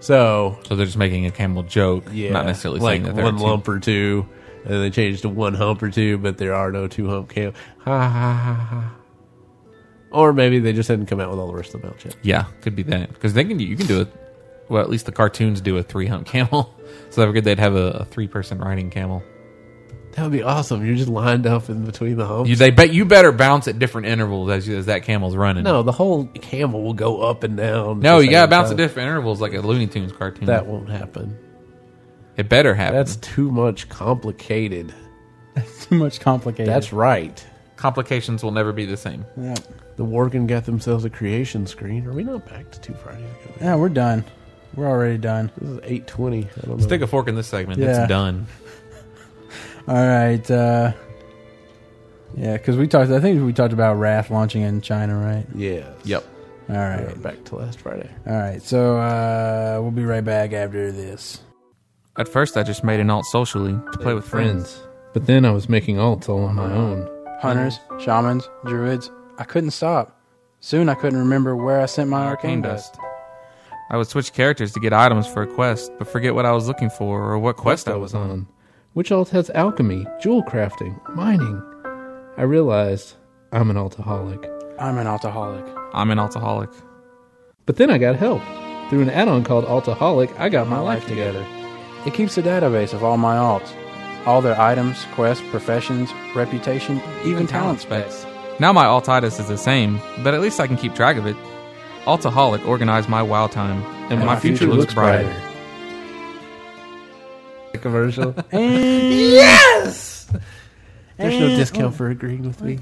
Speaker 4: So
Speaker 3: So they're just making a camel joke,
Speaker 4: yeah,
Speaker 3: not necessarily
Speaker 4: like
Speaker 3: saying that they're
Speaker 4: one
Speaker 3: a team.
Speaker 4: lump or two, and then they changed to one hump or two, but there are no two hump camel. Ha ha ha ha. Or maybe they just hadn't come out with all the rest of the mounts yet.
Speaker 3: Yeah, could be that because they can. do- You can do it. Well, at least the cartoons do a three hump camel. So I figured they'd have a, a three person riding camel.
Speaker 4: That would be awesome. You're just lined up in between the humps.
Speaker 3: You, they bet you better bounce at different intervals as you, as that camel's running.
Speaker 4: no, the whole camel will go up and down. at
Speaker 3: no,
Speaker 4: the
Speaker 3: you gotta
Speaker 4: same
Speaker 3: bounce
Speaker 4: time.
Speaker 3: at different intervals like a Looney Tunes cartoon.
Speaker 4: That won't happen.
Speaker 3: it better happen.
Speaker 4: That's too much complicated.
Speaker 2: Too much complicated.
Speaker 4: That's right.
Speaker 3: Complications will never be the same.
Speaker 2: yeah.
Speaker 4: The Worgen got themselves a creation screen. Are we not back to two Fridays ago?
Speaker 2: Yeah, we're done. We're already done.
Speaker 4: This is eight twenty. I don't know.
Speaker 3: Stick a fork in this segment.
Speaker 2: Yeah.
Speaker 3: It's done.
Speaker 2: All right. Uh, yeah, because we talked. I think we talked about Wrath launching in China, right?
Speaker 4: yeah.
Speaker 3: Yep.
Speaker 2: All
Speaker 4: All
Speaker 2: right.
Speaker 4: right, back to last Friday.
Speaker 2: All right. So uh, we'll be right back after this.
Speaker 3: At first, I just made an alt socially to play with friends.
Speaker 4: But then I was making alts all on my own.
Speaker 2: Hunters, shamans, druids. I couldn't stop. Soon I couldn't remember where I sent my arcane dust.
Speaker 3: I would switch characters to get items for a quest, but forget what I was looking for or what quest I was on.
Speaker 4: Which alt has alchemy, jewel crafting, mining? I realized I'm an altaholic.
Speaker 2: I'm an alcoholic.
Speaker 3: I'm an alcoholic.
Speaker 4: But then I got help. Through an add on called Altaholic, I got my life together.
Speaker 2: It keeps a database of all my alts, all their items, quests, professions, reputation, even talent specs.
Speaker 3: Now my altitis is the same, but at least I can keep track of it. Altaholic organized my WoW time, and, my, future, looks, brighter.
Speaker 4: The commercial.
Speaker 2: yes.
Speaker 4: There's
Speaker 3: Eh,
Speaker 4: no
Speaker 3: oh.
Speaker 4: discount for agreeing with me.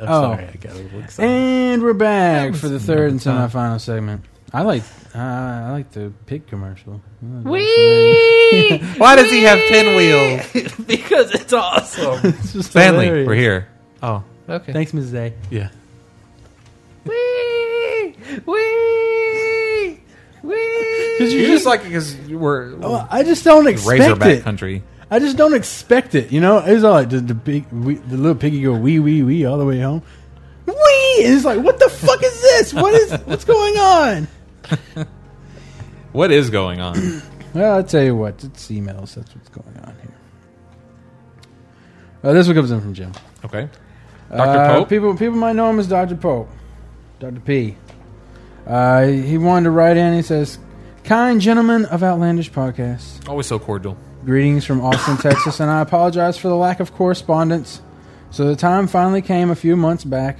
Speaker 4: I'm
Speaker 2: Oh.
Speaker 4: sorry, I got a little excited.
Speaker 2: And we're back for the third and
Speaker 3: time.
Speaker 2: semi-final segment. I like uh, I like the pig commercial.
Speaker 4: Whee!
Speaker 3: Why does he have pinwheels?
Speaker 4: because it's awesome.
Speaker 2: It's just
Speaker 3: Stanley,
Speaker 2: hilarious.
Speaker 3: we're here. Oh,
Speaker 4: okay.
Speaker 2: Thanks, Ms. A.
Speaker 3: Eh.
Speaker 4: yeah. Whee! Whee! Whee!
Speaker 3: because you just like because we're
Speaker 2: Well, I just don't expect
Speaker 3: Razorback
Speaker 2: it.
Speaker 3: country.
Speaker 2: I just don't expect it. You know, it was all like the, the big, we, the little piggy go wee wee wee all the way home. Wee! And it's like, what the fuck is this? What is what's going on?
Speaker 3: What is going on?
Speaker 2: Well, I'll tell you what, it's emails. That's what's going on here. Uh, this one comes in from Jim.
Speaker 3: okay, Dr.
Speaker 2: Uh,
Speaker 3: Pope.
Speaker 2: People people might know him as Dr. Pope. Dr. P. Uh, he wanted to write in. He says, "Kind gentlemen of Outlandish Podcast,
Speaker 3: Always so cordial.
Speaker 2: greetings from Austin, Texas, and I apologize for the lack of correspondence. So the time finally came a few months back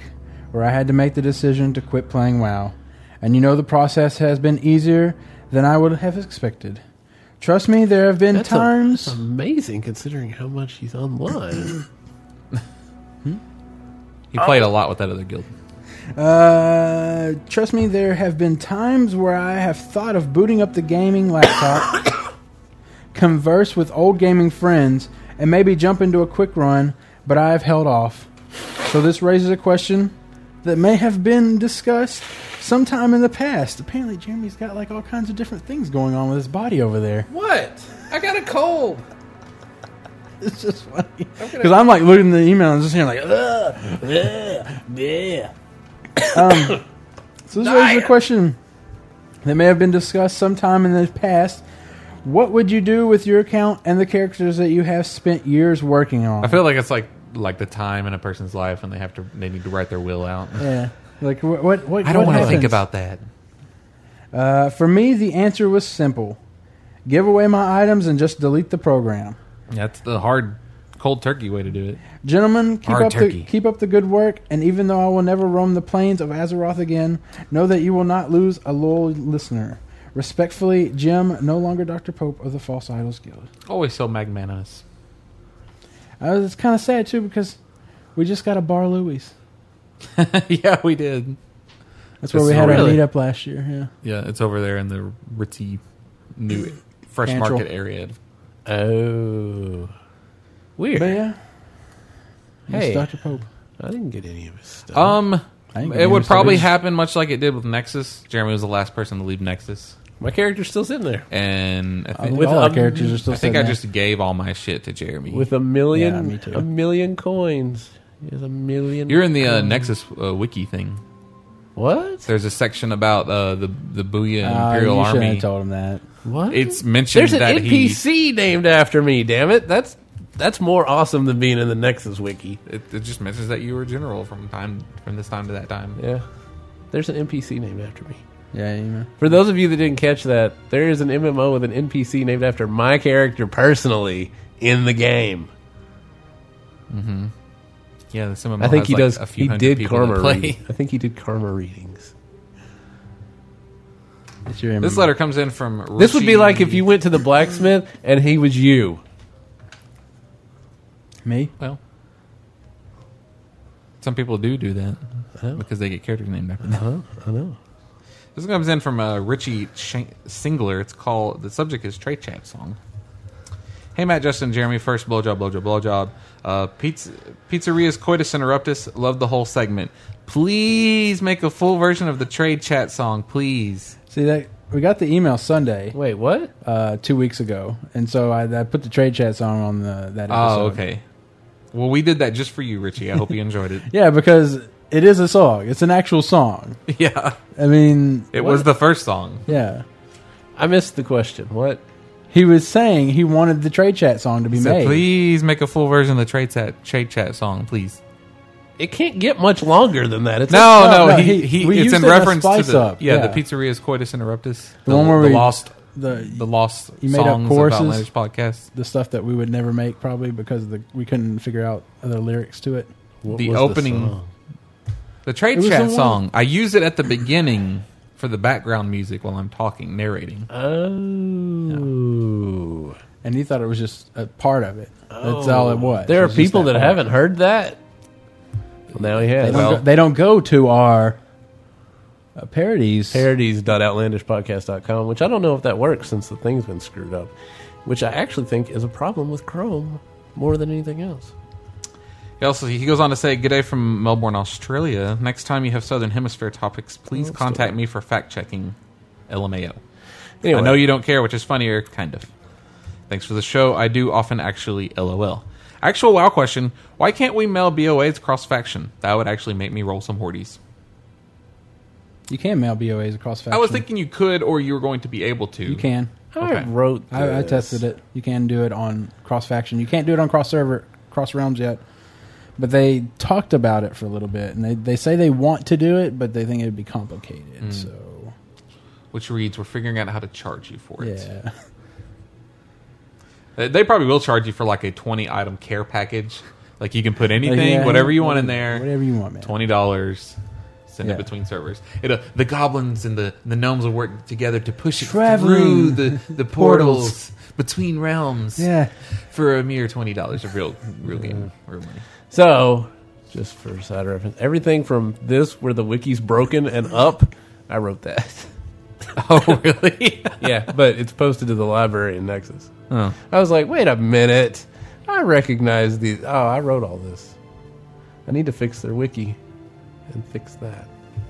Speaker 2: where I had to make the decision to quit playing WoW, and you know the process has been easier than I would have expected. Trust me, there have been
Speaker 4: That's, a-
Speaker 2: times."
Speaker 4: that's amazing considering how much he's online.
Speaker 3: He played a lot with that other guild.
Speaker 2: Uh, trust me, there have been times where I have thought of booting up the gaming laptop, converse with old gaming friends, and maybe jump into a quick run, but I have held off. So this raises a question that may have been discussed sometime in the past. Apparently, Jeremy's got like all kinds of different things going on with his body over there.
Speaker 3: What? I got a cold.
Speaker 2: It's just funny because I'm like looking at the email and just hearing like, ugh,
Speaker 4: Oh.
Speaker 2: yeah. Um, so this raises a question that may have been discussed sometime in the past. What would you do with your account and the characters that you have spent years working on?
Speaker 3: I feel like it's like like the time in a person's life when they have to they need to write their will out.
Speaker 2: yeah. Like what? What? what
Speaker 3: I don't
Speaker 2: want to
Speaker 3: think about that.
Speaker 2: Uh, for me, the answer was simple: give away my items and just delete the program.
Speaker 3: That's the hard, cold turkey way to do it.
Speaker 2: Gentlemen, keep
Speaker 3: Hard
Speaker 2: up
Speaker 3: turkey.
Speaker 2: the keep up the good work, and even though I will never roam the plains of Azeroth again, know that you will not lose a loyal listener. Respectfully, Jim, no longer Doctor Pope of the False Idols Guild.
Speaker 3: Always so magnanimous.
Speaker 2: I was, it's kind of sad too because we just got a Bar Louis.
Speaker 3: yeah, we did.
Speaker 2: That's where
Speaker 3: This
Speaker 2: we
Speaker 3: is
Speaker 2: had
Speaker 3: really-
Speaker 2: our meetup last year. Yeah,
Speaker 3: Yeah, it's over there in the ritzy new fresh
Speaker 2: Cantrell.
Speaker 3: market area.
Speaker 4: oh. Weird.
Speaker 2: but yeah,
Speaker 4: Hey.
Speaker 2: it's Doctor Pope.
Speaker 4: I didn't get any of his stuff.
Speaker 3: Um,
Speaker 2: I think
Speaker 3: it
Speaker 2: Jeremy
Speaker 3: would probably
Speaker 2: said
Speaker 3: happen much like it did with Nexus. Jeremy was the last person to leave Nexus,
Speaker 4: My character's still's in there.
Speaker 3: and I
Speaker 2: I think
Speaker 3: think,
Speaker 2: all
Speaker 4: with
Speaker 2: our
Speaker 4: a-
Speaker 2: characters are still.
Speaker 3: I, think I
Speaker 2: sitting
Speaker 3: just gave all my shit to Jeremy.
Speaker 4: With a million
Speaker 2: Yeah, me too.
Speaker 4: a million coins. He has a million
Speaker 3: You're in the uh,
Speaker 4: coins.
Speaker 3: Nexus uh, wiki thing.
Speaker 4: What?
Speaker 3: There's a section about uh, the the Booyah
Speaker 2: there.
Speaker 3: and
Speaker 2: Uh,
Speaker 3: Imperial
Speaker 2: you shouldn't
Speaker 3: Army.
Speaker 2: have told him that.
Speaker 4: What?
Speaker 3: It's mentioned
Speaker 4: There's an
Speaker 3: that he
Speaker 4: NPC named after me, damn it. That's that's more awesome than being in the Nexus wiki.
Speaker 3: It, it just mentions that you were general from time from this time to that time.
Speaker 4: Yeah. There's an NPC named after me.
Speaker 2: Yeah, you know.
Speaker 4: For those of you that didn't catch that, there is an MMO with an NPC named after my character personally in the game.
Speaker 3: Yeah, the MMO
Speaker 4: I think
Speaker 3: has,
Speaker 4: he
Speaker 3: like,
Speaker 4: does.
Speaker 3: A few
Speaker 4: He
Speaker 3: hundred
Speaker 4: did
Speaker 3: people that
Speaker 4: karma.
Speaker 3: play.
Speaker 4: Read, I think he did karma readings.
Speaker 2: It's your
Speaker 3: This letter comes in from.
Speaker 4: This would be
Speaker 3: Rishi-
Speaker 4: like if you went to the blacksmith and he was you.
Speaker 2: me.
Speaker 3: Well, some people do do that because they get characters named after them.
Speaker 4: Huh? I know.
Speaker 3: This comes in from uh, Richie Shan- Singler. It's called the subject is Trey Chat song. Hey Matt, Justin, Jeremy, first blowjob, blowjob, blowjob. Uh, pizza, pizzeria's coitus interruptus. Love the whole segment. Please make a full version of the trade chat song, please.
Speaker 2: See that we got the email Sunday.
Speaker 4: Wait, what?
Speaker 2: uh, two weeks ago, and so I, I put the trade chat song on the that. Episode.
Speaker 3: Oh, okay. Well, we did that just for you, Richie. I hope you enjoyed it.
Speaker 2: Yeah, because it is a song. It's an actual song.
Speaker 3: yeah,
Speaker 2: I mean,
Speaker 3: it was the first song.
Speaker 2: yeah.
Speaker 4: I missed the question. What?
Speaker 2: He was saying he wanted the trade chat song to be
Speaker 3: So
Speaker 2: made.
Speaker 3: please make a full version of the trade chat trade chat song, please.
Speaker 4: It can't get much longer than that. It's
Speaker 3: No,
Speaker 2: no,
Speaker 3: no,
Speaker 2: no,
Speaker 3: he,
Speaker 2: he-
Speaker 3: he,
Speaker 2: we
Speaker 3: it's
Speaker 2: used
Speaker 3: in
Speaker 2: it in a
Speaker 3: reference to
Speaker 2: spice
Speaker 3: the
Speaker 2: up,
Speaker 3: yeah,
Speaker 2: yeah.
Speaker 3: the pizzeria's coitus interruptus, the,
Speaker 2: one where
Speaker 3: the
Speaker 2: we-
Speaker 3: lost the
Speaker 2: The
Speaker 3: lost
Speaker 2: You made up
Speaker 3: songs of
Speaker 2: choruses?
Speaker 3: outlandish podcast.
Speaker 2: the stuff that we would never make probably because the, we couldn't figure out other lyrics to it.
Speaker 4: What
Speaker 3: the
Speaker 4: was
Speaker 3: opening-
Speaker 4: song?
Speaker 3: The trade
Speaker 2: It was
Speaker 3: chat
Speaker 2: the one-
Speaker 3: song. I use it at the beginning for the background music while I'm talking, narrating.
Speaker 4: Oh.
Speaker 2: and he thought it was just a part of it. That's all
Speaker 3: Oh.
Speaker 2: it was.
Speaker 4: There
Speaker 2: It
Speaker 4: are
Speaker 2: was just
Speaker 4: people that,
Speaker 2: part.
Speaker 4: haven't heard that. Well, now he
Speaker 2: They,
Speaker 4: has.
Speaker 2: don't go, they don't go to our uh, parodies.
Speaker 4: parodies.outlandishpodcast.com, which I don't know if that works since the thing's been screwed up, which I actually think is a problem with Chrome more than anything else.
Speaker 3: He also he goes on to say, "Good day from Melbourne, Australia. Next time you have Southern Hemisphere topics,
Speaker 2: Oh,
Speaker 3: please
Speaker 4: Let's do
Speaker 3: contact me for fact checking." LMAO.
Speaker 4: Anyway,
Speaker 3: I know you don't care, which is funnier, kind of. Thanks for the show. I do often actually LOL. Actual wow question: Why can't we mail BOAs cross faction? That would actually make me roll some horties.
Speaker 2: You can mail BOAs across faction.
Speaker 3: I was thinking you could, or you were going to be able to.
Speaker 2: you can.
Speaker 4: I
Speaker 3: okay.
Speaker 4: wrote
Speaker 2: I, I
Speaker 4: this.
Speaker 2: tested it. You can do it on cross faction. You can't do it on cross server, cross realms yet. But they talked about it for a little bit, and they, they say they want to do it, but they think it'd be complicated.
Speaker 3: Mm.
Speaker 2: So
Speaker 3: Which reads, "We're figuring out how to charge you for it."
Speaker 2: yeah,
Speaker 3: They- They probably will charge you for like a twenty item care package. Like you can put anything,
Speaker 2: Oh, Yeah.
Speaker 3: whatever you want in there.
Speaker 2: whatever you want, man.
Speaker 3: twenty dollars. Send it
Speaker 2: Yeah.
Speaker 3: between servers. It'll, the goblins and the, the gnomes will work together to push it
Speaker 2: Traveling
Speaker 3: through the, the
Speaker 2: portals.
Speaker 3: portals between realms
Speaker 2: Yeah,
Speaker 3: for a mere twenty dollars of real real game real money.
Speaker 4: So, just for side reference, everything from this where the wiki's broken and up, I wrote that.
Speaker 3: Oh really?
Speaker 4: yeah, but it's posted to the library in Nexus.
Speaker 3: oh.
Speaker 4: I was like, wait a minute. I recognize these. Oh, I wrote all this. I need to fix their wiki and fix that.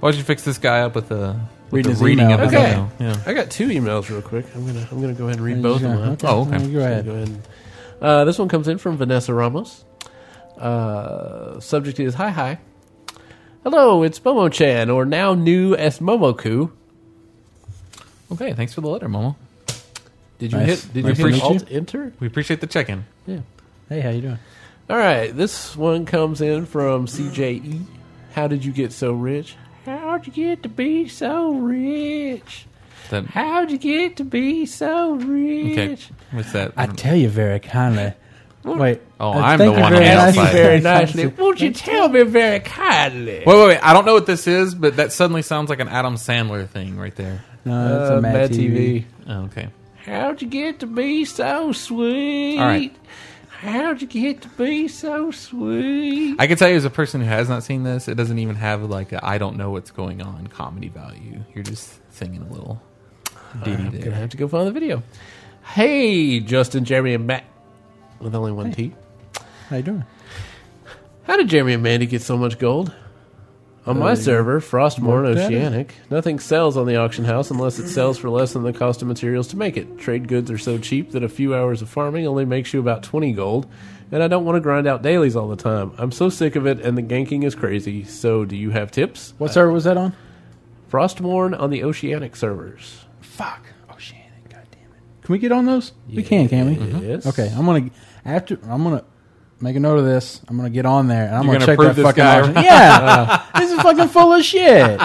Speaker 3: Why don't you fix this guy up with the with
Speaker 2: Reading
Speaker 3: the
Speaker 2: his
Speaker 3: reading
Speaker 2: email.
Speaker 3: of his
Speaker 4: Okay.
Speaker 3: email? Yeah.
Speaker 4: I got two emails real quick. I'm gonna I'm gonna go ahead and read
Speaker 2: You
Speaker 4: both
Speaker 2: just
Speaker 4: of
Speaker 2: go-
Speaker 4: them.
Speaker 3: Oh, okay.
Speaker 2: You Go
Speaker 4: So
Speaker 2: ahead.
Speaker 4: go ahead and- Uh, this one comes in from Vanessa Ramos. Uh, subject is Hi Hi. Hello, it's Momo Chan, or now new as Momoku.
Speaker 3: Okay. Thanks for the letter, Momo.
Speaker 4: Did you
Speaker 2: Nice.
Speaker 4: hit? Did
Speaker 2: Nice
Speaker 4: you
Speaker 2: to
Speaker 4: hit
Speaker 2: meet
Speaker 4: Alt Enter?
Speaker 3: We appreciate the check in.
Speaker 4: Yeah.
Speaker 2: Hey, how you doing?
Speaker 4: All right, this one comes in from CJE. How did you get so rich? How'd you get to be so rich?
Speaker 3: That
Speaker 4: How'd you get to be so rich?
Speaker 3: okay. What's that?
Speaker 2: I tell you very kindly. Wait.
Speaker 3: Oh,
Speaker 2: uh, thank
Speaker 3: I'm the
Speaker 2: you
Speaker 3: one
Speaker 2: very
Speaker 3: on the
Speaker 2: much.
Speaker 4: Ask
Speaker 3: outside.
Speaker 4: you very
Speaker 2: Thank
Speaker 4: nicely.
Speaker 2: you.
Speaker 4: Won't you tell me very kindly?
Speaker 3: Wait, wait, wait. I don't know what this is, but that suddenly sounds like an Adam Sandler thing right there.
Speaker 2: No,
Speaker 3: Uh,
Speaker 4: Uh,
Speaker 2: that's a Mad, TV.
Speaker 3: Oh, okay.
Speaker 4: How'd you get to be so sweet?
Speaker 3: All right.
Speaker 4: How'd you get to be so sweet?
Speaker 3: I can tell you as a person who has not seen this, it doesn't even have like a I don't know what's going on comedy value. You're just singing a little ditty
Speaker 4: I'm gonna
Speaker 3: there.
Speaker 4: have to go find the video. Hey, Justin, Jeremy, and Matt, with only one T.
Speaker 2: How you doing?
Speaker 4: How did Jeremy and Mandy get so much gold? On my server, Frostmourne
Speaker 2: Uh, worked at it.
Speaker 4: Oceanic, nothing sells on the auction house unless it sells for less than the cost of materials to make it. Trade goods are so cheap that a few hours of farming only makes you about 20 gold, and I don't want to grind out dailies all the time. I'm so sick of it, and the ganking is crazy. So, do you have tips?
Speaker 2: What server was that on?
Speaker 4: Frostmourne on the Oceanic servers.
Speaker 2: Fuck. Oceanic. God damn it. Can we get on those? We can, can we?
Speaker 4: Yes.
Speaker 2: Okay, I'm gonna after I'm gonna make a note of this. I'm gonna get on there and I'm
Speaker 3: You're
Speaker 2: gonna,
Speaker 3: gonna
Speaker 2: check that
Speaker 3: prove this
Speaker 2: fucking
Speaker 3: guy
Speaker 2: option.
Speaker 3: wrong?
Speaker 2: Yeah, this is fucking full of shit.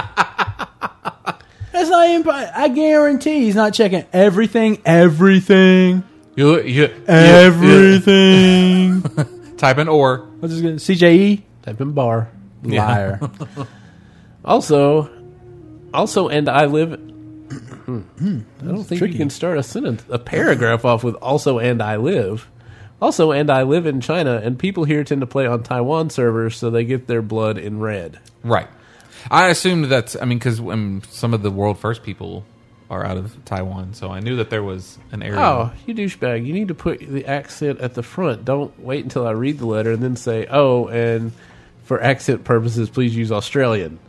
Speaker 2: That's not even. I guarantee he's not checking everything, everything,
Speaker 3: You, you, you-
Speaker 2: everything.
Speaker 3: you- type in or.
Speaker 2: What's this? gonna- CJE
Speaker 4: Type in bar.
Speaker 2: E? liar.
Speaker 4: Also, also, and I live. I don't think
Speaker 2: tricky.
Speaker 4: you can start a sentence, a paragraph off with also and I live. Also, and I live in China, and people here tend to play on Taiwan servers, so they get their blood in red.
Speaker 3: Right. I assumed that's, I mean, because some of the world first people are out of Taiwan, so I knew that there was an area.
Speaker 4: Oh, you douchebag! You need to put the accent at the front. Don't wait until I read the letter and then say, "Oh, and for accent purposes, please use Australian."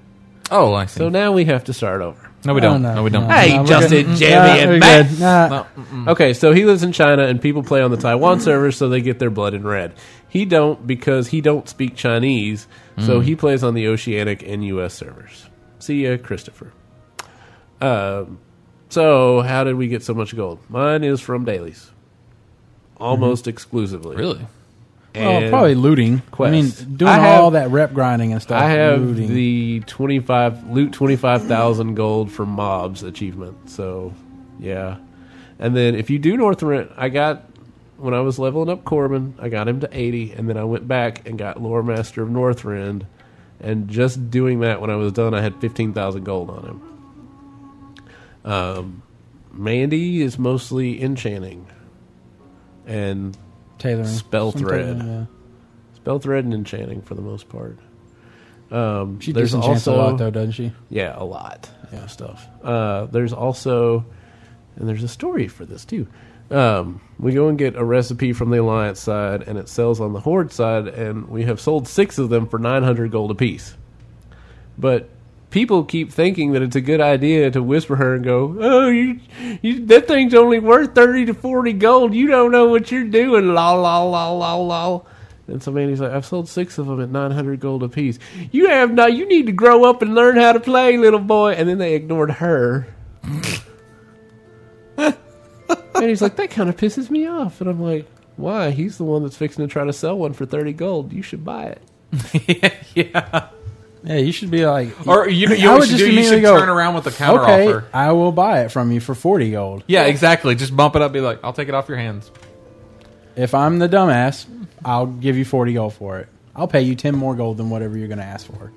Speaker 3: Oh, I see.
Speaker 4: So now we have to start over.
Speaker 3: no, we
Speaker 2: Oh,
Speaker 3: don't. No, we don't.
Speaker 4: Hey,
Speaker 2: we're
Speaker 4: Justin,
Speaker 2: good.
Speaker 4: Jeremy,
Speaker 2: Nah,
Speaker 4: and
Speaker 2: we're
Speaker 4: Matt.
Speaker 2: good. Nah.
Speaker 4: Okay, so he lives in China, and people play on the Taiwan server, so they get their blood in red. He don't because he don't speak Chinese, so he plays on the Oceanic and U.S. servers. See ya, Christopher. Um, so how did we get so much gold? Mine is from dailies, almost exclusively.
Speaker 3: Really?
Speaker 2: Well,
Speaker 4: And
Speaker 2: Oh, probably looting.
Speaker 4: Quest.
Speaker 2: I mean, doing
Speaker 4: I have-
Speaker 2: all that rep grinding and stuff.
Speaker 4: I have
Speaker 2: looting.
Speaker 4: the twenty five loot twenty five thousand gold from mobs achievement. So, yeah. And then if you do Northrend, I got when I was leveling up Corbin, I got him to 80, and then I went back and got Lore Master of Northrend. And just doing that, when I was done, I had 15,000 gold on him. Um, Mandy is mostly enchanting and
Speaker 2: Tailoring.
Speaker 4: Spell
Speaker 2: Some
Speaker 4: thread.
Speaker 2: tailoring,
Speaker 4: spell thread and enchanting for the most part. Um,
Speaker 2: yeah. She
Speaker 4: there's
Speaker 2: disenchants
Speaker 4: also
Speaker 2: a lot, though, doesn't she?
Speaker 4: yeah, a lot
Speaker 2: Yeah.
Speaker 4: of stuff. Uh, there's also, and there's a story for this too. Um, we go and get a recipe from the Alliance side, and it sells on the Horde side, and we have sold six of them for 900 gold apiece. But people keep thinking that it's a good idea to whisper her and go, "Oh, you, you that thing's only worth 30 to 40 gold. You don't know what you're doing." La la la la la. And so Mandy's like, I've sold six of them at 900 gold apiece. You have no, you need to grow up and learn how to play, little boy. And then they ignored her. Mandy's like, that kind of pisses me off. And I'm like, why? He's the one that's fixing to try to sell one for 30 gold. You should buy it.
Speaker 3: yeah.
Speaker 2: Yeah, you should be like.
Speaker 3: Or you, you,
Speaker 2: I
Speaker 3: know what
Speaker 2: would
Speaker 3: you
Speaker 2: just
Speaker 3: do? You
Speaker 2: immediately
Speaker 3: should
Speaker 2: go,
Speaker 3: turn around with a counter
Speaker 2: Okay,
Speaker 3: offer.
Speaker 2: I will buy it from you for 40 gold.
Speaker 3: Yeah, exactly. Just bump it up. Be like, I'll take it off your hands.
Speaker 2: If I'm the dumbass, I'll give you 40 gold for it. I'll pay you 10 more gold than whatever you're going to ask for.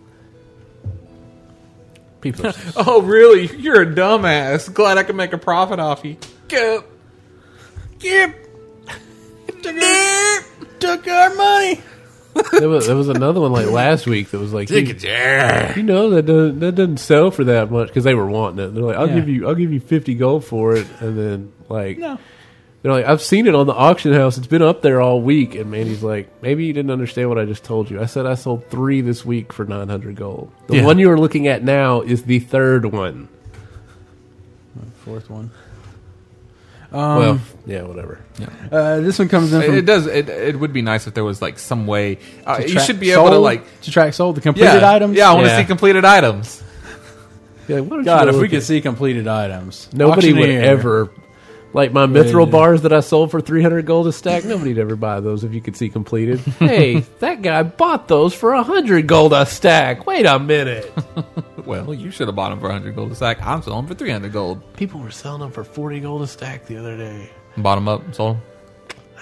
Speaker 4: People are
Speaker 3: Oh, really? You're a dumbass. Glad I can make a profit off you. Go. Yep.
Speaker 2: Took our money.
Speaker 4: there was there was another one like last week that was like you,
Speaker 3: yeah.
Speaker 4: you know that doesn't, that doesn't sell for that much because they were wanting it. They're like, I'll
Speaker 2: Yeah.
Speaker 4: give you I'll give you fifty gold for it, and then like
Speaker 2: No.
Speaker 4: they're like, I've seen it on the auction house. It's been up there all week, and Mandy's like, maybe you didn't understand what I just told you. I said I sold three this week for nine hundred gold. The
Speaker 3: Yeah.
Speaker 4: one you are looking at now is the third one.
Speaker 2: Fourth one. Um,
Speaker 4: well, yeah, whatever.
Speaker 2: Uh, this one comes in from.
Speaker 3: It does. It, it would be nice if there was like some way. Uh,
Speaker 2: to
Speaker 3: you
Speaker 2: track
Speaker 3: should be able to
Speaker 2: sold-
Speaker 3: like
Speaker 2: to track sold the completed
Speaker 3: yeah,
Speaker 2: items.
Speaker 3: Yeah, I want to
Speaker 4: Yeah.
Speaker 3: see completed items.
Speaker 4: Yeah, why don't
Speaker 2: God,
Speaker 4: you
Speaker 2: if
Speaker 4: go
Speaker 2: we
Speaker 4: look
Speaker 2: could
Speaker 4: at-
Speaker 2: see completed items,
Speaker 4: nobody would
Speaker 2: Auctioneer.
Speaker 4: ever. Like my mithril
Speaker 2: yeah.
Speaker 4: bars that I sold for 300 gold a stack, nobody'd ever buy those if you could see completed. hey, that guy bought those for 100 gold a stack. Wait a minute.
Speaker 3: Well, you should have bought them for 100 gold a stack. I'm selling for 300 gold.
Speaker 4: People were selling them for 40 gold a stack the other day.
Speaker 3: Bought them up, sold 'em.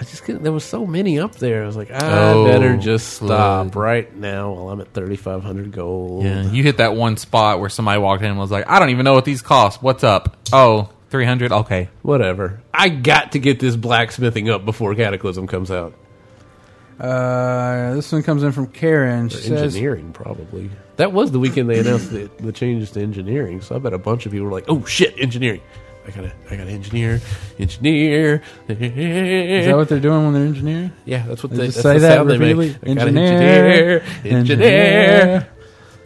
Speaker 4: I just couldn't, there was so many up there. I was like, I
Speaker 3: Oh,
Speaker 4: better just stop
Speaker 3: good.
Speaker 4: right now while I'm at 3,500 gold.
Speaker 3: You hit that one spot where somebody walked in and was like, I don't even know what these cost. What's up? Oh, 300? Okay.
Speaker 4: Whatever. I got to get this blacksmithing up before Cataclysm comes out.
Speaker 2: Uh, this one comes in from Karen. She says,
Speaker 4: engineering probably that was the weekend they announced the, the changes to engineering so i bet a bunch of people were like oh shit engineering i gotta i gotta engineer engineer
Speaker 2: "Is that what they're doing when they're engineering?"
Speaker 4: yeah that's what
Speaker 2: They
Speaker 4: they,
Speaker 2: just
Speaker 4: that's
Speaker 2: say
Speaker 4: the
Speaker 2: that
Speaker 4: sound they make.
Speaker 2: repeatedly.
Speaker 4: I gotta
Speaker 2: Engineer,
Speaker 4: engineer engineer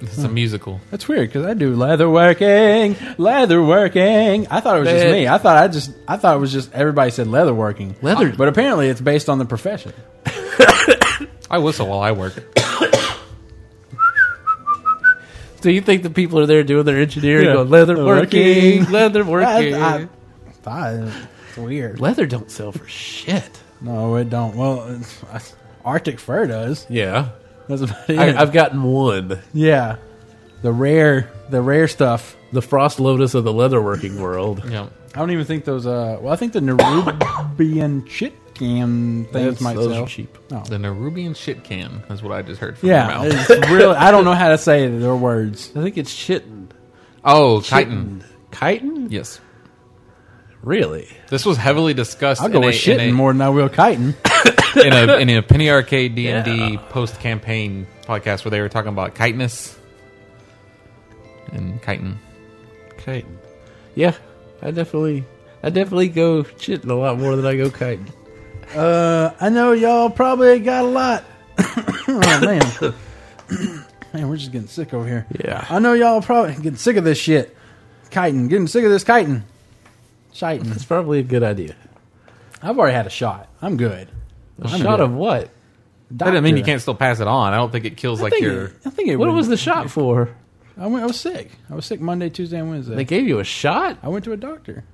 Speaker 3: It's a musical.
Speaker 2: That's weird because I do leather working, leather working. I thought it was just
Speaker 4: Man.
Speaker 2: me. I thought I just, I thought it was just everybody said leather working,
Speaker 4: Leather-
Speaker 2: But apparently, it's based on the profession.
Speaker 3: I whistle while I work.
Speaker 4: do you think the people are there doing their engineering
Speaker 2: Yeah.
Speaker 4: going leather
Speaker 2: Working.
Speaker 4: working leather working
Speaker 2: I, I thought it was weird.
Speaker 4: leather don't sell for shit
Speaker 2: No, it don't. Well, it's- Arctic fur does.
Speaker 4: yeah
Speaker 2: That's about it.
Speaker 4: I, I've gotten one,
Speaker 2: yeah, the rare, the rare stuff.
Speaker 4: the frost lotus of the leatherworking world.
Speaker 3: Yeah.
Speaker 2: I don't even think those. Uh, well, I think the Nerubian chitkin things
Speaker 4: That's-
Speaker 2: might
Speaker 4: those
Speaker 2: sell.
Speaker 4: are cheap.
Speaker 2: No.
Speaker 3: The Nerubian shit can is what I just heard from
Speaker 2: Yeah,
Speaker 3: your mouth.
Speaker 2: it's really. I don't know how to say their words.
Speaker 4: I think it's chitin.
Speaker 3: Oh, chitin.
Speaker 4: Chitin?
Speaker 3: Yes.
Speaker 4: Really?
Speaker 3: This was heavily discussed
Speaker 2: I'll go
Speaker 3: in, a,
Speaker 2: with shitting
Speaker 3: in, a,
Speaker 2: more than I will kiting.
Speaker 3: in a in a Penny Arcade D and D
Speaker 4: Yeah.
Speaker 3: post campaign podcast where they were talking about chitinous and chitin.
Speaker 4: Kiting. Yeah, I definitely, I definitely go shitting a lot more than I go kiting.
Speaker 2: Uh, I know y'all probably got a lot. oh man, man, we're just getting sick over here.
Speaker 4: Yeah.
Speaker 2: I know y'all probably getting sick of this shit. Kiting, getting sick of this kiting. Chitin.
Speaker 4: It's probably a good idea.
Speaker 2: I've already had a shot. I'm good.
Speaker 4: A shot of what?
Speaker 3: That doesn't mean you
Speaker 2: Doctor.
Speaker 3: can't still pass it on. I don't think it kills
Speaker 2: I
Speaker 3: like
Speaker 2: think
Speaker 3: your.
Speaker 2: it, I think it.
Speaker 4: What
Speaker 2: would-
Speaker 4: was the shot for?
Speaker 2: I went. I was sick. I was sick Monday, Tuesday, and Wednesday.
Speaker 4: They gave you a shot?
Speaker 2: I went to a doctor.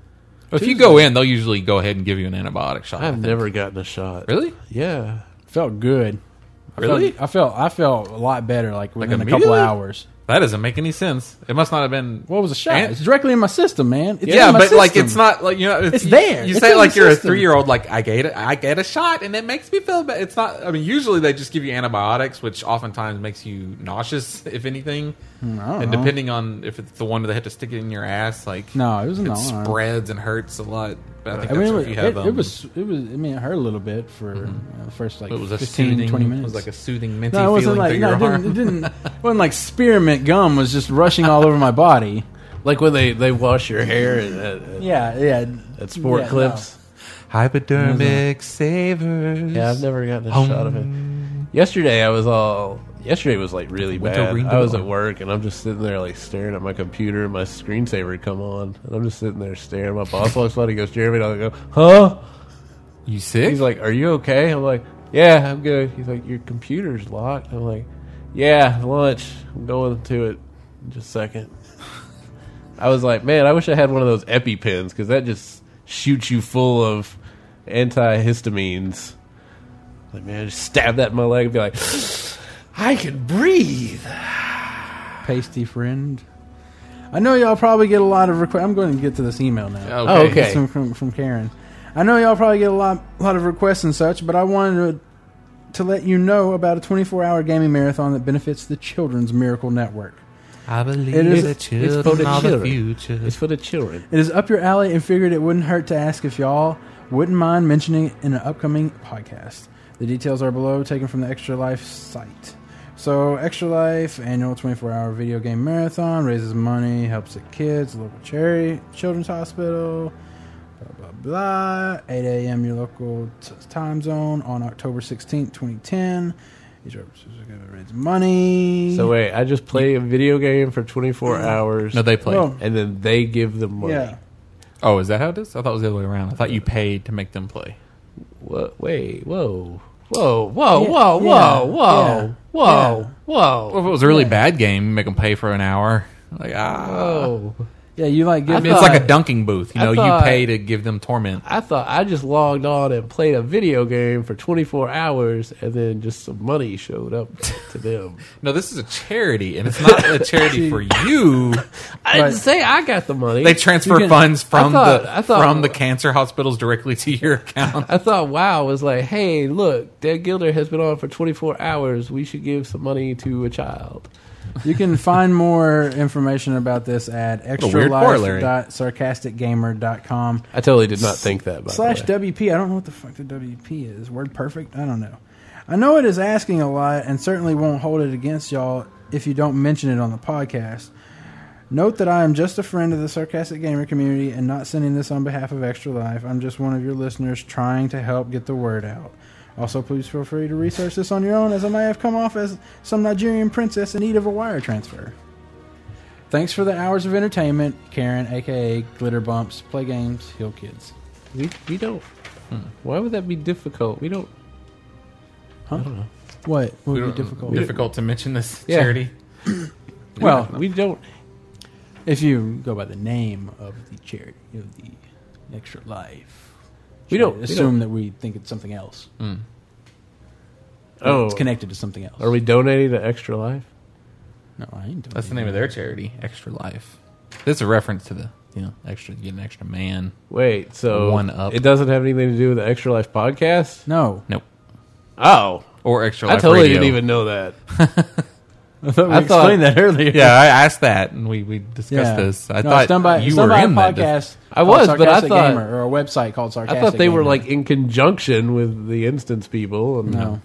Speaker 3: If you go in, they'll usually go ahead and give you an antibiotic shot. I
Speaker 4: I've
Speaker 3: think.
Speaker 4: never gotten a shot.
Speaker 3: really.
Speaker 4: Yeah.
Speaker 2: Felt good.
Speaker 4: Really?
Speaker 2: I felt I felt a lot better like within a couple
Speaker 4: immediately?
Speaker 2: hours.
Speaker 3: That doesn't make any sense. It must not have been.
Speaker 2: What was a shot?
Speaker 3: And-
Speaker 2: it's directly in my system, man. It's
Speaker 3: yeah,
Speaker 2: in my
Speaker 3: but like
Speaker 2: system.
Speaker 3: it's not like you know
Speaker 2: It's there.
Speaker 3: You
Speaker 2: It's
Speaker 3: say
Speaker 2: in
Speaker 3: it like
Speaker 2: the
Speaker 3: you're a
Speaker 2: system.
Speaker 3: three year old. Like I get it. I get a shot, and it makes me feel bad. It's not. I mean, usually they just give you antibiotics, which oftentimes makes you nauseous, if anything.
Speaker 2: Hmm, I don't
Speaker 3: And
Speaker 2: know.
Speaker 3: depending on if it's the one that they had to stick it in your ass, like
Speaker 2: No, it was
Speaker 3: it
Speaker 2: not.
Speaker 3: spreads and hurts a lot. But I think
Speaker 2: I
Speaker 3: that's
Speaker 2: mean,
Speaker 3: if
Speaker 2: it,
Speaker 3: you have.
Speaker 2: it,
Speaker 3: um,
Speaker 2: it was it was. I mean, it hurt a little bit for you know, the first like
Speaker 3: It was a
Speaker 2: 15,
Speaker 3: soothing.
Speaker 2: 20
Speaker 3: It
Speaker 2: minutes.
Speaker 3: was like a soothing, minty
Speaker 2: no, it wasn't
Speaker 3: feeling
Speaker 2: like
Speaker 3: through
Speaker 2: no,
Speaker 3: your
Speaker 2: it
Speaker 3: arm.
Speaker 2: didn't, it didn't. It wasn't like spearmint gum was just rushing all over my body.
Speaker 4: Like when they, they wash your hair at, at,
Speaker 2: Yeah, yeah.
Speaker 4: at sport
Speaker 2: Yeah, no.
Speaker 4: clips.
Speaker 3: Hypodermic savers.
Speaker 4: Yeah, I've never gotten a
Speaker 3: Hum.
Speaker 4: shot of it. Yesterday, I was all. Yesterday was like really
Speaker 3: Went to
Speaker 4: bad.
Speaker 3: ring the
Speaker 4: I was
Speaker 3: bell.
Speaker 4: at work and I'm just sitting there like staring at my computer. and My screensaver had come on and I'm just sitting there staring. My boss walks by. He goes, "Jeremy," and I go, "Huh?"
Speaker 3: You sick?
Speaker 4: He's like, "Are you okay?" I'm like, "Yeah, I'm good." He's like, "Your computer's locked." I'm like, "Yeah, lunch. I'm going to it in just a second. I was like, "Man, I wish I had one of those EpiPens because that just shoots you full of antihistamines." Like, man, I just stab that in my leg and be like, "I can breathe."
Speaker 2: pasty friend. I know y'all probably get a lot of requests. I'm going to get to this email now.
Speaker 3: Okay.
Speaker 4: Oh, okay.
Speaker 2: It's From, from, from Karen. I know y'all probably get a lot, lot of requests and such, but I wanted to, to let you know about a 24 hour gaming marathon that benefits the Children's Miracle Network.
Speaker 3: I believe
Speaker 2: It is-
Speaker 3: the
Speaker 2: it's
Speaker 3: children
Speaker 4: for the
Speaker 3: are the
Speaker 4: children.
Speaker 3: future.
Speaker 4: It's for the children.
Speaker 2: It is up your alley and figured it wouldn't hurt to ask if y'all wouldn't mind mentioning it in an upcoming podcast. The details are below, taken from the Extra Life site. So, Extra Life annual 24 hour video game marathon raises money, helps the kids, local charity, children's hospital, blah blah blah. 8 a.m. your local t- time zone on October 16th, 2010. Each episode is going to raise money.
Speaker 4: So wait, I just play a video game for 24 hours.
Speaker 3: No, they play.
Speaker 2: Well-
Speaker 4: and then they give them money.
Speaker 2: yeah.
Speaker 3: Oh, is that how it is? I thought it was the other way around. I thought you paid to make them play.
Speaker 4: Whoa, wait, whoa. Whoa, whoa,
Speaker 2: Yeah,
Speaker 4: whoa,
Speaker 2: yeah,
Speaker 4: whoa, whoa,
Speaker 2: yeah,
Speaker 4: whoa,
Speaker 2: yeah.
Speaker 3: Well,
Speaker 4: whoa,
Speaker 3: if it was a really bad game, you make them pay for an hour. Like ah,
Speaker 4: whoa.
Speaker 2: Yeah, you like
Speaker 3: I
Speaker 2: give
Speaker 3: mean, it's like a dunking booth. You
Speaker 4: I
Speaker 3: know,
Speaker 4: thought-
Speaker 3: you pay to give them torment.
Speaker 4: I thought I just logged on and played a video game for 24 hours and then just some money showed up to them.
Speaker 3: No, this is a charity, and it's not a charity for you.
Speaker 4: I didn't
Speaker 2: Right.
Speaker 4: say I got the money.
Speaker 3: They transfer
Speaker 2: You can-
Speaker 3: funds from
Speaker 4: I thought- I
Speaker 3: the
Speaker 4: thought-
Speaker 3: from the cancer hospitals directly to your account.
Speaker 4: I thought WoW was like, hey, look, Dead Gilder has been on for 24 hours. We should give some money to a child.
Speaker 2: You can find more information about this at
Speaker 3: weird corollary.
Speaker 2: extralife.sarcasticgamer.com
Speaker 4: I totally did not think that, by
Speaker 2: slash
Speaker 4: the way.
Speaker 2: WP. I don't know what the fuck the WP is. Word perfect? I don't know. I know it is asking a lot and certainly won't hold it against y'all if you don't mention it on the podcast. Note that I am just a friend of the sarcastic gamer community and not sending this on behalf of Extra Life. I'm just one of your listeners trying to help get the word out. Also, please feel free to research this on your own, as I may have come off as some Nigerian princess in need of a wire transfer. Thanks for the hours of entertainment, Karen, aka Glitter Bumps, Play Games, Heal Kids.
Speaker 4: We, we don't. Hmm. Why would that be difficult? We don't.
Speaker 2: What would be
Speaker 3: It's
Speaker 2: difficult?
Speaker 3: difficult to mention this
Speaker 4: Yeah.
Speaker 3: charity.
Speaker 2: Well,
Speaker 4: We don't.
Speaker 2: if you go by the name of the charity, of the Extra Life,
Speaker 4: We
Speaker 2: should I
Speaker 4: don't- we
Speaker 2: assume that we think it's something else.
Speaker 4: Oh,
Speaker 2: it's connected to something else.
Speaker 4: Are we donating to Extra Life?
Speaker 2: No, I ain't doing
Speaker 3: That's the name of their charity, Extra Life. This is a reference to the you know extra you get an extra man.
Speaker 4: Wait, so
Speaker 3: One up.
Speaker 4: It doesn't have anything to do with the Extra Life podcast.
Speaker 2: No,
Speaker 3: Nope.
Speaker 4: Oh,
Speaker 3: Or extra.
Speaker 4: I
Speaker 3: Life
Speaker 4: totally
Speaker 3: Radio.
Speaker 4: didn't even know that.
Speaker 2: I thought we
Speaker 4: I thought-
Speaker 2: explained that earlier.
Speaker 3: Yeah, I asked that, and we we discussed this. I
Speaker 2: No,
Speaker 3: thought
Speaker 2: it's done by,
Speaker 3: you
Speaker 2: it's done
Speaker 3: were
Speaker 2: by
Speaker 3: in
Speaker 2: a
Speaker 3: that. dis-
Speaker 2: podcast.
Speaker 4: I
Speaker 2: called
Speaker 4: was, but I
Speaker 2: Sarcastic
Speaker 4: thought-
Speaker 2: Gamer, or a website called
Speaker 4: I
Speaker 2: Sarcastic.
Speaker 4: thought they were
Speaker 2: Gamer.
Speaker 4: like in conjunction with the instance people. And,
Speaker 2: no.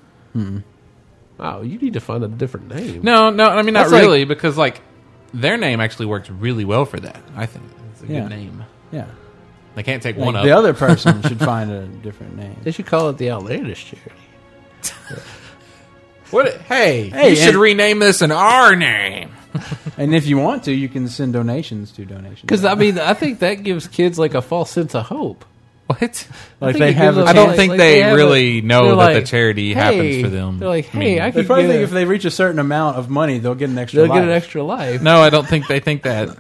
Speaker 4: Wow, you need to find a different name.
Speaker 3: No, no, I mean not
Speaker 4: That's like-
Speaker 3: really because like their name actually works really well for that. I think it's a
Speaker 2: Yeah.
Speaker 3: good name.
Speaker 2: Yeah,
Speaker 3: They can't take
Speaker 2: Like,
Speaker 3: one up.
Speaker 2: the other person should find a different name.
Speaker 4: they should call it the Outlandish Charity.
Speaker 3: What? Hey,
Speaker 2: Hey,
Speaker 3: you should
Speaker 2: and-
Speaker 3: rename this an R name.
Speaker 2: And if you want to, you can send donations to donations.
Speaker 4: Because I mean, I think that gives kids like a false sense of hope.
Speaker 3: What?
Speaker 4: I
Speaker 2: Like,
Speaker 4: think
Speaker 2: they
Speaker 4: it gives
Speaker 2: have a
Speaker 4: them
Speaker 3: I
Speaker 4: chance-
Speaker 3: don't think
Speaker 4: like,
Speaker 3: they,
Speaker 4: have a-
Speaker 3: really know
Speaker 4: they're
Speaker 3: that the
Speaker 4: like,
Speaker 3: charity
Speaker 4: hey.
Speaker 3: happens for them. Hmm.
Speaker 4: They're like,
Speaker 3: I mean,
Speaker 4: hey, I
Speaker 2: They
Speaker 4: could
Speaker 2: probably
Speaker 4: get
Speaker 2: think
Speaker 4: a-
Speaker 2: if they reach a certain amount of money, they'll get an extra.
Speaker 4: they'll get an
Speaker 2: life.
Speaker 4: extra life.
Speaker 3: no, I don't think they think that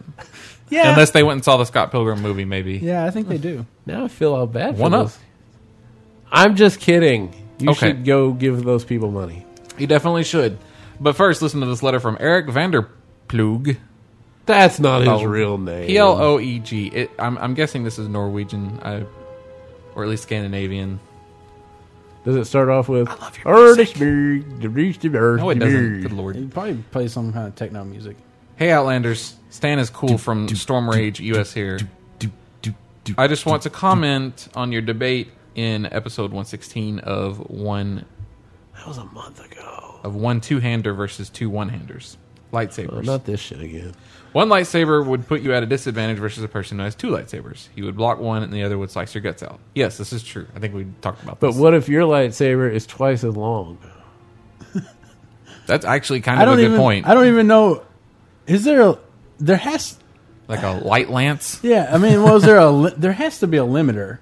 Speaker 2: Yeah,
Speaker 3: unless they went and saw the Scott Pilgrim movie. Maybe
Speaker 2: yeah, I think they do.
Speaker 4: Now I feel all bad. For
Speaker 3: One up.
Speaker 4: those. I'm just kidding. You
Speaker 3: Okay.
Speaker 4: should go give those people money.
Speaker 3: You definitely should. But first, listen to this letter from Eric Vanderplug.
Speaker 4: That's not his
Speaker 3: Oh.
Speaker 4: real name.
Speaker 3: P L O E G. It- I'm, I'm guessing this is Norwegian, I, or at least Scandinavian.
Speaker 4: Does it start off with? I
Speaker 3: love your music. No,
Speaker 4: No,
Speaker 3: it doesn't. Good lord.
Speaker 2: He'd probably play some kind of techno music.
Speaker 3: Hey, Outlanders. Stan is cool from Storm Rage US here. I just want to comment on your debate in episode 116 of one
Speaker 4: That was a month ago.
Speaker 3: of one two-hander versus two one-handers.
Speaker 4: Oh,
Speaker 3: Lightsabers.
Speaker 4: not this shit again.
Speaker 3: One lightsaber would put you at a disadvantage versus a person who has two lightsabers. You would block one, and the other would slice your guts out. Yes, this is true. I think we talked about
Speaker 4: But
Speaker 3: this.
Speaker 4: what if your lightsaber is twice as long?
Speaker 3: That's actually kind
Speaker 2: I
Speaker 3: of a
Speaker 2: don't
Speaker 3: good
Speaker 2: even.
Speaker 3: point.
Speaker 2: I don't even know. Is there a? There has.
Speaker 3: Like a light lance.
Speaker 2: Yeah, I mean, was there a? Li- there has to be a limiter.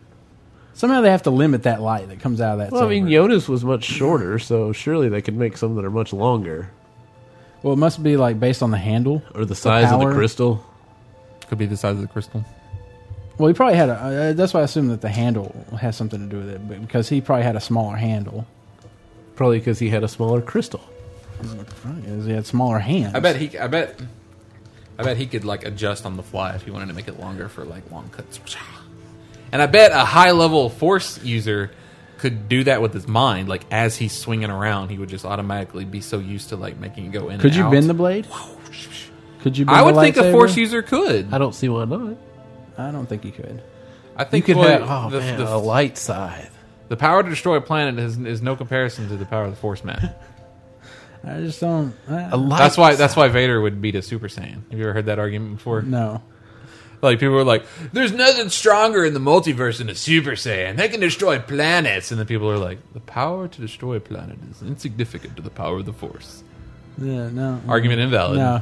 Speaker 2: Somehow they have to limit that light that comes out of that.
Speaker 4: Well, I mean,
Speaker 2: saber.
Speaker 4: Jonas was much shorter, so surely they could make some that are much longer,
Speaker 2: well, it must be like based on the handle.
Speaker 4: or the size of
Speaker 2: power?
Speaker 4: the crystal.
Speaker 3: Could be the size of the crystal.
Speaker 2: Well, he probably had a. Uh, that's why I assume that the handle has something to do with it, but because he probably had a smaller handle.
Speaker 4: Probably because he had a smaller crystal.
Speaker 2: Right, 'cause he had smaller hands.
Speaker 3: I bet he. I bet. I bet he could like adjust on the fly if he wanted to make it longer for like long cuts. And I bet a high level force user could do that with his mind. Like as he's swinging around, he would just automatically be so used to like making it go in.
Speaker 2: Could
Speaker 3: and
Speaker 2: you
Speaker 3: out.
Speaker 2: bend the blade? Could you? Bend
Speaker 3: I
Speaker 2: the
Speaker 3: would think a
Speaker 2: lightsaber?
Speaker 3: force user could.
Speaker 4: I don't see why not.
Speaker 2: I don't think he could.
Speaker 3: I
Speaker 4: You
Speaker 3: think
Speaker 4: could
Speaker 3: what-
Speaker 4: have oh,
Speaker 3: the,
Speaker 4: man,
Speaker 3: the-
Speaker 4: a light scythe.
Speaker 3: the power to destroy a planet is, is no comparison to the power of the force man.
Speaker 2: I just don't.
Speaker 4: A
Speaker 2: I,
Speaker 4: light
Speaker 3: That's why
Speaker 4: scythe.
Speaker 3: that's why Vader would beat a Super Saiyan. Have you ever heard that argument before?
Speaker 2: no.
Speaker 3: Like people are like, "There's nothing stronger in the multiverse than a Super Saiyan. They can destroy planets." And the people are like, "The power to destroy a planet is insignificant to the power of the Force."
Speaker 2: Yeah, no.
Speaker 3: Argument invalid.
Speaker 2: No.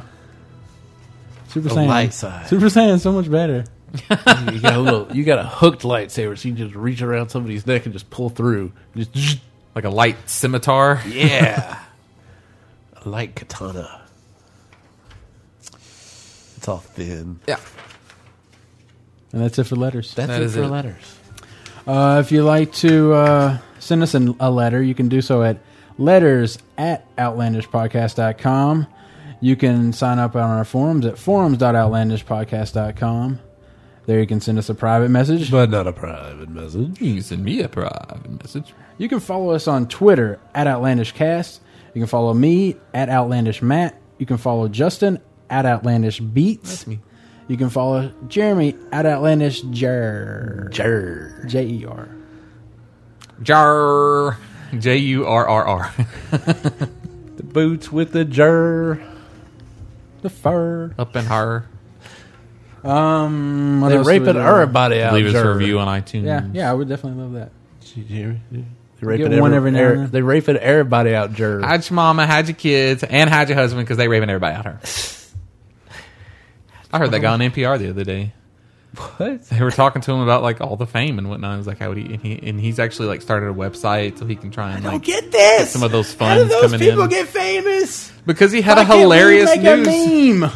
Speaker 2: Super
Speaker 4: The
Speaker 2: Saiyan.
Speaker 4: light side.
Speaker 2: Super Saiyan so much better.
Speaker 4: you got a little, you got a hooked lightsaber, so you can just reach around somebody's neck and just pull through. Just
Speaker 3: Like a light scimitar.
Speaker 4: yeah, a light katana. It's all thin.
Speaker 3: Yeah.
Speaker 2: And that's it for letters.
Speaker 4: That's
Speaker 3: That
Speaker 4: it
Speaker 3: is
Speaker 4: for
Speaker 3: it.
Speaker 4: letters.
Speaker 2: Uh, if you'd like to uh, send us an, a letter, you can do so at letters at outlandishpodcast.com. You can sign up on our forums at forums.outlandishpodcast.com. There you can send us a private message.
Speaker 4: but not a private message.
Speaker 3: You can send me a private message.
Speaker 2: You can follow us on Twitter at OutlandishCast. You can follow me at OutlandishMatt. You can follow Justin at OutlandishBeats. That's
Speaker 3: me.
Speaker 2: You can follow Jeremy at OutlandishJer.
Speaker 4: Jer.
Speaker 2: J E R.
Speaker 3: Jar. J U R R R.
Speaker 4: The boots with the jer.
Speaker 2: The fur.
Speaker 3: Up and her.
Speaker 2: Um, what
Speaker 4: They're
Speaker 2: else do we
Speaker 4: raping
Speaker 2: do?
Speaker 4: everybody out.
Speaker 3: Leave us
Speaker 4: jer.
Speaker 3: a review on iTunes.
Speaker 2: Yeah, yeah, I would definitely love that.
Speaker 4: They're raping
Speaker 2: Get one
Speaker 4: every-
Speaker 2: every now
Speaker 4: er-
Speaker 2: and then.
Speaker 4: They're raping everybody out, Jer.
Speaker 3: Hide your mama, hide your kids, and hide your husband because they raving everybody out her. I heard that guy on NPR the other day.
Speaker 4: what?
Speaker 3: they were talking to him about like all the fame and whatnot. It was like how would he and, he and he's actually like started a website so he can try and like
Speaker 4: get this.
Speaker 3: some of those funds coming in
Speaker 4: get famous?
Speaker 3: because he had a hilarious news.
Speaker 2: meme?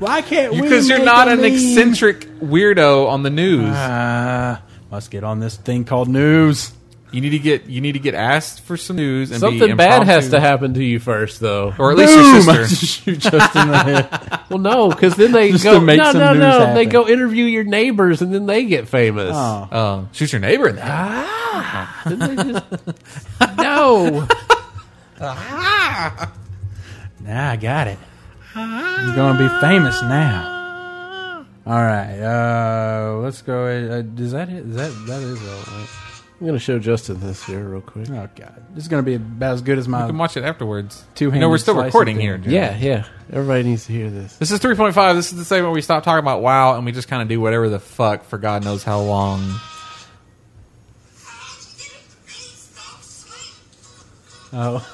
Speaker 2: Why can't we?
Speaker 3: Because you're not an eccentric weirdo on the news.
Speaker 2: Uh, must get on this thing called news.
Speaker 3: you need to get you need to get asked for some news and be
Speaker 4: Something bad
Speaker 3: impromptu.
Speaker 4: has to happen to you first, though.
Speaker 3: or at least
Speaker 2: Boom!
Speaker 3: your sister.
Speaker 2: Shoot Justin in the head.
Speaker 4: Well, no, because then they
Speaker 2: Just
Speaker 4: go.
Speaker 2: to make
Speaker 4: no,
Speaker 2: some
Speaker 4: no,
Speaker 2: news
Speaker 4: no.
Speaker 2: happen.
Speaker 4: They go interview your neighbors, and then they get famous.
Speaker 2: Oh.
Speaker 3: Um, shoot your neighbor in the head.
Speaker 4: Then they just- no.
Speaker 2: Nah, I got it. You're gonna be famous now.
Speaker 3: Ah.
Speaker 2: All right, uh, let's go. Uh, does that hit? Is that that is all right.
Speaker 4: I'm gonna show Justin this here real quick.
Speaker 2: Oh god, this is gonna be about as good as
Speaker 3: You
Speaker 2: my.
Speaker 3: can watch it afterwards.
Speaker 2: Two-handed
Speaker 3: No, we're still
Speaker 2: slice of
Speaker 3: recording
Speaker 2: thing.
Speaker 3: here. Jared.
Speaker 4: Yeah, yeah. Everybody needs to hear this.
Speaker 3: This is 3.5. This is the segment where we stop talking about WoW and we just kind of do whatever the fuck for God knows how long.
Speaker 2: Oh,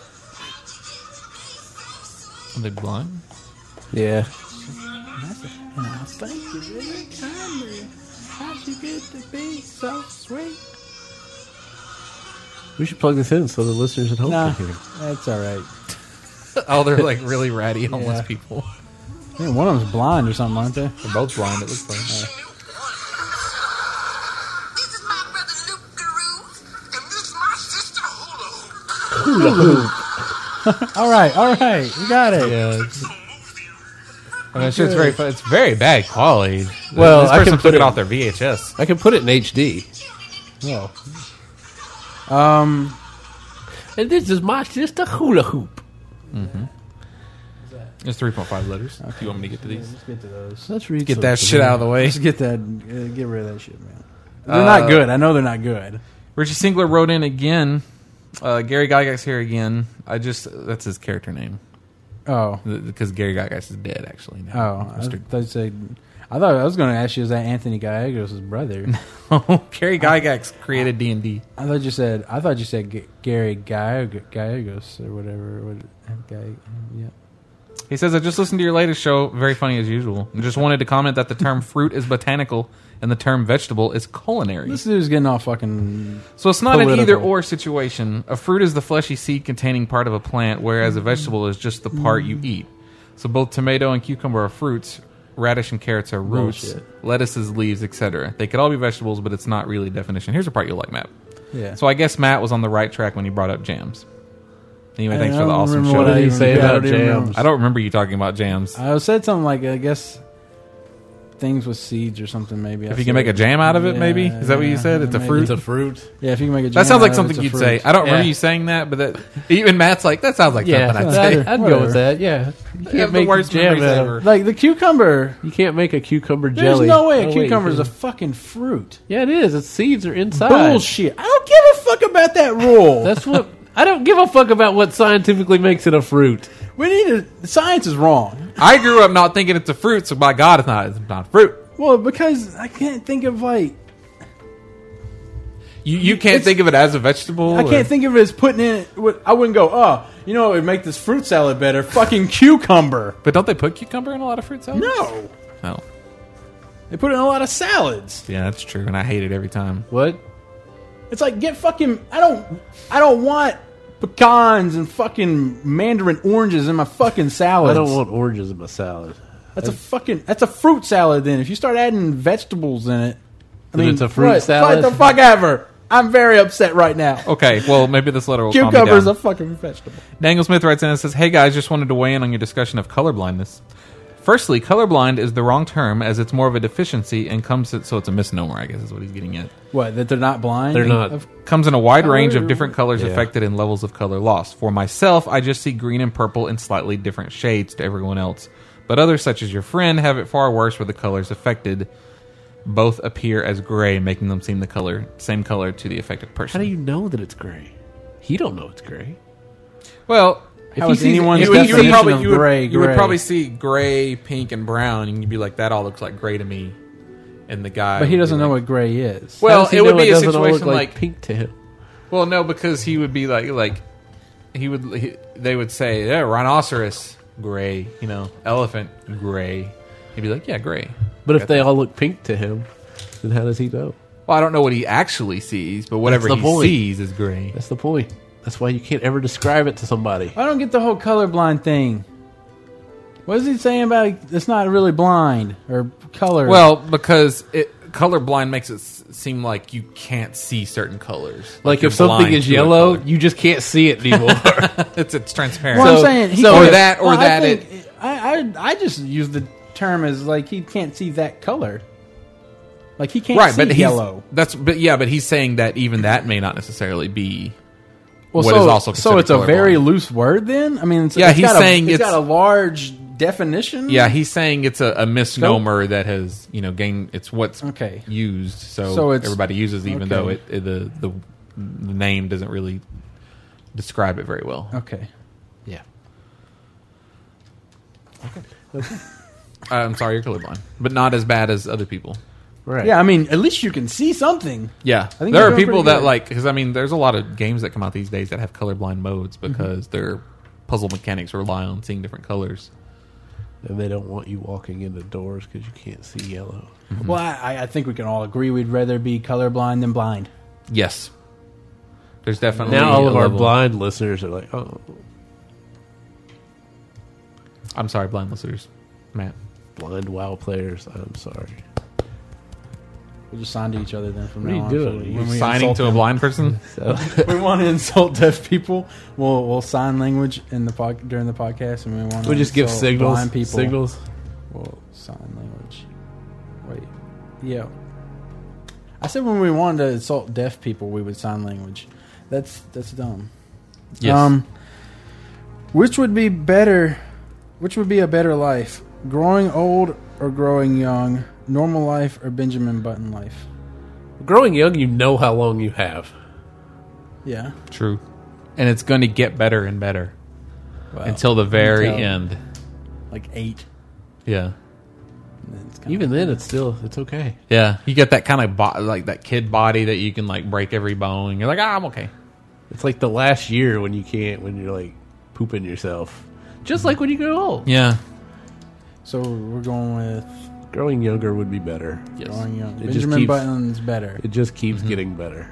Speaker 3: Are they blind?
Speaker 4: Yeah.
Speaker 2: thank you very kindly. How'd you get to be so sweet?
Speaker 4: We should plug this in so the listeners at home
Speaker 2: Nah,
Speaker 4: can hear.
Speaker 2: that's all right.
Speaker 3: Oh, they're like really ratty homeless
Speaker 2: Yeah.
Speaker 3: people.
Speaker 2: I think one of them's blind or something, aren't they?
Speaker 3: They're both blind. It looks like.
Speaker 5: This is my brother Luke Guru, and this is my sister Hula Hoop.
Speaker 2: all right, all right, you got it.
Speaker 3: Yeah. it's- I mean, shit's very. fu- It's very bad quality.
Speaker 4: Well,
Speaker 3: this
Speaker 4: I
Speaker 3: person
Speaker 4: can
Speaker 3: took
Speaker 4: put
Speaker 3: it
Speaker 4: it-
Speaker 3: off their VHS.
Speaker 4: I can put it in HD.
Speaker 2: Whoa. Um,
Speaker 4: And this is my sister hula hoop.
Speaker 3: It's three point five letters. If you want me to get to these,
Speaker 2: let's get to those.
Speaker 4: Let's read
Speaker 3: get that
Speaker 4: something.
Speaker 3: shit out of the way.
Speaker 2: Let's get that. Uh, get rid of that shit, man. They're not
Speaker 3: Uh,
Speaker 2: good. I know they're not good.
Speaker 3: Richie Singler wrote in again. Uh, Gary Gygax here again. I just that's his character name
Speaker 2: Oh,
Speaker 3: because Gary Gygax is dead actually.
Speaker 2: oh.
Speaker 3: Now.
Speaker 2: I,
Speaker 3: Mr.
Speaker 2: thought you said- I thought I was going to ask you is that Anthony Gallegos' brother?
Speaker 3: Oh, Gary Gygax created D and D.
Speaker 2: I thought you said. I thought you said G- Gary Galleg- Gallegos or whatever. What, Galleg- yeah.
Speaker 3: He says, "I just listened to your latest show. Very funny as usual. And just wanted to comment that the term fruit is botanical and the term vegetable is culinary.
Speaker 2: This dude's getting all fucking.
Speaker 3: So it's not an
Speaker 2: Political.
Speaker 3: either or situation. A fruit is the fleshy seed containing part of a plant, whereas a vegetable is just the part
Speaker 2: Mm.
Speaker 3: you eat. So both tomato and cucumber are fruits. Radish and carrots
Speaker 2: Oh,
Speaker 3: are roots.
Speaker 2: Bullshit.
Speaker 3: Lettuce is leaves, etc. They could all be vegetables, but it's not really a definition. Here's a part you'll like, Matt.
Speaker 2: Yeah.
Speaker 3: So I guess Matt was on the right track when he brought up jams. Anyway, thanks for the awesome
Speaker 2: remember Uh,
Speaker 3: show.
Speaker 4: what
Speaker 2: I
Speaker 4: did he
Speaker 2: even-
Speaker 4: say
Speaker 2: yeah, I
Speaker 4: about
Speaker 2: don't even remember.
Speaker 4: jams?
Speaker 3: I don't remember you talking about jams.
Speaker 2: I said something like I guess things with seeds or something maybe.
Speaker 3: If you can make a jam out of it, maybe? Is that what you said? It's a fruit?
Speaker 4: It's a fruit.
Speaker 2: Yeah, if you can make a jam.
Speaker 3: That sounds like
Speaker 2: out of it,
Speaker 3: something you'd
Speaker 2: it's a
Speaker 3: say.
Speaker 2: fruit.
Speaker 3: I don't remember
Speaker 4: Yeah.
Speaker 3: you saying that, but that even Matt's like, that sounds like
Speaker 4: Yeah,
Speaker 3: something I'd
Speaker 2: that-
Speaker 3: say.
Speaker 4: I'd, I'd go
Speaker 2: Whatever.
Speaker 4: with that. Yeah,
Speaker 3: They
Speaker 4: you
Speaker 3: have
Speaker 4: can't
Speaker 3: the
Speaker 4: make
Speaker 3: worst
Speaker 4: jam
Speaker 3: memories
Speaker 4: out of
Speaker 3: ever.
Speaker 2: like the cucumber.
Speaker 4: You can't make a cucumber
Speaker 2: There's
Speaker 4: jelly.
Speaker 2: no way a
Speaker 4: Oh, wait,
Speaker 2: cucumber is
Speaker 4: you
Speaker 2: a fucking fruit.
Speaker 4: can- Yeah, it is. Its seeds are inside.
Speaker 2: Bullshit. I don't give a fuck about that rule.
Speaker 4: That's what. I don't give a fuck about what scientifically makes it a fruit.
Speaker 2: we need to. Science is wrong.
Speaker 3: I grew up not thinking it's a fruit, so by God, it's not, it's not fruit.
Speaker 2: Well, because I can't think of like
Speaker 3: You, you can't think of it as a vegetable?
Speaker 2: I can't think of it as putting in. What I wouldn't go. Oh, you know, it would make this fruit salad better. Fucking cucumber.
Speaker 3: But don't they put cucumber in a lot of fruit salads?
Speaker 2: No,
Speaker 3: No.
Speaker 2: they put it in a lot of salads.
Speaker 3: Yeah, that's true, and I hate it every time.
Speaker 4: What?
Speaker 2: It's like get fucking. I don't. I don't want pecans and fucking mandarin oranges in my fucking salads.
Speaker 4: I don't want oranges in my salad.
Speaker 2: That's a fucking. That's a fruit salad. Then if you start adding vegetables in it, I
Speaker 4: Then
Speaker 2: mean,
Speaker 4: it's a fruit
Speaker 2: what-
Speaker 4: salad?
Speaker 2: What the fuck ever? I'm very upset right now.
Speaker 3: Okay, well, maybe this letter will calm Oh, me
Speaker 2: Cucumber's
Speaker 3: down.
Speaker 2: a fucking vegetable.
Speaker 3: Daniel Smith writes in and says, Hey guys, just wanted to weigh in on your discussion of colorblindness. Firstly, colorblind is the wrong term as it's more of a deficiency and comes so it's a misnomer, I guess is what he's getting at.
Speaker 2: What? That they're not blind?
Speaker 4: They're not.
Speaker 2: Of-
Speaker 3: Comes in a wide
Speaker 2: Color-
Speaker 3: range of different colors
Speaker 4: yeah.
Speaker 3: affected and levels of color loss. For myself, I just see green and purple in slightly different shades to everyone else. But others, such as your friend, have it far worse where the colors affected both appear as gray, making them seem the color same color to the affected person.
Speaker 4: How do you know that it's gray? He don't know it's gray.
Speaker 3: Well,
Speaker 2: How
Speaker 3: he
Speaker 2: is
Speaker 3: sees-
Speaker 2: anyone's
Speaker 3: you would- you would
Speaker 2: definition
Speaker 3: probably-
Speaker 2: of
Speaker 3: you would-
Speaker 2: gray
Speaker 3: You would
Speaker 2: gray?
Speaker 3: probably see gray, pink, and brown, and you'd be like, "That all looks like gray to me." And the guy,
Speaker 2: but he
Speaker 3: would be
Speaker 2: doesn't know
Speaker 3: like-
Speaker 2: what gray is.
Speaker 3: Well,
Speaker 4: How does he
Speaker 3: it would
Speaker 4: know
Speaker 3: be a
Speaker 4: doesn't all look
Speaker 3: situation like-
Speaker 4: pink to him.
Speaker 3: Well, no, because he would be like, like he would. He, they would say, "Yeah, rhinoceros, gray." You know, elephant, gray. He'd be like, "Yeah, gray."
Speaker 4: But if they all look pink to him, then how does he know?
Speaker 3: Well, I don't know what he actually sees, but whatever
Speaker 4: the
Speaker 3: he
Speaker 4: point.
Speaker 3: sees is gray.
Speaker 4: That's the point. That's why you can't ever describe it to somebody.
Speaker 2: I don't get the whole colorblind thing. What is he saying about it's not really blind or color?
Speaker 3: Well, because it colorblind makes it s- seem like you can't see certain colors.
Speaker 4: Like
Speaker 3: you're
Speaker 4: if something
Speaker 3: blind
Speaker 4: is
Speaker 3: to a
Speaker 4: yellow,
Speaker 3: color.
Speaker 4: you just can't see it anymore.
Speaker 3: it's it's transparent.
Speaker 2: Well, I'm
Speaker 4: so-
Speaker 2: saying he
Speaker 4: so-
Speaker 2: could-
Speaker 4: or
Speaker 3: that, or
Speaker 2: well, I
Speaker 3: that
Speaker 2: think- I, I I just use the term as like he can't see that color. Like he can't
Speaker 3: right,
Speaker 2: see
Speaker 3: but he's,
Speaker 2: yellow.
Speaker 3: That's but yeah, but he's saying that even that may not necessarily be.
Speaker 2: Well,
Speaker 3: what
Speaker 2: so,
Speaker 3: is also
Speaker 2: so
Speaker 3: considered
Speaker 2: it's a very
Speaker 3: colorblind.
Speaker 2: loose word then. I mean, it's,
Speaker 3: Yeah,
Speaker 2: it's
Speaker 3: he's
Speaker 2: got
Speaker 3: saying
Speaker 2: a,
Speaker 3: it's-
Speaker 2: got a large definition.
Speaker 3: Yeah, he's saying it's a, a misnomer that has you know gained. It's what's
Speaker 2: Okay.
Speaker 3: used, so,
Speaker 2: So it's-
Speaker 3: everybody uses, it, even
Speaker 2: okay.
Speaker 3: though it, it- the the the name doesn't really describe it very well.
Speaker 2: Okay.
Speaker 4: yeah.
Speaker 3: Uh, I'm sorry, you're colorblind, but not as bad as other people.
Speaker 4: Right.
Speaker 2: Yeah, I mean, at least you can see something.
Speaker 3: Yeah,
Speaker 2: think you're
Speaker 3: there are
Speaker 2: doing
Speaker 3: people
Speaker 2: pretty
Speaker 3: that
Speaker 2: good.
Speaker 3: like because I mean, there's a lot of games that come out these days that have colorblind modes
Speaker 2: Mm-hmm.
Speaker 3: because their puzzle mechanics rely on seeing different colors.
Speaker 4: And they don't want you walking into doors because you can't see yellow.
Speaker 3: Mm-hmm.
Speaker 2: Well, I, I think we can all agree we'd rather be colorblind than blind.
Speaker 3: Yes, there's definitely
Speaker 4: Now all of
Speaker 3: a
Speaker 4: our
Speaker 3: level-
Speaker 4: blind listeners are like, oh,
Speaker 3: I'm sorry, blind listeners, Matt.
Speaker 4: blind WoW players. I'm sorry.
Speaker 2: We'll just sign to each other then from
Speaker 4: What are
Speaker 2: now
Speaker 4: you
Speaker 2: on.
Speaker 4: doing?
Speaker 2: so
Speaker 4: You
Speaker 2: when we
Speaker 3: Signing
Speaker 2: insult
Speaker 3: to a
Speaker 2: them-
Speaker 3: blind person?
Speaker 4: So
Speaker 2: we want to insult deaf people. We'll we'll sign language in the pod, during the podcast, and we want to
Speaker 4: we just give
Speaker 2: insult
Speaker 4: signals.
Speaker 2: Blind people.
Speaker 4: Signals.
Speaker 2: We'll sign language. Wait, yeah. I said when we wanted to insult deaf people, we would sign language. That's that's dumb.
Speaker 3: Yes.
Speaker 2: Um, which would be better? Which would be a better life? Growing old or growing young? Normal life or Benjamin Button life?
Speaker 4: Growing young, you know how long you have.
Speaker 2: Yeah.
Speaker 3: True. And it's going to get better and better
Speaker 2: Wow.
Speaker 3: until the very
Speaker 2: Until-
Speaker 3: end.
Speaker 2: like eight.
Speaker 3: Yeah.
Speaker 2: And it's kinda-
Speaker 4: Even then, it's still it's okay.
Speaker 3: Yeah. You get that kind of bo- like that kid body that you can like break every bone. You're like, ah, I'm okay.
Speaker 4: It's like the last year when you can't when you're like pooping yourself. Just like when you grow old.
Speaker 3: Yeah.
Speaker 2: so we're going with
Speaker 4: Growing younger would be better.
Speaker 3: Yes.
Speaker 2: growing young.
Speaker 4: It just
Speaker 2: Benjamin
Speaker 4: keeps-
Speaker 2: Button's better.
Speaker 4: It just keeps
Speaker 2: Mm-hmm.
Speaker 4: getting better.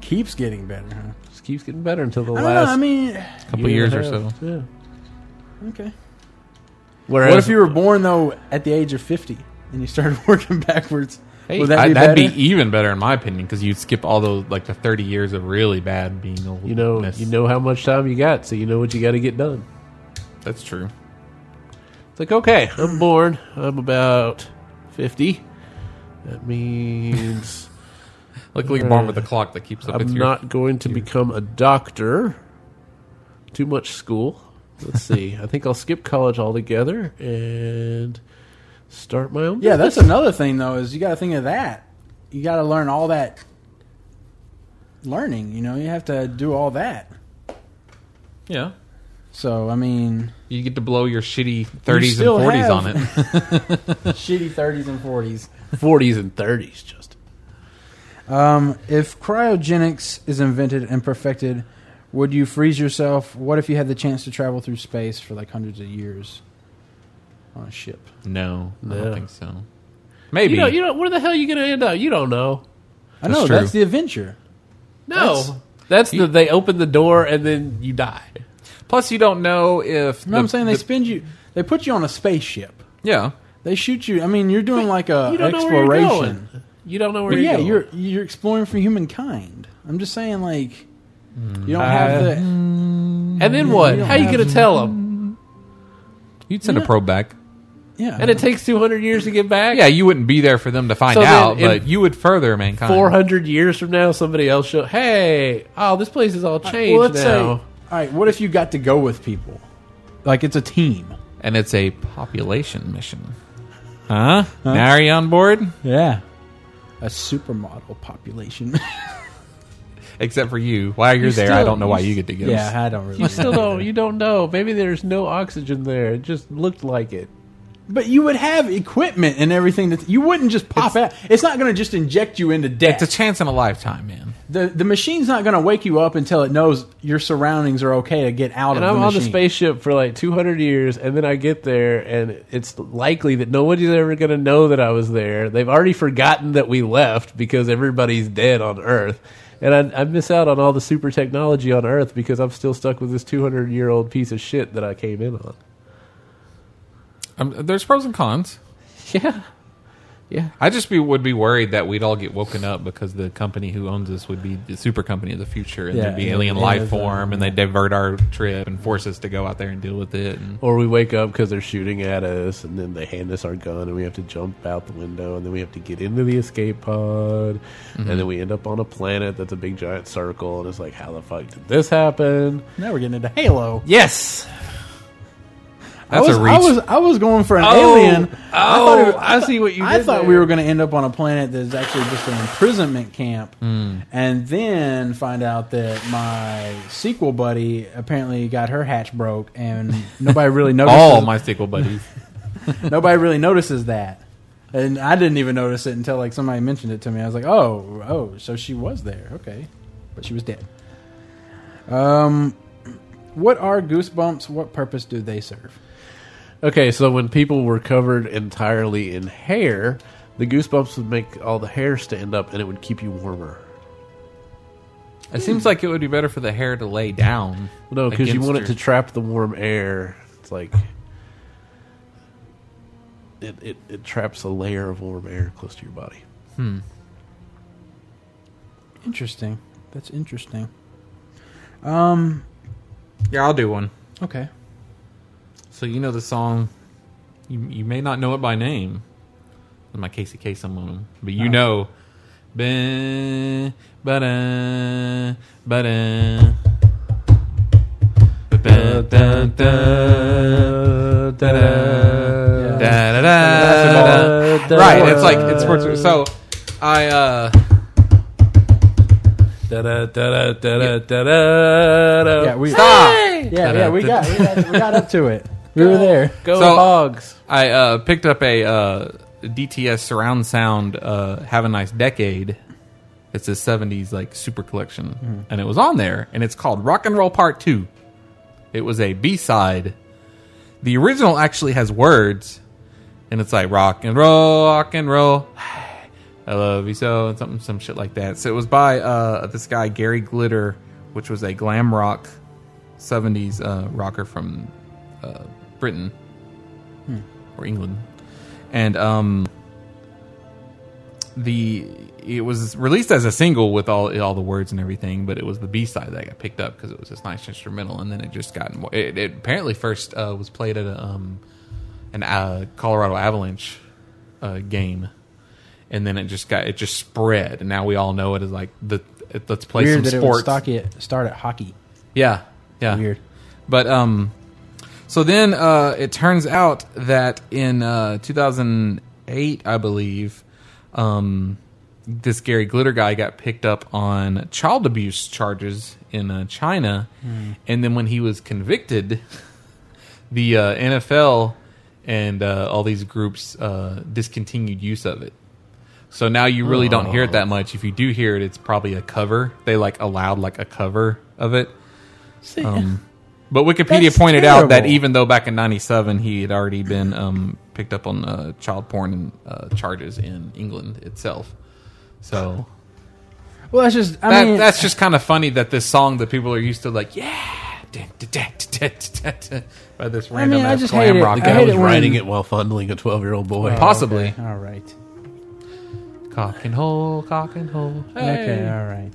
Speaker 2: keeps getting better. Huh?
Speaker 4: Just keeps getting better until the
Speaker 2: I don't know.
Speaker 4: last
Speaker 2: I mean,
Speaker 3: couple
Speaker 4: year and
Speaker 3: years
Speaker 4: a
Speaker 3: or so.
Speaker 4: half. Yeah.
Speaker 2: okay.
Speaker 4: Whereas,
Speaker 2: What if you were born though at the age of fifty and you started working backwards?
Speaker 3: Hey,
Speaker 2: Would that
Speaker 3: I-
Speaker 2: be
Speaker 3: that'd
Speaker 2: better?
Speaker 3: be e- even better in my opinion because you'd skip all those like the 30 years of really bad being old.
Speaker 4: you know you know how much time you got, so you know what you got to get done.
Speaker 3: that's true.
Speaker 4: It's like okay, I'm born. I'm about fifty. That means
Speaker 3: Luckily, you're born with a clock that keeps up
Speaker 4: I'm
Speaker 3: with your.
Speaker 4: not going to become a doctor. Too much school. Let's see. I think I'll skip college altogether and start my own.
Speaker 2: Yeah,
Speaker 4: business.
Speaker 2: that's another thing though. Is you got to think of that. You got to learn all that learning. You know, you have to do all that.
Speaker 3: yeah,
Speaker 2: So I mean,
Speaker 3: you get to blow your shitty 30s and
Speaker 2: still
Speaker 3: 40s
Speaker 2: have-
Speaker 3: on it.
Speaker 2: shitty thirties and forties.
Speaker 4: 40s and 30s, Justin.
Speaker 2: Um, if cryogenics is invented and perfected, would you freeze yourself? What if you had the chance to travel through space for like hundreds of years on a ship?
Speaker 3: No, I
Speaker 4: No.
Speaker 3: don't think so. Maybe
Speaker 4: You know, you know, where the hell are you going to end up? You don't know.
Speaker 2: I
Speaker 3: That's
Speaker 2: know
Speaker 3: true.
Speaker 2: that's the adventure.
Speaker 4: No.
Speaker 3: That's-
Speaker 4: That's, the, they open the door and then you die.
Speaker 3: Plus, you don't know if.
Speaker 2: You know what I'm saying? They
Speaker 3: the-
Speaker 2: spend you, they put you on a spaceship.
Speaker 3: yeah,
Speaker 2: They shoot you. I mean, you're doing like a
Speaker 4: You don't know where you're
Speaker 2: exploration.
Speaker 4: going. You don't know where
Speaker 2: But
Speaker 4: you're
Speaker 2: yeah,
Speaker 4: going.
Speaker 2: you're you're exploring for humankind. I'm just saying, like, you don't have the.
Speaker 4: and then what?
Speaker 2: you don't
Speaker 4: how you
Speaker 2: have-
Speaker 4: going to tell them?
Speaker 3: you'd send
Speaker 2: Yeah.
Speaker 3: a probe back.
Speaker 2: Yeah,
Speaker 4: And it takes 200 years to get back?
Speaker 3: Yeah, you wouldn't be there for them to find
Speaker 4: So then
Speaker 3: out,
Speaker 4: in
Speaker 3: but you would further mankind.
Speaker 4: 400 years from now, somebody else show. Hey, oh, this place is all changed
Speaker 2: well, let's say,
Speaker 4: now.
Speaker 2: all right. What if you got to go with people? Like it's a team.
Speaker 3: and it's a population mission. Huh? Now are you on board?
Speaker 2: Yeah, a supermodel population.
Speaker 3: Except for you. While you're,
Speaker 4: You
Speaker 3: there, I
Speaker 4: still-
Speaker 3: don't know why
Speaker 4: you
Speaker 3: you
Speaker 4: s-
Speaker 3: get to go.
Speaker 2: yeah, I don't really.
Speaker 4: You still
Speaker 2: know.
Speaker 4: don't. You don't know. Maybe there's no oxygen there. It just looked like it.
Speaker 2: But you would have equipment and everything that you wouldn't just pop out. It's not going to just inject you into death.
Speaker 3: It's a chance in a lifetime, man.
Speaker 2: the the machine's not going to wake you up until it knows your surroundings are okay to get out
Speaker 4: And
Speaker 2: of
Speaker 4: I'm
Speaker 2: the
Speaker 4: on the
Speaker 2: machine.
Speaker 4: spaceship for like 200 years, and then I get there, and it's likely that nobody's ever going to know that I was there. They've already forgotten that we left because everybody's dead on Earth, and I, I miss out on all the super technology on Earth because I'm still stuck with this 200 year old piece of shit that I came in on.
Speaker 3: Um, there's pros and cons.
Speaker 4: Yeah, yeah.
Speaker 3: I just be, would be worried that we'd all get woken up because the company who owns us would be the super company of the future, and
Speaker 2: Yeah,
Speaker 3: there'd be
Speaker 2: and
Speaker 3: alien
Speaker 2: it- it
Speaker 3: life
Speaker 2: is,
Speaker 3: form,
Speaker 2: um,
Speaker 3: and they divert our trip and force us to go out there and deal with it. And
Speaker 4: Or we wake up because they're shooting at us, and then they hand us our gun, and we have to jump out the window, and then we have to get into the escape pod,
Speaker 2: Mm-hmm.
Speaker 4: and then we end up on a planet that's a big giant circle, and it's like, how the fuck did this happen?
Speaker 2: Now we're getting into Halo.
Speaker 4: Yes,
Speaker 3: that's
Speaker 2: I was,
Speaker 3: a reach.
Speaker 2: I was I was going for an
Speaker 4: Oh,
Speaker 2: alien. I
Speaker 4: oh,
Speaker 2: thought it-
Speaker 4: I see what you
Speaker 2: I
Speaker 4: did
Speaker 2: thought
Speaker 4: there.
Speaker 2: we were going to end up on a planet that is actually just an imprisonment camp,
Speaker 4: Hmm.
Speaker 2: and then find out that my sequel buddy apparently got her hatch broke, and nobody really notices.
Speaker 4: Oh,
Speaker 3: all my sequel buddies.
Speaker 2: nobody really notices that, and I didn't even notice it until like somebody mentioned it to me. I was like, oh, oh, so she was there, okay, but she was dead. Um, what are goosebumps? What purpose do they serve?
Speaker 4: Okay, so when people were covered entirely in hair, the goosebumps would make all the hair stand up, and it would keep you warmer.
Speaker 3: it seems like it would be better for the hair to lay down.
Speaker 4: No, because you
Speaker 3: against
Speaker 4: want it
Speaker 3: your-
Speaker 4: to trap the warm air. It's like it, it, it traps a layer of warm air close to your body.
Speaker 2: Interesting. That's interesting. Um.
Speaker 3: Yeah, I'll do one.
Speaker 2: Okay.
Speaker 3: So you know the song. You you may not know it by name. My Casey Kasem on them, but you
Speaker 2: Oh.
Speaker 3: know. Ba- ba-da, ba-da. Ba- da- da- Uh, da-
Speaker 2: Yeah.
Speaker 3: da- da- da.
Speaker 4: Da-
Speaker 3: Right,
Speaker 4: da-
Speaker 3: it's like it's worth so I uh
Speaker 2: Yeah, we
Speaker 3: stop.
Speaker 2: Yeah, yeah, we got we got, we got up to it. We were there.
Speaker 4: Go
Speaker 3: So-
Speaker 4: Hogs.
Speaker 3: I uh picked up a uh DTS surround sound uh have a nice decade. It's a 70s like super collection and it was on there and it's called Rock and Roll Part 2. It was a B-side. The original actually has words and it's like rock and roll, rock and roll. I love you so and something some shit like that. So it was by uh this guy Gary Glitter, which was a glam rock 70s uh rocker from uh Britain
Speaker 2: Hmm.
Speaker 3: or England, and um, the it was released as a single with all all the words and everything, but it was the B side that got picked up because it was this nice instrumental, and then it just got more. It, it apparently first uh, was played at a, um, an uh, Colorado Avalanche uh, game, and then it just got it just spread, and now we all know it as like the it, let's play
Speaker 2: Weird that
Speaker 3: some
Speaker 2: it would
Speaker 3: sports.
Speaker 2: stock it, start at hockey.
Speaker 3: Yeah, yeah.
Speaker 2: Weird.
Speaker 3: But um, so then uh, it turns out that in uh, 2008, I believe, um, this Gary Glitter guy got picked up on child abuse charges in uh, China, and then when he was convicted, the uh, NFL and uh, all these groups uh, discontinued use of it. So now you really don't hear it that much. If you do hear it, it's probably a cover. They like allowed like a cover of it. Um,
Speaker 4: See,
Speaker 3: But Wikipedia
Speaker 2: That's
Speaker 3: pointed out that
Speaker 2: terrible.
Speaker 3: even though back in '97 he had already been um, picked up on uh, child porn uh, charges in England itself, so
Speaker 2: Well, that's just. I
Speaker 3: that,
Speaker 2: mean,
Speaker 3: that's just kind of funny that this song that people are used to like, yeah, dun, dun, dun, dun, dun, dun, dun, by this
Speaker 2: mean,
Speaker 3: random
Speaker 2: I
Speaker 3: ass
Speaker 2: just
Speaker 3: glam
Speaker 2: hate it.
Speaker 3: rock
Speaker 2: The I
Speaker 4: I
Speaker 3: guy
Speaker 2: hate
Speaker 4: was
Speaker 2: it when-
Speaker 4: writing it while fondling a 12 year old boy.
Speaker 3: Uh,
Speaker 2: Oh,
Speaker 3: possibly.
Speaker 2: okay, All right.
Speaker 3: cock and hole, cock and hole.
Speaker 2: Okay. All right.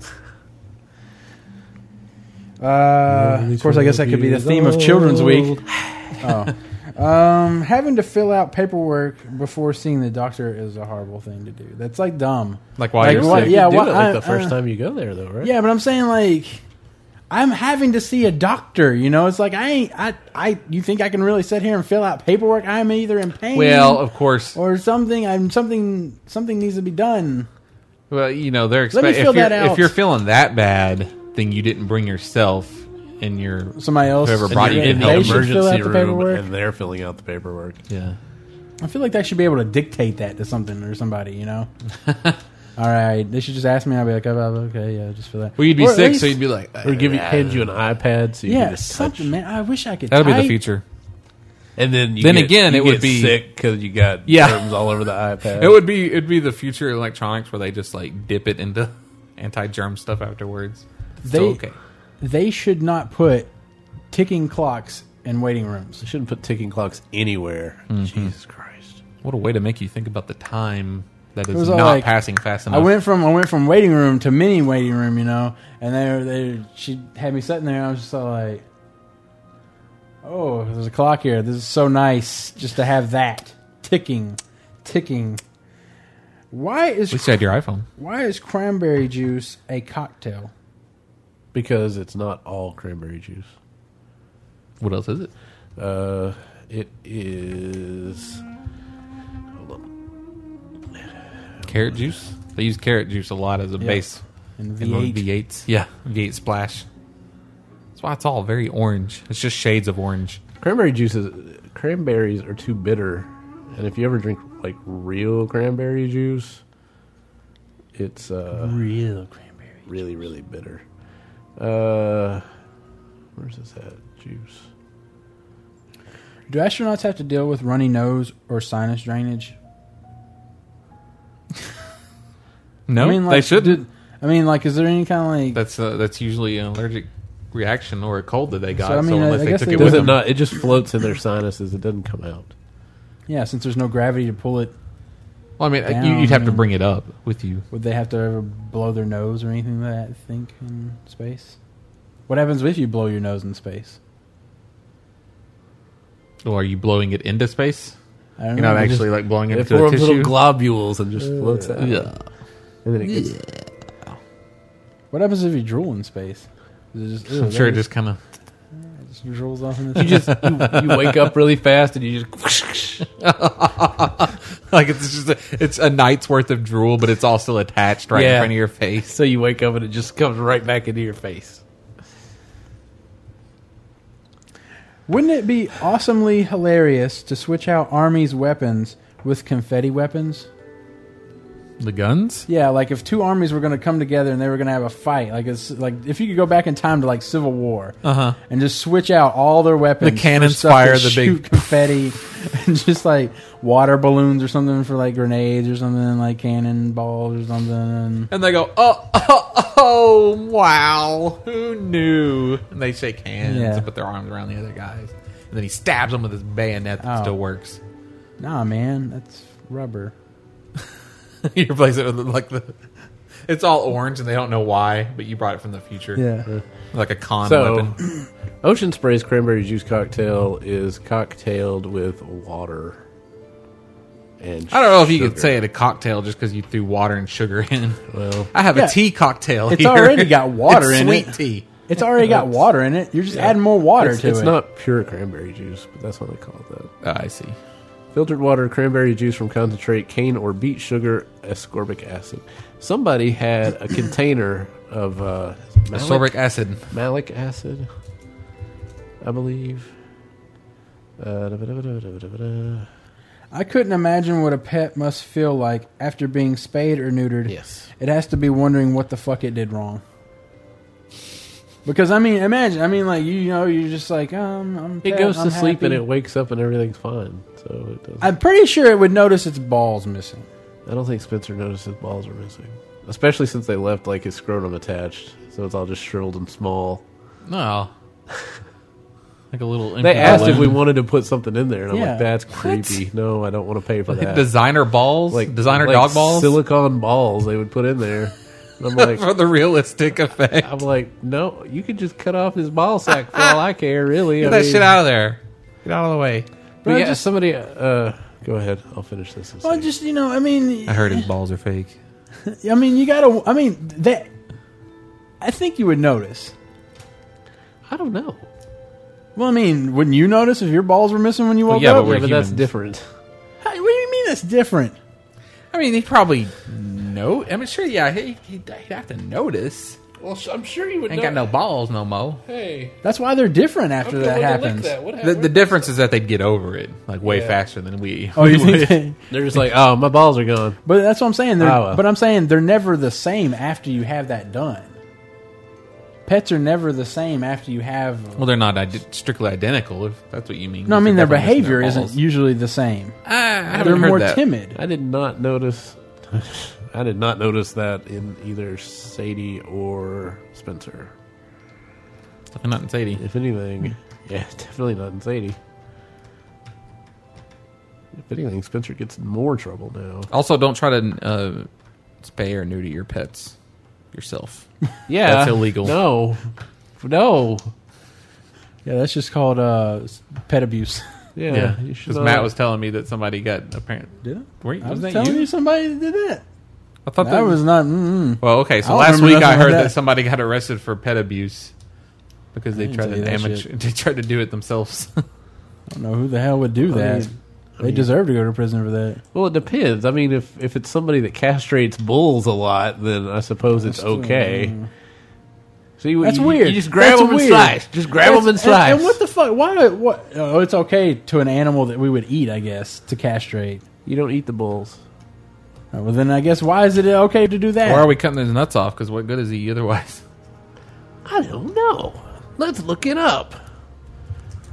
Speaker 2: Uh, of course, I guess that could be the theme of Children's Week. Oh. Um, having to fill out paperwork before seeing the doctor is a horrible thing to do. That's like dumb.
Speaker 3: Like while
Speaker 2: Like
Speaker 3: you're
Speaker 2: what-
Speaker 3: sick.
Speaker 2: yeah.
Speaker 4: You do
Speaker 2: what-
Speaker 4: it like
Speaker 2: I-
Speaker 4: the first
Speaker 2: uh,
Speaker 4: time you go there, though, right?
Speaker 2: Yeah, but I'm saying like I'm having to see a doctor. You know, it's like I ain't. I. I. You think I can really sit here and fill out paperwork? I'm either in pain.
Speaker 3: Well, of course.
Speaker 2: or something. I'm something. Something needs to be done.
Speaker 3: Well, you know they're
Speaker 2: me
Speaker 3: expecting
Speaker 2: fill
Speaker 3: if, you're-
Speaker 2: that out.
Speaker 3: if you're feeling that bad, then you didn't bring yourself and your
Speaker 2: Somebody else.
Speaker 3: Whoever
Speaker 4: And
Speaker 3: brought
Speaker 4: you're
Speaker 3: you
Speaker 4: in
Speaker 3: in
Speaker 4: the
Speaker 3: help.
Speaker 2: they should fill out the
Speaker 4: emergency room,
Speaker 2: paperwork.
Speaker 4: and they're filling out the paperwork.
Speaker 3: yeah.
Speaker 2: I feel like they should be able to dictate that to something or somebody. You know. All right, they should just ask me. I'll be like, oh, okay, yeah, just fill that.
Speaker 3: Well, you'd be
Speaker 2: Or at
Speaker 3: sick,
Speaker 2: least-
Speaker 3: so you'd be like,
Speaker 4: Or give you, hand you an iPad so you
Speaker 2: yeah,
Speaker 4: can just touch.
Speaker 2: something, man. I wish I could.
Speaker 3: That'll be
Speaker 2: type.
Speaker 3: the future.
Speaker 4: And then you
Speaker 3: Then
Speaker 4: get-
Speaker 3: again,
Speaker 4: you
Speaker 3: it would
Speaker 4: get
Speaker 3: be-
Speaker 4: sick because you got
Speaker 3: Yeah.
Speaker 4: germs all over the iPad.
Speaker 3: It would be it'd be the future electronics where they just like dip it into anti-germ stuff afterwards. It's
Speaker 2: They-
Speaker 3: still okay.
Speaker 2: They should not put ticking clocks in waiting rooms.
Speaker 4: You shouldn't put ticking clocks anywhere. Jesus Christ.
Speaker 3: What a way to make you think about the time that is
Speaker 2: was
Speaker 3: not
Speaker 2: all like-
Speaker 3: passing fast enough.
Speaker 2: I went from I went from waiting room to mini waiting room, you know, and they were- they she had me sitting there. and I was just all like, "Oh, there's a clock here. This is so nice just to have that ticking, ticking." Why
Speaker 3: At least
Speaker 2: is
Speaker 3: you had your iPhone.
Speaker 2: why is cranberry juice a cocktail?
Speaker 4: Because it's not all cranberry juice.
Speaker 3: What else is it?
Speaker 4: Uh, it is. Hold on.
Speaker 3: Carrot juice. They use carrot juice a lot as a base
Speaker 2: And
Speaker 3: in
Speaker 2: V8.
Speaker 3: V8s. Yeah, V8 splash. That's why it's all very orange. It's just shades of orange.
Speaker 4: Cranberry juice is. Cranberries are too bitter. And if you ever drink, like, real cranberry juice, it's. uh
Speaker 2: real cranberry.
Speaker 4: really really bitter. Uh, where's this at? Juice.
Speaker 2: Do astronauts have to deal with runny nose or sinus drainage?
Speaker 3: No, they should.
Speaker 2: did- I mean, like, is there any kind of like?
Speaker 3: that's uh, that's usually an allergic reaction or a cold that they got.
Speaker 2: So,
Speaker 3: So,
Speaker 2: I mean, I-
Speaker 3: unless
Speaker 2: I
Speaker 3: they
Speaker 2: guess
Speaker 3: took
Speaker 2: they
Speaker 3: it
Speaker 2: do
Speaker 3: with
Speaker 4: Does
Speaker 3: them,
Speaker 4: it not? It just floats in their sinuses. It doesn't come out.
Speaker 2: Yeah, since there's no gravity to pull it
Speaker 3: Well, I mean,
Speaker 2: down,
Speaker 3: you, you'd have to
Speaker 2: and-
Speaker 3: bring it up with you.
Speaker 2: Would they have to ever blow their nose or anything like that? I think in space. What happens if you blow your nose in space?
Speaker 3: Or are you blowing it into space?
Speaker 2: I don't
Speaker 3: You're not
Speaker 2: know,
Speaker 3: actually like blowing it
Speaker 4: It
Speaker 3: into a
Speaker 4: forms little
Speaker 3: tissue.
Speaker 4: globules and just floats out.
Speaker 3: yeah.
Speaker 4: And then it gets,
Speaker 2: Just, what happens if you drool in space? Is it just, ew,
Speaker 3: I'm sure it
Speaker 2: that
Speaker 3: just kind of.
Speaker 2: just drools off in the
Speaker 4: you just you, you wake up really fast and you just
Speaker 3: like it's just a, it's a night's worth of drool, but it's also attached right in
Speaker 4: Yeah.
Speaker 3: front of your face.
Speaker 4: so you wake up and it just comes right back into your face.
Speaker 2: Wouldn't it be awesomely hilarious to switch out armies' weapons with confetti weapons?
Speaker 3: The guns?
Speaker 2: Yeah, like if two armies were going to come together and they were going to have a fight, like it's like if you could go back in time to like Civil War
Speaker 3: Uh huh.
Speaker 2: and just switch out all their weapons,
Speaker 3: The cannons
Speaker 2: for stuff
Speaker 3: fire
Speaker 2: to
Speaker 3: the big-
Speaker 2: shoot confetti and just like water balloons or something for like grenades or something like cannonballs or something.
Speaker 3: And they go, oh, oh, oh, wow, who knew? And they shake hands
Speaker 2: Yeah.
Speaker 3: and put their arms around the other guys. And then he stabs them with his bayonet that
Speaker 2: Oh.
Speaker 3: still works.
Speaker 2: Nah, man, that's rubber.
Speaker 3: you replace it with like the. It's all orange and they don't know why, but you brought it from the future.
Speaker 2: Yeah,
Speaker 3: Like a con
Speaker 4: So,
Speaker 3: weapon.
Speaker 4: Ocean Spray's cranberry juice cocktail is cocktailed with water. And
Speaker 3: I don't know if you could
Speaker 4: sugar.
Speaker 3: say it a cocktail just because you threw water and sugar in.
Speaker 4: Well,
Speaker 3: I have
Speaker 2: Yeah.
Speaker 3: a tea cocktail.
Speaker 2: It's
Speaker 3: here.
Speaker 2: already got water
Speaker 3: It's
Speaker 2: in
Speaker 3: sweet
Speaker 2: it.
Speaker 3: tea.
Speaker 2: it's already got water in it. You're just adding more water
Speaker 4: it's,
Speaker 2: to
Speaker 4: it's
Speaker 2: it.
Speaker 4: not pure cranberry juice, but that's what they call it. Though.
Speaker 3: Oh, I see.
Speaker 4: Filtered water, cranberry juice from concentrate, cane or beet sugar, ascorbic acid. Somebody had a container of uh, malic,
Speaker 3: Ascorbic acid.
Speaker 4: malic acid, I believe. Uh, da-ba-da-ba-da-ba-da-ba-da.
Speaker 2: I couldn't imagine what a pet must feel like after being spayed or neutered.
Speaker 4: yes.
Speaker 2: It has to be wondering what the fuck it did wrong. Because I mean, imagine. I mean, like you know, you're just like um. I'm
Speaker 4: It
Speaker 2: pet,
Speaker 4: goes to
Speaker 2: I'm
Speaker 4: sleep and
Speaker 2: happy.
Speaker 4: it wakes up and everything's fine. So it doesn't.
Speaker 2: I'm pretty sure it would notice its balls missing.
Speaker 4: I don't think Spencer noticed his balls were missing, especially since they left like his scrotum attached, so it's all just shriveled and small.
Speaker 3: No. Like a little.
Speaker 4: They asked if we wanted to put something in there, and I'm
Speaker 2: Yeah.
Speaker 4: like, "That's creepy. No, I don't want to pay for that."
Speaker 3: designer balls, like designer dog balls
Speaker 4: silicone balls they would put in there. And I'm like,
Speaker 3: for the realistic effect.
Speaker 4: I'm like, no, you could just cut off his ball sack for all I care, really.
Speaker 3: Get
Speaker 4: I
Speaker 3: that
Speaker 4: mean,
Speaker 3: shit out of there. Get out of the way.
Speaker 4: But
Speaker 2: Well,
Speaker 4: yeah,
Speaker 2: just-
Speaker 4: somebody. Uh, go ahead. I'll finish this. in a
Speaker 2: Well,
Speaker 4: second.
Speaker 2: just you know, I mean,
Speaker 3: I heard his balls are fake.
Speaker 2: I mean, you gotta. I mean, that. I think you would notice.
Speaker 4: I don't know.
Speaker 2: Well, I mean, wouldn't you notice if your balls were missing when you
Speaker 3: Well,
Speaker 2: woke
Speaker 3: yeah,
Speaker 2: up?
Speaker 3: but we're
Speaker 4: yeah, but that's
Speaker 3: humans.
Speaker 4: different.
Speaker 2: Hey, what do you mean that's different?
Speaker 3: I mean, he probably no. I mean, sure, yeah, he, he'd, he'd have to notice.
Speaker 4: Well, I'm sure you would.
Speaker 3: Ain't got no balls no more.
Speaker 4: Hey,
Speaker 2: That's why they're different after that happens.
Speaker 3: The, the difference is that they'd get over it like way
Speaker 4: Yeah.
Speaker 3: faster than we.
Speaker 2: Oh, you think? They,
Speaker 4: They're just like, oh, my balls are gone.
Speaker 2: but that's what I'm saying. They're,
Speaker 4: Oh, well.
Speaker 2: But I'm saying they're never the same after you have that done. Pets are never the same after you have.
Speaker 3: well, they're not ide- strictly identical. If that's what you mean.
Speaker 2: No, I
Speaker 3: It's
Speaker 2: mean their
Speaker 3: definitely just
Speaker 2: behavior isn't
Speaker 3: balls.
Speaker 2: usually the same.
Speaker 3: I, I haven't
Speaker 2: They're
Speaker 3: heard
Speaker 2: more
Speaker 3: that.
Speaker 2: timid.
Speaker 4: I did not notice. I did not notice that in either Sadie or Spencer.
Speaker 3: Definitely not in Sadie.
Speaker 4: If anything, yeah, definitely not in Sadie. If anything, Spencer gets in more trouble now.
Speaker 3: Also, don't try to uh, spay or neuter your pets yourself.
Speaker 4: Yeah,
Speaker 3: That's illegal.
Speaker 4: No, no.
Speaker 2: Yeah, that's just called uh, pet abuse.
Speaker 4: Yeah, you should uh,
Speaker 3: because
Speaker 4: not-
Speaker 3: Matt was telling me that somebody got apparent.
Speaker 2: Did it?
Speaker 3: Were you,
Speaker 2: I was
Speaker 3: wasn't that
Speaker 2: telling
Speaker 3: you?
Speaker 2: you somebody that did that.
Speaker 3: I thought
Speaker 2: That was not. Mm-mm.
Speaker 3: Well, okay. So
Speaker 2: don't
Speaker 3: last
Speaker 2: remember
Speaker 3: week I
Speaker 2: nothing like
Speaker 3: heard that.
Speaker 2: that.
Speaker 3: somebody got arrested for pet abuse because they
Speaker 2: didn't
Speaker 3: tried
Speaker 2: tell you
Speaker 3: to
Speaker 2: that
Speaker 3: amateur.
Speaker 2: shit.
Speaker 3: They tried to do it themselves.
Speaker 2: I don't know who the hell would do that.
Speaker 4: mean-
Speaker 2: they deserve to go to prison for that.
Speaker 4: Well, it depends. I mean, if if it's somebody that castrates bulls a lot, then I suppose it's okay. See,
Speaker 2: That's
Speaker 4: you,
Speaker 2: weird.
Speaker 4: You just grab
Speaker 2: That's
Speaker 4: them and
Speaker 2: weird.
Speaker 4: slice. Just grab
Speaker 2: That's-
Speaker 4: them and slice.
Speaker 2: And, and what the fuck? Why? What? Oh, it's okay to an animal that we would eat, I guess, to castrate.
Speaker 4: you don't eat the bulls.
Speaker 2: Uh, Well, then I guess why is it okay to do that?
Speaker 3: Why are we cutting his nuts off? Because what good is he otherwise?
Speaker 4: I don't know. Let's look it up.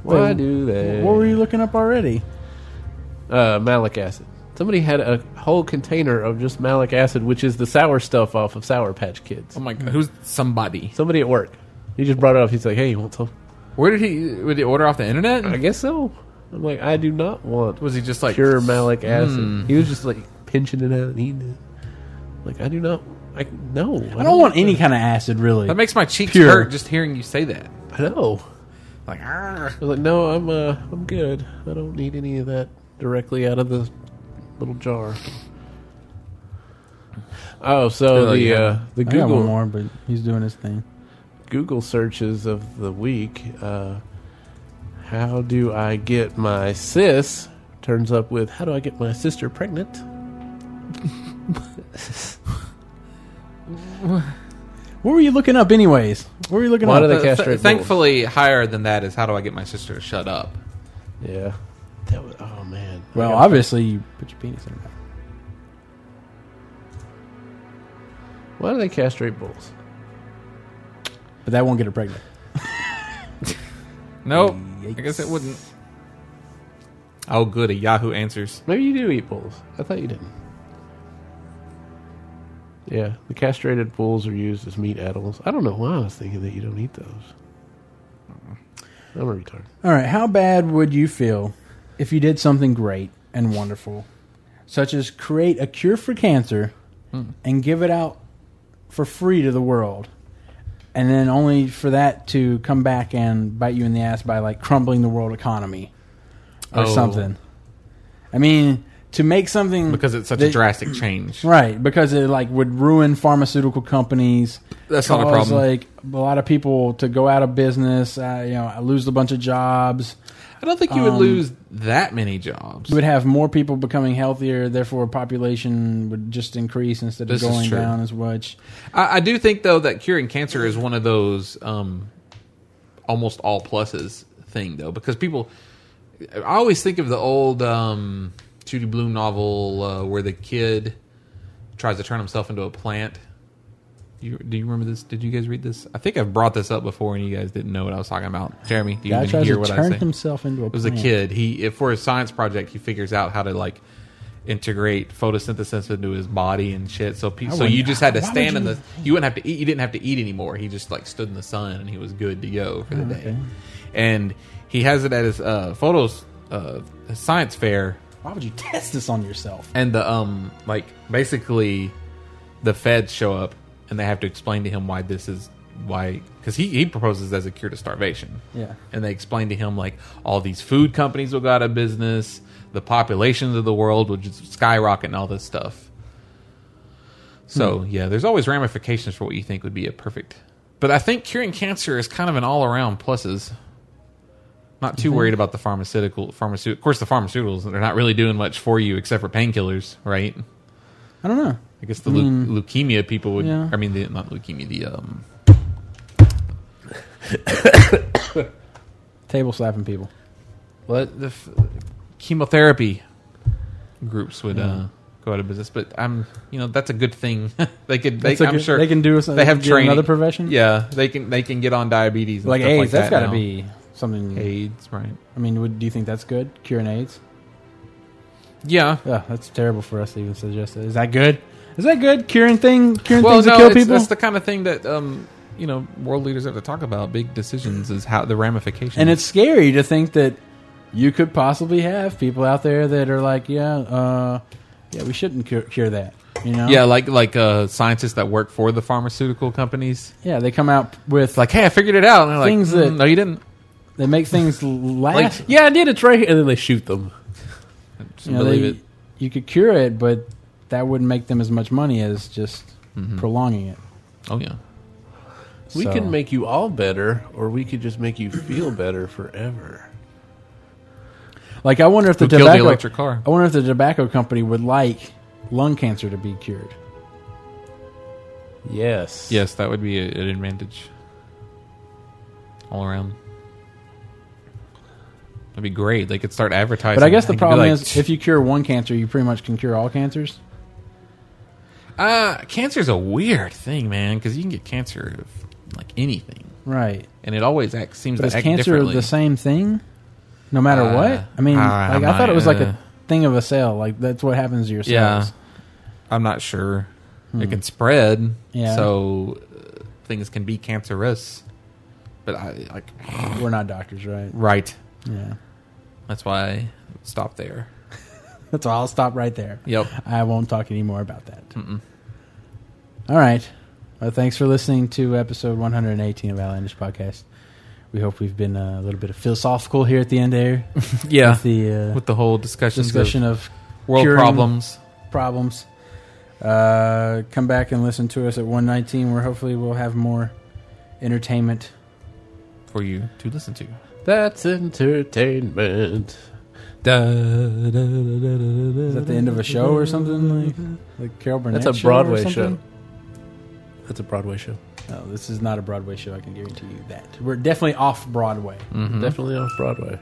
Speaker 2: Wait,
Speaker 4: Why do they?
Speaker 2: what were you looking up already?
Speaker 4: Uh, malic acid. Somebody had a whole container of just malic acid, which is the sour stuff off of Sour Patch Kids.
Speaker 3: Oh my god! Who's somebody?
Speaker 4: Somebody at work. He just brought it up. He's like, "Hey, you want some?"
Speaker 3: Where did he? Would he order off the internet?
Speaker 4: I guess so. I'm like, I do not want
Speaker 3: Was he just like?
Speaker 4: pure malic acid. He was just like, pinching it out and eating it. Like I do not. I no.
Speaker 2: I don't want any kind of acid, really.
Speaker 3: That makes my cheeks
Speaker 2: Pure.
Speaker 3: hurt just hearing you say that.
Speaker 4: I know.
Speaker 3: Like, "Arr."
Speaker 4: I was like, no, I'm uh, I'm good. I don't need any of that directly out of the little jar. Oh, so
Speaker 3: Oh,
Speaker 4: the
Speaker 3: yeah.
Speaker 4: uh,
Speaker 2: I
Speaker 4: the
Speaker 2: got one
Speaker 4: Google
Speaker 2: more, but he's doing his thing.
Speaker 4: Google searches of the week. Uh, how do I get my sis? Turns up with how do I get my sister pregnant?
Speaker 2: What were you looking up, anyways? What were you looking
Speaker 4: Why
Speaker 2: up? Uh,
Speaker 4: do they
Speaker 3: Th-
Speaker 4: castrate bulls?
Speaker 3: thankfully, higher than that is how do I get my sister to shut up?
Speaker 4: Yeah, that was oh man.
Speaker 2: well,
Speaker 4: I
Speaker 2: obviously, you put your penis in it.
Speaker 4: why do they castrate bulls?
Speaker 2: But that won't get her pregnant.
Speaker 3: Nope. I guess it wouldn't. Oh, good. A Yahoo answers.
Speaker 4: Maybe you do eat bulls. I thought you didn't. Yeah, the castrated bulls are used as meat animals. I don't know why I was thinking that you don't eat those. I'm a retard.
Speaker 2: All right, how bad would you feel if you did something great and wonderful, such as create a cure for cancer
Speaker 3: Hmm.
Speaker 2: and give it out for free to the world, and then only for that to come back and bite you in the ass by like crumbling the world economy or
Speaker 3: Oh.
Speaker 2: something? I mean, to make something
Speaker 3: Because it's such a
Speaker 2: that-
Speaker 3: drastic change.
Speaker 2: Right, because it like would ruin pharmaceutical companies.
Speaker 3: That's not a
Speaker 2: cause,
Speaker 3: problem.
Speaker 2: Like a lot of people to go out of business, uh, you know, I lose a bunch of jobs.
Speaker 3: I don't think you would
Speaker 2: Um,
Speaker 3: lose that many jobs.
Speaker 2: You would have more people becoming healthier, therefore population would just increase instead of
Speaker 3: This is
Speaker 2: going
Speaker 3: true.
Speaker 2: down as much.
Speaker 3: I, I do think though that curing cancer is one of those um, almost all pluses thing though because people I always think of the old um, Judy Blume novel uh, where the kid tries to turn himself into a plant. You, do you remember this? Did you guys read this? I think I've brought this up before, and you guys didn't know what I was talking about. Jeremy, do you
Speaker 2: Guy
Speaker 3: even
Speaker 2: tries
Speaker 3: hear
Speaker 2: to
Speaker 3: what I
Speaker 2: turn
Speaker 3: say?
Speaker 2: himself into a.
Speaker 3: It was a kid. He if for a science project, he figures out how to like integrate photosynthesis into his body and shit. So pe-
Speaker 2: I
Speaker 3: so
Speaker 2: wouldn't-
Speaker 3: you just had to
Speaker 2: why would
Speaker 3: stand in
Speaker 2: you-
Speaker 3: the you wouldn't have to eat. You didn't have to eat anymore. He just like stood in the sun and he was good to go for the day.
Speaker 2: Oh, okay.
Speaker 3: And he has it at his uh, photos uh, his science fair
Speaker 2: Why would you test this on yourself?
Speaker 3: and the um like basically the feds show up and they have to explain to him why this is why because he, he proposes as a cure to starvation
Speaker 2: Yeah.
Speaker 3: and they explain to him like all these food companies will go out of business the populations of the world will just skyrocket and all this stuff so yeah there's always ramifications for what you think would be a perfect but i think curing cancer is kind of an all-around pluses not
Speaker 2: Mm-hmm.
Speaker 3: too worried about the pharmaceutical pharmaceutical of course the pharmaceuticals they're not really doing much for you except for painkillers right
Speaker 2: I don't know.
Speaker 3: i guess the leu- leukemia people would
Speaker 2: Yeah.
Speaker 3: i mean the, not leukemia the um
Speaker 2: Table slapping people.
Speaker 3: what the f- chemotherapy groups would uh go out of business but i'm you know that's a good thing they could they,
Speaker 2: That's a
Speaker 3: i'm
Speaker 2: good-
Speaker 3: sure
Speaker 2: they can do.
Speaker 3: they have
Speaker 2: get
Speaker 3: training
Speaker 2: another profession.
Speaker 3: yeah they can they can get on diabetes and
Speaker 2: like
Speaker 3: stuff
Speaker 2: AIDS.
Speaker 3: like
Speaker 2: that's got
Speaker 3: that
Speaker 2: to
Speaker 3: now.
Speaker 2: be something.
Speaker 3: aids right
Speaker 2: I mean, would, do you think that's good? Curing AIDS?
Speaker 3: yeah
Speaker 2: Yeah, that's terrible for us to even suggest that. Is that good? Is that good? Curing thing, curing
Speaker 3: well,
Speaker 2: things
Speaker 3: no,
Speaker 2: to kill
Speaker 3: it's-
Speaker 2: people.
Speaker 3: that's the kind of thing that um, you know world leaders have to talk about. Big decisions is how the ramifications.
Speaker 2: and it's scary to think that you could possibly have people out there that are like, yeah, uh, yeah, we shouldn't cure, cure that. You know?
Speaker 3: yeah, like like uh, scientists that work for the pharmaceutical companies.
Speaker 2: yeah. They come out with
Speaker 3: It's like, hey, I figured it out. And they're like,
Speaker 2: Things
Speaker 3: "Mm,
Speaker 2: that-
Speaker 3: no, you didn't.
Speaker 2: they make things l-
Speaker 4: Like,
Speaker 2: last.
Speaker 4: yeah, I did. It's right here, and then they shoot them.
Speaker 2: you know,
Speaker 3: believe
Speaker 2: they-
Speaker 3: it.
Speaker 2: You could cure it, but that wouldn't make them as much money as just
Speaker 3: Mm-hmm.
Speaker 2: prolonging it.
Speaker 3: Oh yeah,
Speaker 4: We
Speaker 2: So-
Speaker 4: can make you all better, or we could just make you feel better forever.
Speaker 2: Like I wonder if the
Speaker 3: who killed the
Speaker 2: tobacco.
Speaker 3: electric car?
Speaker 2: I wonder if the tobacco company would like lung cancer to be cured.
Speaker 4: Yes.
Speaker 3: Yes, that would be a, an advantage all around. That'd be great. They could start advertising.
Speaker 2: But I guess
Speaker 3: They
Speaker 2: the
Speaker 3: could be
Speaker 2: problem
Speaker 3: like,
Speaker 2: is if you cure one cancer, you pretty much can cure all cancers.
Speaker 3: uh, cancer's a weird thing, man, because you can get cancer of like anything,
Speaker 2: Right.
Speaker 3: and it always acts seems
Speaker 2: But
Speaker 3: to
Speaker 2: is
Speaker 3: act
Speaker 2: cancer
Speaker 3: differently.
Speaker 2: the same thing? No matter
Speaker 3: Uh,
Speaker 2: what? I mean,
Speaker 3: uh,
Speaker 2: like,
Speaker 3: I'm
Speaker 2: I thought
Speaker 3: not-
Speaker 2: it was like
Speaker 3: uh,
Speaker 2: a thing of a cell. Like, that's what happens to your
Speaker 3: Yeah.
Speaker 2: cells.
Speaker 3: I'm not sure. It can spread,
Speaker 2: Hmm. Yeah.
Speaker 3: so uh, things can be cancerous. But I like
Speaker 2: We're not doctors, right?
Speaker 3: right.
Speaker 2: Yeah.
Speaker 3: That's why I stopped there.
Speaker 2: so I'll stop right there.
Speaker 3: Yep.
Speaker 2: I won't talk anymore about that. All right. Well, thanks for listening to episode 118 of Outlandish Podcast. We hope we've been uh, a little bit of philosophical here at the end there.
Speaker 3: Yeah.
Speaker 2: With the uh,
Speaker 3: With the whole discussion,
Speaker 2: discussion of
Speaker 3: of world
Speaker 2: curing-
Speaker 3: problems.
Speaker 2: problems. Uh, come back and listen to us at 119, where hopefully we'll have more entertainment.
Speaker 3: for you to listen to.
Speaker 4: That's entertainment.
Speaker 2: Is that the end of a show or something? Like, like Carol Burnett?
Speaker 4: That's a
Speaker 2: show or
Speaker 4: Broadway show.
Speaker 2: something?
Speaker 4: That's a Broadway show.
Speaker 2: No, this is not a Broadway show. I can guarantee you that. We're definitely off Broadway.
Speaker 3: Mhm.
Speaker 4: Mm-hmm. Definitely off Broadway.